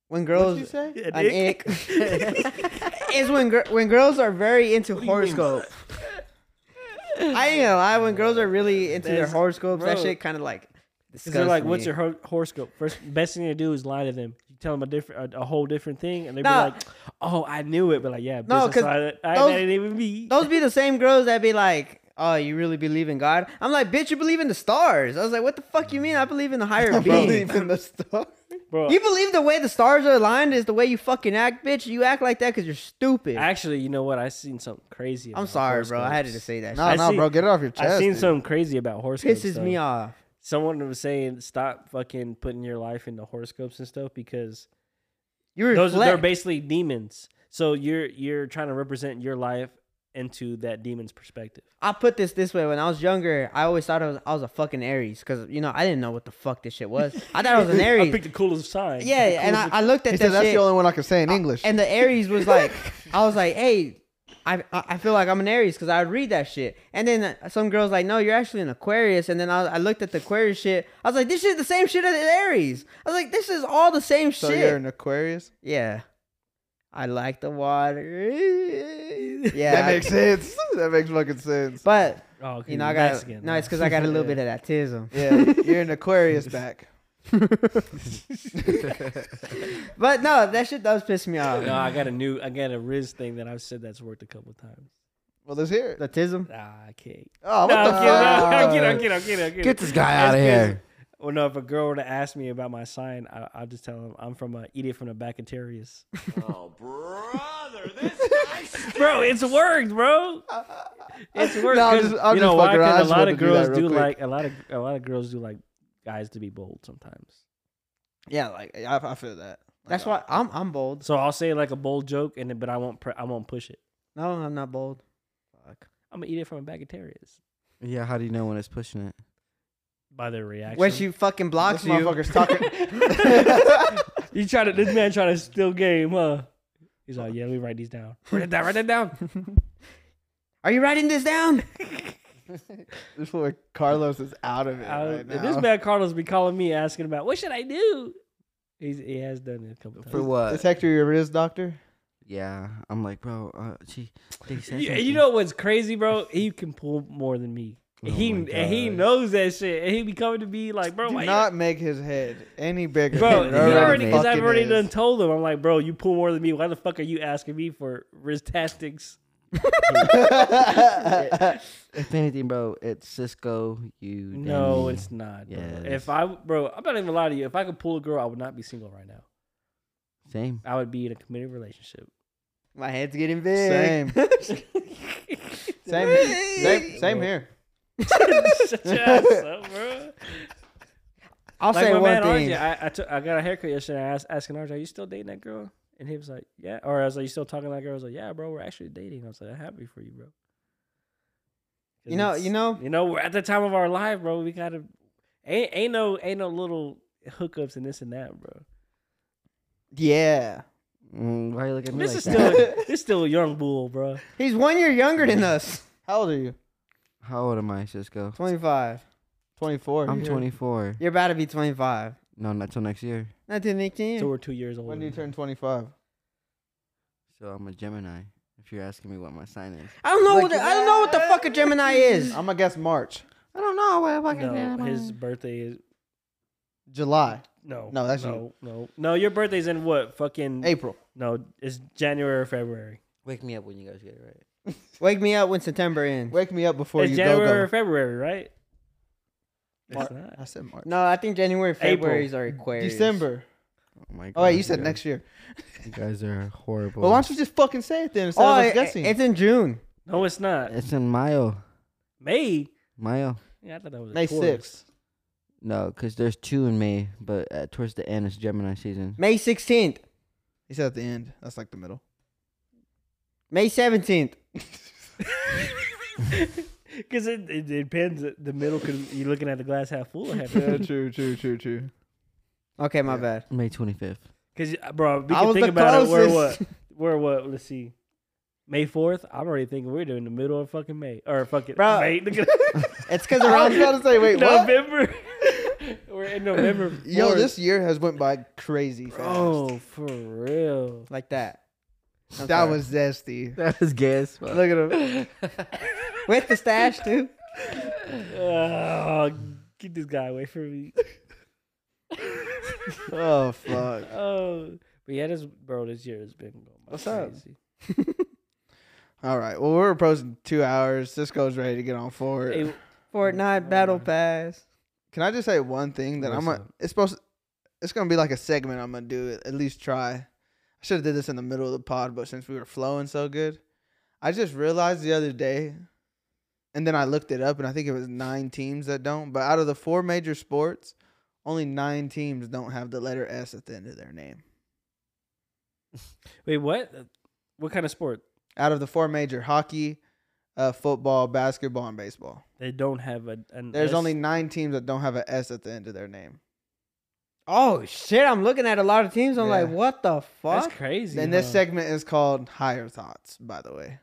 When What'd you girls say? an ick is when gir- when girls are very into horoscope. I ain't gonna lie. When girls are really into their That's- horoscopes, that bro. shit kind of like. they Disgusts they're like, me. "What's your hor- horoscope?" First, best thing to do is lie to them. You tell them a different, a, a whole different thing, and they would Nah. be like, "Oh, I knew it," but like, "Yeah, No, no, because 'cause I, I, those- that ain't even me." Those be the same girls that be like, "Oh, you really believe in God?" I'm like, "Bitch, you believe in the stars." I was like, "What the fuck you mean? I believe in the higher being." believe in the story. bro, You believe the way the stars are aligned is the way you fucking act, bitch. You act like that because you're stupid. actually, you know what? I seen something crazy. I'm about sorry, bro. I had to horoscopes. just say that. No, I shit. no, see- bro, get it off your chest. I seen dude. something crazy about It horoscopes. pisses though. me off. someone was saying stop fucking putting your life into horoscopes and stuff because You those reflect. they're basically demons. So you're you're trying to represent your life into that demon's perspective. I put this this way. When I was younger, I always thought I was, I was a fucking Aries because you know I didn't know what the fuck this shit was. I thought I was an I Aries. picked the coolest sign. yeah, The and I, coolest- I looked at He that said that's shit, the only one I can say in English. and the Aries was like, I was like, hey, I I I feel like I'm an Aries because I read that shit. And then uh, some girls like, no, you're actually an Aquarius. And then I, I looked at the Aquarius shit. I was like, this shit the same shit as Aries. I was like, this is all the same so shit. you're an Aquarius. yeah, I like the water. yeah, that I- makes sense. That makes fucking sense. but oh, okay, You know, I you're got Mexican, no. huh? It's because I got a little bit of that tism. yeah, you're an Aquarius back. But no, that shit does piss me off. no, I got a new, I got a Riz thing that I've said that's worked a couple times. Well, let's hear it. The tism. Ah, I can't. Oh, what No, the I'm kidding. No, I'm fuck? kidding. I'm kidding. I'm kidding. I'm kidding. Get this guy out of That's 'cause- here. Well, no, if a girl were to ask me about my sign, I, I'll just tell them I'm from uh, Idiot from the Back of Terrius. oh, brother, this guy bro, it's worked, bro. It's worked. No, I'm 'cause just- I'm you just know why? fucking around. I 'Cause just a lot wanted of to do that girls real do quick. like a lot of a lot of girls do like guys to be bold sometimes. Yeah, like I, I feel that. That's why I'm I'm bold. So I'll say like a bold joke, and then, but I won't pre- I won't push it. No, I'm not bold. Fuck. I'm gonna eat it from a bag of Terriers Yeah, how do you know when it's pushing it? by their reaction. When she fucking blocks This you, motherfucker's talking. you try to this man trying to steal game, huh? He's like, yeah, let me write these down. Write it down. Write it down. are you writing this down? this is where Carlos is out of it I- right now. this man Carlos be calling me asking about what should I do. He's, he has done it a couple For times. Is what? Hector your wrist doctor? Yeah, I'm like, bro. Uh, she, they said You, something." you know what's crazy, bro? He can pull more than me. Oh he my and he God. knows that shit, and he be coming to me like, bro, Do why you- not make his head any bigger. Bro, than he it already because I've fucking already is. done told him. I'm like, bro, you pull more than me. Why the fuck are you asking me for wrist tactics? if anything, bro, it's Cisco. You. No, Danny. it's not. bro. Yes. If I, bro, I'm not even lying to you. If I could pull a girl, I would not be single right now. same. I would be in a committed relationship. My head's getting big. Same. same, same, same here. Shut your ass up, bro. I'll Like say my one man thing. RJ, I, I, took, I got a haircut yesterday. I asked asking RJ, "Are you still dating that girl?" And he was like, "Yeah." Or I was like, "You still talking to that girl?" I was like, "Yeah, bro, we're actually dating." I was like, "I'm happy for you, bro." 'Cause You know, it's- you know- you know, we're at the time of our life, bro. We gotta ain't ain't no ain't no little hookups and this and that, bro. Yeah. Mm, why you look at me This like is that? still a, this still a young bull, bro. He's one year younger than us. How old are you? How old am I, Cisco? 25. 24. I'm Yeah. 24. You're about to be 25. No, not till next year. Not till next So year. we're two years old. When do you turn 25? So I'm a Gemini. If you're asking me what my sign is, I don't know. Like, what the, I don't know what the fuck a Gemini is. I'm going to guess March, I don't know what fucking No, Gemini. his birthday is July. No, No, that's no, no, no. Your birthday's in what? Fucking April. no, it's January or February. Wake me up when you guys get it right. Wake me up when September ends. Wake me up before it's you January go or February, right? It's go. I not. said March. No, I think January, April. February's are Aquarius. December. Oh my god. Oh wait, you said next year. You guys are horrible. Well, why don't you just fucking say it then instead Oh, of us it- guessing? it's in June. No, it's not. It's in Mayo. May. Mayo. Yeah, I thought that was May a 6th. Taurus. No, because there's two in May, but uh, towards the end it's Gemini season. May 16th. he said at the end. That's like the middle. May 17th. Because it, it, it depends. The middle could you're looking at the glass half full or half empty. true, true, true, true. Okay, my bad. May 25th. Because uh, bro, we I can was think the about it. We're what? closest. We're what? Let's see. May fourth. I'm already thinking we're doing the middle of fucking May or fucking Bro. May. Look at It's because I was around about to say, wait, what? November. we're in November. Yo, 4th. this year has went by crazy fast. Oh, for real. like that. I'm that sorry. was zesty. That was guess. Look at him. with the stash too. Oh, get this guy away from me. Oh fuck. Oh, but yeah, this bro, this year has been going by What's up? crazy. All right. Well, we're approaching two hours. Cisco's ready to get on forward. Hey, Fortnite Battle Pass. Can I just say one thing that I'm What's gonna? It's supposed. It's gonna be like a segment. I'm gonna do it. At least try. I should have did this in the middle of the pod, but since we were flowing so good, I just realized the other day, and then I looked it up, and I think it was nine teams that don't. But out of the four major sports, only nine teams don't have the letter S at the end of their name. wait, what? What kind of sport? Out of the four major, hockey, uh, football, basketball, and baseball. They don't have a. An There's Mm, S? only nine teams that don't have an S at the end of their name. Oh shit! I'm looking at a lot of teams. I'm Yeah. like, what the fuck? That's crazy. And this huh? segment is called Higher Thoughts, by the way.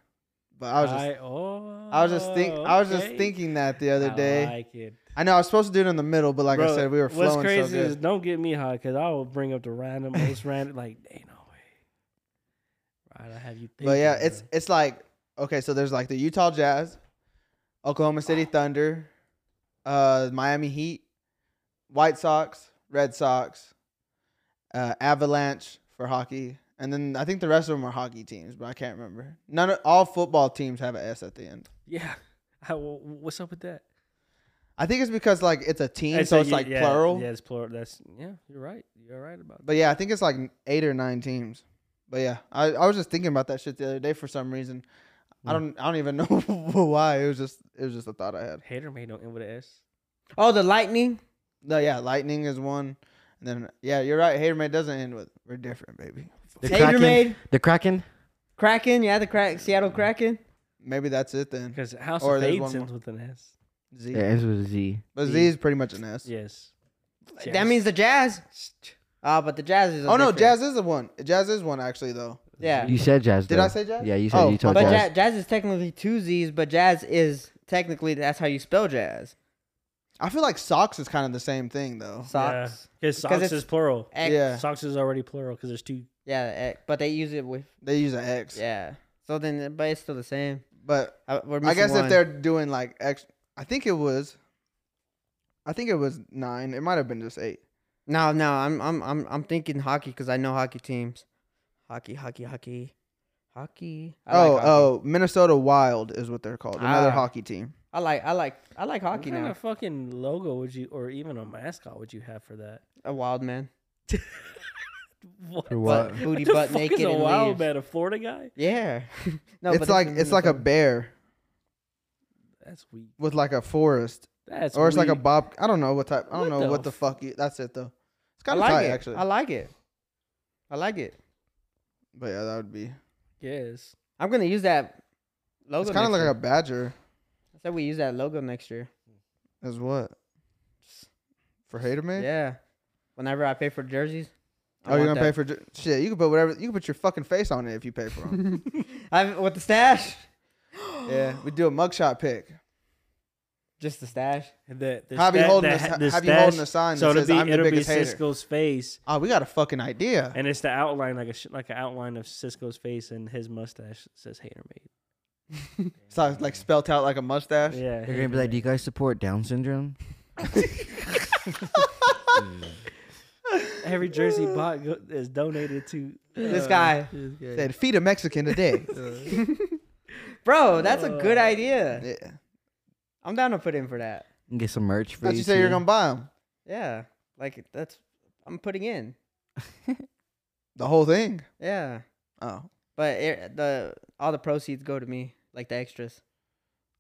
But I was just I, oh, I was just think I was just okay. thinking that the other I day. like it. I know I was supposed to do it in the middle, but like I Bro, said, we were What's flowing crazy so is good. don't get me hot because I will bring up the random most random. Like, ain't no way. Right, I have you. Thinking, But yeah, bro. it's it's like okay, so there's like the Utah Jazz, Oklahoma City Ah. Thunder, uh, Miami Heat, White Sox, Red Sox, uh, Avalanche for hockey, and then I think the rest of them are hockey teams, but I can't remember. None of all football teams have an S at the end. yeah. I, well, what's up with that? I think it's because like it's a team, And so it's you- like yeah, plural. Yeah, it's plural. That's yeah. You're right. You're right about that. But yeah, I think it's like eight or nine teams. But yeah, I, I was just thinking about that shit the other day for some reason. I don't I don't even know why. It was just it was just a thought I had. Hater may don't end with an S. Oh, the Lightning. No, yeah, lightning is one. And then yeah, you're right. Hater Mate doesn't end with we're different, baby. The Tater Made. The Kraken. Kraken. Yeah, the crack Seattle Kraken. Maybe that's it then. Because House Or of there's Fades one ends with an S. Z. Yeah, it's with a Z. But Z is pretty much an S. Yes. That means the Jazz. Oh, but the Jazz is. a Oh no, different- Jazz is a one. Jazz is one actually though. Yeah, You said Jazz. Did I though. say Jazz? Yeah, you said Oh, Utah but okay. Jazz. jazz. jazz is technically two Z's, but Jazz is technically that's how you spell Jazz. I feel like socks is kind of the same thing though. Socks. Because socks it's- is plural. X. Yeah. Socks is already plural because there's two. Yeah, X, but they use it with They use an X. yeah. So then, but it's still the same. But I, we're I missing guess one. if they're doing like ex, I think it was, I think it was nine. It might have been just eight. No, no, I'm I'm I'm I'm thinking hockey because I know hockey teams. Hockey, hockey, hockey, hockey. I oh, like hockey. oh, Minnesota Wild is what they're called. Another Ah. hockey team. I like I like I like What hockey kind now. of fucking logo would you, or even a mascot would you have for that? A wild man, What? For what? But- booty the butt fuck naked is a and wild leaves. man? A Florida guy? yeah. no, it's like it's like a bear That's weak. with like a forest, That's or it's like a weak. bob. I don't know what type. I don't What know the what the f- fuck. You, that's it though. It's I kind of like tight it. actually. I like it. I like it. but yeah, that would be. yes. I'm gonna use that logo. It's kind of like a badger. I said we use that logo next year. Is what for hater man? Yeah. Whenever I pay for jerseys. Oh, you're gonna pay for j- shit. You can put whatever. You can put your fucking face on it if you pay for them. I with the stash. yeah, we do a mugshot pick. Just the stash. And The, the Have you sta- holding the a ha- si- the have you holding stash- a sign that So it'll says, be, "I'm the it'll biggest be hater"? Cisco's face, Oh, we got a fucking idea. and it's the outline like a sh- like an outline of Cisco's face, and his mustache says "Hater Made." So it's like spelt out like a mustache. Yeah, They're gonna be like, "Do you guys support Down syndrome?" every jersey bought go- is donated to uh, This guy, Said feed a Mexican today. bro, that's a good idea. yeah. I'm down to put in for that. And Get some merch for Thought you. you said you were too. gonna buy them Yeah, like that's I'm putting in. the whole thing. Yeah, Oh, but it, the all the proceeds go to me, like the extras.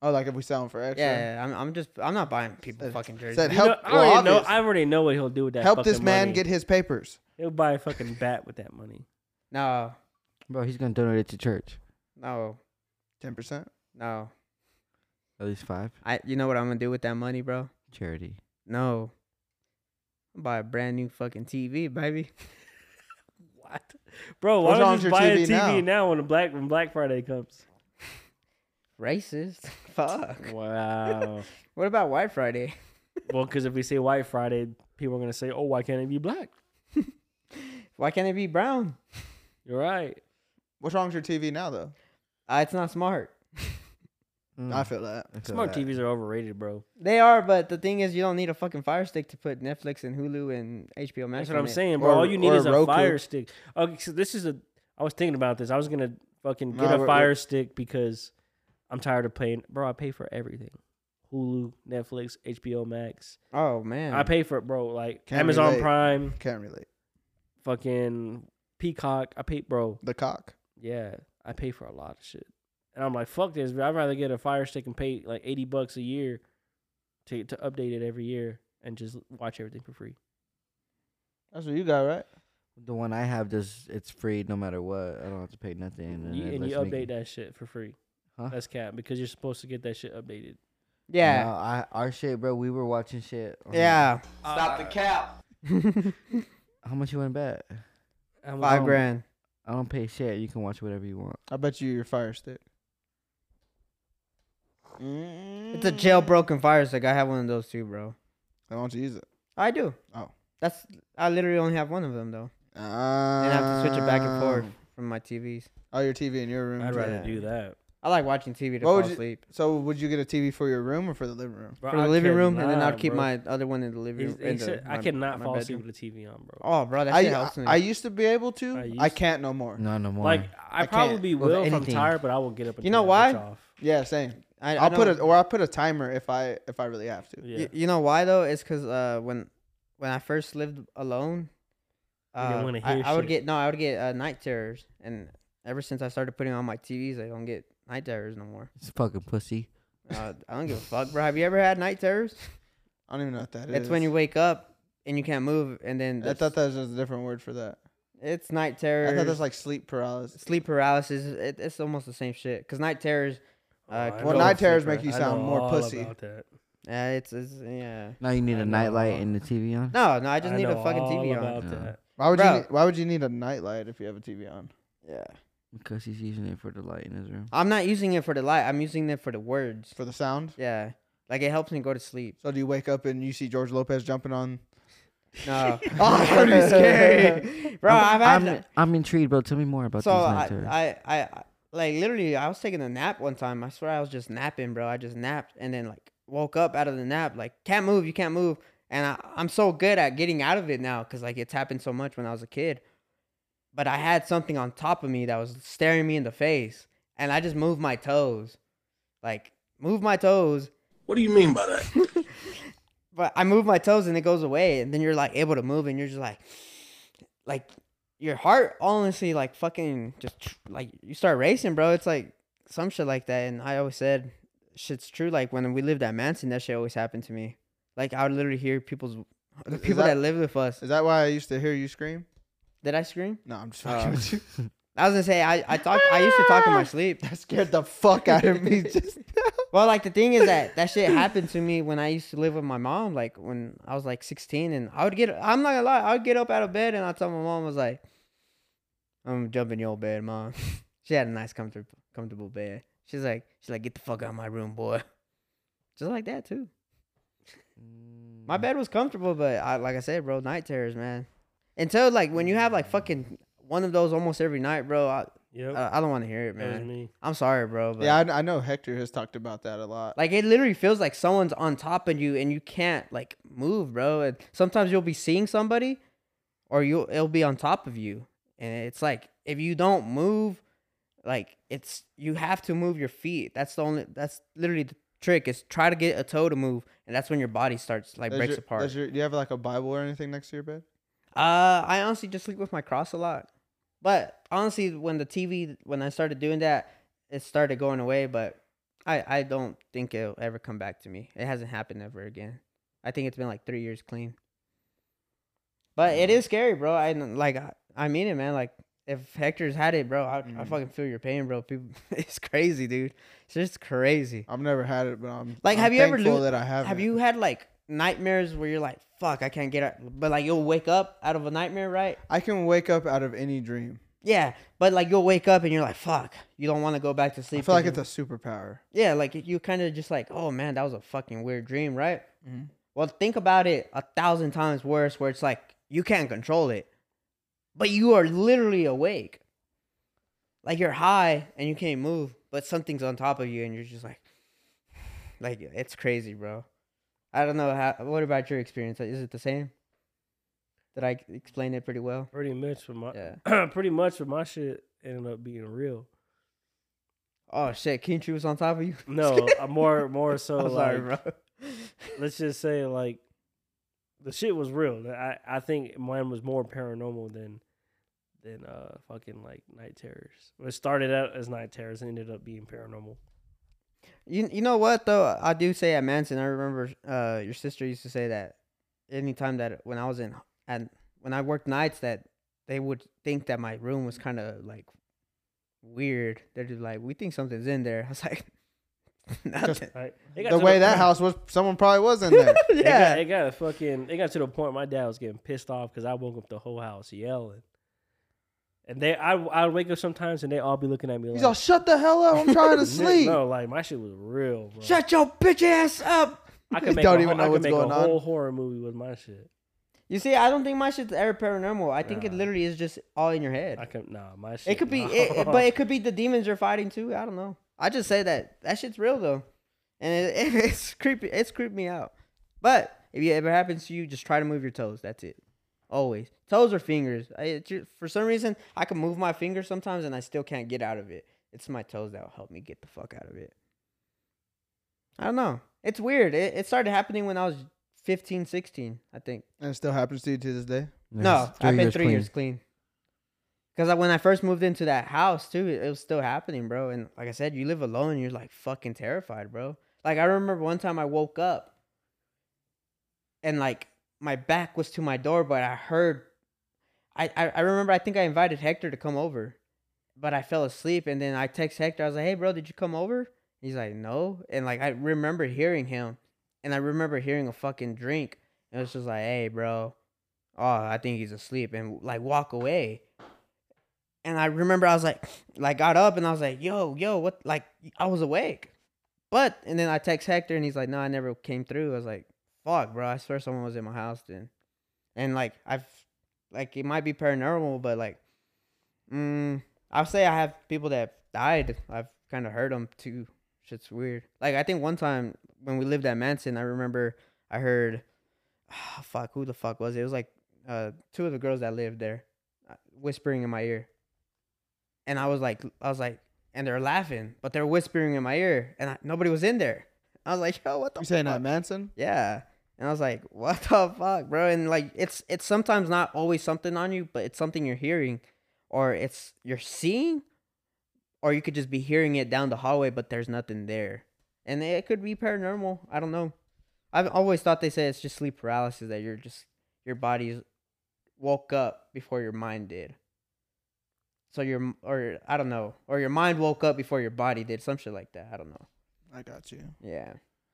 oh, like if we sell them for extra. Yeah, I'm, I'm just I'm not buying people Said- fucking jerseys. Said You help. know, I well, already know. obvious. I already know what he'll do with that. help this fucking man money. get his papers. He'll buy a fucking bat with that money. No, Bro, he's gonna donate it to church. no, Ten percent. no. At least five I you know what I'm gonna do with that money, bro? charity. No. I'll buy a brand new fucking TV, baby. What, bro? Why What's wrong don't with you your buy a TV TV now? now? when the black when Black Friday comes? Racist. Fuck. Wow. What about White Friday? well, because if we say White Friday, people are gonna say, "Oh, why can't it be black?" Why can't it be brown? You're right. What's wrong with your TV now, though? Uh, it's not smart. Mm, I feel that. I feel Smart that. TVs are overrated, bro. They are, but the thing is, you don't need a fucking Fire Stick to put Netflix and Hulu and HBO Max. That's what on I'm it. saying, bro. Or- All you need or is a Roku. Fire Stick. Okay, so this is a. I was thinking about this. I was gonna fucking Nah, get we're- a Fire Stick because I'm tired of paying. Bro, I pay for everything: Hulu, Netflix, HBO Max. Oh man, I pay for it, bro. Like Can't Amazon relate. Prime, Can't relate. fucking Peacock. I pay, bro. The cock. Yeah, I pay for a lot of shit, and I'm like, fuck this. Bro. I'd rather get a Fire Stick and pay like eighty bucks a year to to update it every year and just watch everything for free. That's what you got, right? The one I have just it's free no matter what. I don't have to pay nothing. You- And, And it you, lets me- update that shit for free. Huh? That's cap because you're supposed to get that shit updated. yeah, No, I, our shit, bro. We were watching shit. on- yeah. Stop the cap. How much you want to bet? I'm like, Five um, grand. I don't pay shit. You can watch whatever you want. I bet you your fire stick. Mm. It's a jailbroken Fire Stick. I have one of those too, bro. I want you to use it. I do. Oh. that's I literally only have one of them though, Um, and I have to switch it back and forth from my TVs. Oh, your TV in your room. I'd rather Yeah. do that. I like watching TV to What would fall you- asleep. So, would you get a TV for your room or for the living room? Bro, For the I living room, and then cannot, I'll keep bro. my other one in the living He's- room. in he said, the- I my- cannot my fall bedroom. asleep with the TV on, bro. Oh, bro, that shit I, helps me. I used to be able to. I I used- can't no Mm. more. No, no more. Like I, I can't probably with will if I'm anything. tired, but I will get up. And You know turn that bitch why? off. Yeah, same. I, I'll put don't- a or I'll put a timer if I if I really have to. Yeah, Y- you know why though? It's because uh, when when I first lived alone, You didn't uh, wanna I, hear I would shit. get no, I would get uh, night terrors, and ever since I started putting on my TVs, I don't get night terrors no more. it's fucking pussy. Uh, I don't give a fuck, bro. Have you ever had night terrors? I don't even know what that is. It's when you wake up and you can't move, and then I that's, thought that was just a different word for that. it's night I terrors. thought that's like sleep paralysis. sleep paralysis. It, it's almost the same shit. Cause night terrors, Oh, Uh, I know well, a night terrors sleeper. make you I sound know more all pussy. about that. uh, it's, it's yeah. Now you need I a nightlight know. and the TV on. No, no, I just need a know fucking all TV on. about Yeah. that. Why would you Bro. need, Why would you need a nightlight if you have a TV on? Yeah, Because he's using it for the light in his room. I'm not using it for the light. I'm using it for the words. For the sound. Yeah. Like it helps me go to sleep. So do you wake up and you see George Lopez jumping on? No. oh, that's pretty scary. Bro, I'm, I've had I'm, I'm intrigued, bro. Tell me more about so these night I, terrors. I, I, I- like literally I was taking a nap one time. I swear I was just napping, bro. I just napped and then like woke up out of the nap, like can't move, you can't move. And I, I'm so good at getting out of it now because like it's happened so much when I was a kid. But I had something on top of me that was staring me in the face, and I just moved my toes, like move my toes, What do you mean by that? but I move my toes and it goes away, and then you're like able to move, and you're just like, like your heart honestly like fucking just like you start racing, bro. It's like some shit like that, and I always said shit's true. Like when we lived at Manson, that shit always happened to me. Like I would literally hear people's the Is people that- that, live with us. Is that why I used to hear you scream? Did I scream? No, I'm just fucking Oh. with you. I was gonna say I I talk I used to talk in my sleep. That scared the fuck out of me. Just Well, like the thing is that that shit happened to me when I used to live with my mom. Like when I was like 16, and I would get. I'm not gonna lie. I would get up out of bed and I tell my mom, I was like, "I'm jumping your bed, mom." she had a nice, comfortable, comfortable bed. She's like, she's like, "Get the fuck out of my room, boy." Just like that too. My Mm. bed was comfortable, but I, like I said, bro, night terrors, man. Until like when you have like fucking one of those almost every night, bro. I Yep, I, I don't want to hear it, that was Oh, man. me. I'm sorry, bro. But yeah, I, I know Hector has talked about that a lot. like it literally feels like someone's on top of you and you can't like move, bro. And sometimes you'll be seeing somebody or you it'll be on top of you. And it's like if you don't move, like it's you have to move your feet. That's the only that's literally the trick is try to get a toe to move, and that's when your body starts like Does breaks your- apart. does your- do you have like a Bible or anything next to your bed? Uh, I honestly just sleep with my cross a lot. But honestly, when the TV, when I started doing that, it started going away. But I, I don't think it'll ever come back to me. It hasn't happened ever again. I think it's been like three years clean. But it is scary, bro. I like, I- I mean it, man. Like, if Hector's had it, bro, I, I Mhm. fucking feel your pain, bro. People, it's crazy, dude. It's just crazy. I've never had it, but I'm Like, I'm have you ever thankful lo- that I have? Have you had like nightmares where you're like, fuck, I can't get up, but like you'll wake up out of a nightmare, right? I can wake up out of any dream. Yeah, but like you'll wake up and you're like, "Fuck!" You don't want to go back to sleep. I feel 'cause like you- it's a superpower. yeah, like you kind of just like, "Oh man, that was a fucking weird dream, right?" Mhm. Well, think about it a thousand times worse, where it's like you can't control it, but you are literally awake. Like you're high and you can't move, but something's on top of you, and you're just like, like it's crazy, bro. I don't know how. What about your experience? Is it the same? Did I explain it pretty well? Pretty much with my Yeah. pretty much with my shit ended up being real. Oh shit, Kintry was on top of you. No, uh, more more so I'm like sorry, bro. let's just say like the shit was real. I I think mine was more paranormal than than uh fucking like night terrors. It started out as night terrors and ended up being paranormal. You you know what though? I do say at Manson. I remember uh, your sister used to say that anytime that when I was in and when I worked nights that they would think that my room was kind of like weird. They're just like, we think something's in there. I was like, nothing. Right? It got The to way that house was, someone probably was in there. it got, yeah, it got fucking it got to the point my dad was getting pissed off because I woke up the whole house yelling. And they I I wake up sometimes and they all be looking at me like He's all, shut the hell up! I'm trying to sleep. No, like my shit was real, bro. shut your bitch ass up. I You could make don't a even whole, know I could what's make going a on. whole horror movie with my shit. You see, I don't think my shit's ever paranormal. I think it Nah. literally is just all in your head. I can nah, my shit. It could be, it, it- but it could be the demons you're fighting too. I don't know. I just say that that shit's real though, and it, it's creepy. It's creeped me out. But if it ever happens to you, just try to move your toes. That's it. Always toes or fingers. I, it's ju- for some reason, I can move my fingers sometimes, and I still can't get out of it. It's my toes that will help me get the fuck out of it. I don't know. It's weird. It, it started happening when I was 15, 16, I think. And it still happens to you to this day. No, I've been three years clean. Because when I first moved into that house, too, it, it was still happening, bro. And like I said, you live alone, you're like fucking terrified, bro. Like I remember one time I woke up and like my back was to my door, but I heard. I, I, I remember I think I invited Hector to come over, but I fell asleep. And then I text Hector, I was like, hey, bro, did you come over? He's like, no. And like I remember hearing him and I remember hearing a fucking drink. And it was just like, hey, bro, oh, I think he's asleep, and like walk away. And I remember I was like, like got up and I was like, yo, yo, what? Like I was awake, but and then I text Hector and he's like, no, I never came through. I was like, fuck, bro, I swear someone was in my house then, and like I've, like it might be paranormal, but like, mm, I'll say I have people that have died. I've kind of heard them too. Shit's weird. Like I think one time when we lived at Manson, I remember I heard, ah, fuck, who the fuck was it? It was like uh, two of the girls that lived there uh, whispering in my ear, and I was like, I was like, and they're laughing, but they're whispering in my ear, and I, nobody was in there. I was like, yo, what the? You saying fuck? that Manson? Yeah. And I was like, what the fuck, bro? And like it's it's sometimes not always something on you, but it's something you're hearing or it's you're seeing or you could just be hearing it down the hallway but there's nothing there. And it could be paranormal. I don't know. I've always thought they say it's just sleep paralysis that you're just your body's woke up before your mind did. So your m- or I don't know, or your mind woke up before your body did, some shit like that. I don't know. I got you. Yeah.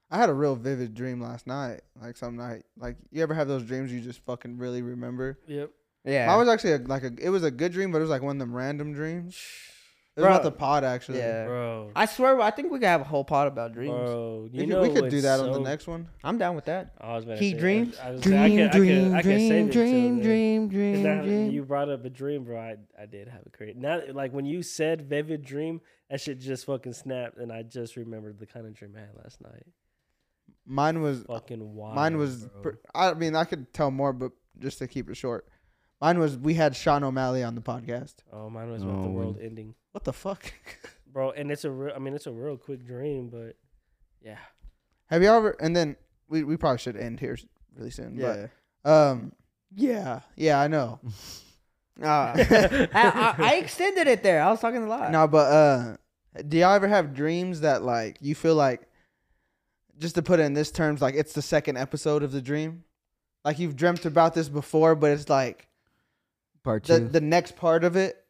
I had a real vivid dream last night. Like some night, like you ever have those dreams you just fucking really remember? Yep. Yeah. I was actually a, like a, it was a good dream, but it was like one of them random dreams. It was Bro. about the pod actually. Yeah. Bro. I swear, I think we could have a whole pod about dreams. Bro, We you could, know we could do what's that on so, the next one. I'm down with that. I was about to He say, dreams? I, I was, Dream, I could, dream, I could, I could save dream, dream, it till dream, then. dream, Is that- dream. You brought up a dream, bro. I, I did have a crazy. Now, like when you said vivid dream, that shit just fucking snapped, and I just remembered the kind of dream I had last night. Mine was Fucking wild. Oh, mine was. bro. Pr- I mean, I could tell more, but just to keep it short, Mine was we had Sean O'Malley on the podcast. Oh, mine was about the Oh, world when- ending, What the fuck? bro. And it's a real. I mean, it's a real quick dream, but yeah. Have you ever? And then we, we probably should end here really soon. Yeah. But um, yeah, yeah, I know. Ah. I, I, I extended it there. I was talking a lot. No, but uh, do y'all ever have dreams that like you feel like, just to put it in this terms, like it's the second episode of the dream, like you've dreamt about this before, but it's like Part the two. the next part of it.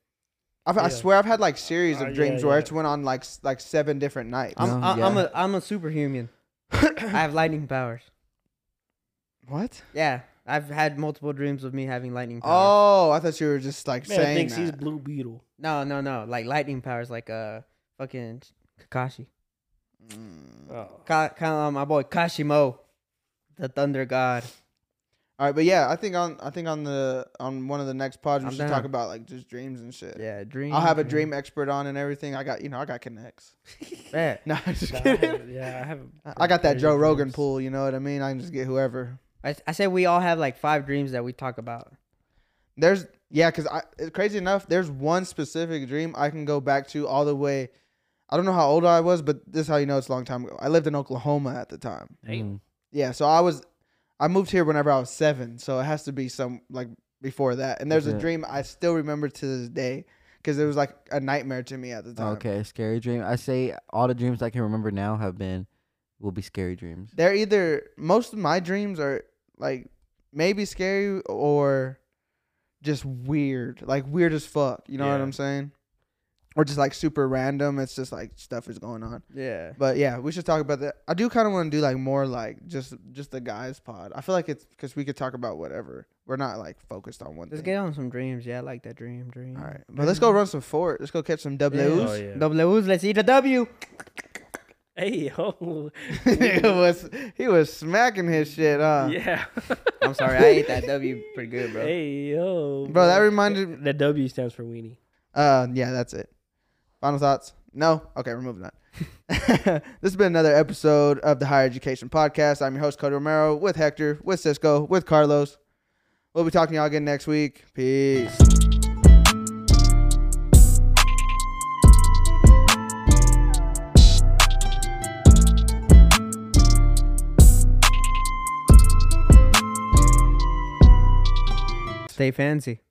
I've, I Yeah. swear I've had like series Uh, of yeah, dreams where yeah. it's went on like s- like seven different nights. I'm, No, I, I'm yeah. a I'm a superhuman. I have lightning powers. what? Yeah, I've had multiple dreams of me having lightning powers. Oh, I thought you were just like Man saying thinks he's that. Blue Beetle. No, no, no. Like lightning powers, like uh fucking Kakashi. Mm. Oh, Ka, Ka, um, my boy Kashimo, the Thunder God. All right, but yeah, I think on I think on the on one of the next pods we I'm should down. talk about like just dreams and shit. Yeah, dream. I'll have a dream expert on and everything. I got you know I got connects. Bet. No, I'm just Nah, I kidding. haven't- yeah, I haven't. I got that crazy Joe Rogan dreams. pool. You know what I mean? I can just get whoever. I I said we all have like five dreams that we talk about. There's yeah, cause I it's crazy enough. There's one specific dream I can go back to all the way. I don't know how old I was, but this is how you know it's a long time ago. I lived in Oklahoma at the time. Mm. Yeah, so I was I moved here whenever I was seven, so it has to be some like before that. And there's a Yeah. dream I still remember to this day because it was like a nightmare to me at the time. Okay, scary dream. I say all the dreams I can remember now have been will be scary dreams. They're either most of my dreams are like maybe scary or just weird, like weird as fuck. You know what Yeah. I'm saying? Or just like super random. It's just like stuff is going on. Yeah. But yeah, we should talk about that. I do kind of want to do like more like just just the guys pod. I feel like it's because we could talk about whatever. We're not like focused on one Let's thing. get on some dreams. Yeah, I like that dream. Dream. All right, but let's go run some fort. Let's go catch some Oh, W's. yeah. W's. Let's eat a W. Hey oh, yo. he was he was smacking his shit, huh? yeah. I'm sorry, I ate that W pretty good, bro. Hey yo. Bro, that reminded The W stands for weenie. Uh, yeah, that's it. Final thoughts? No? Okay, we're moving on. this has been another episode of the Higher Education Podcast. I'm your host, Cody Romero, with Hector, with Cisco, with Carlos. We'll be talking to y'all again next week. Peace. Stay fancy.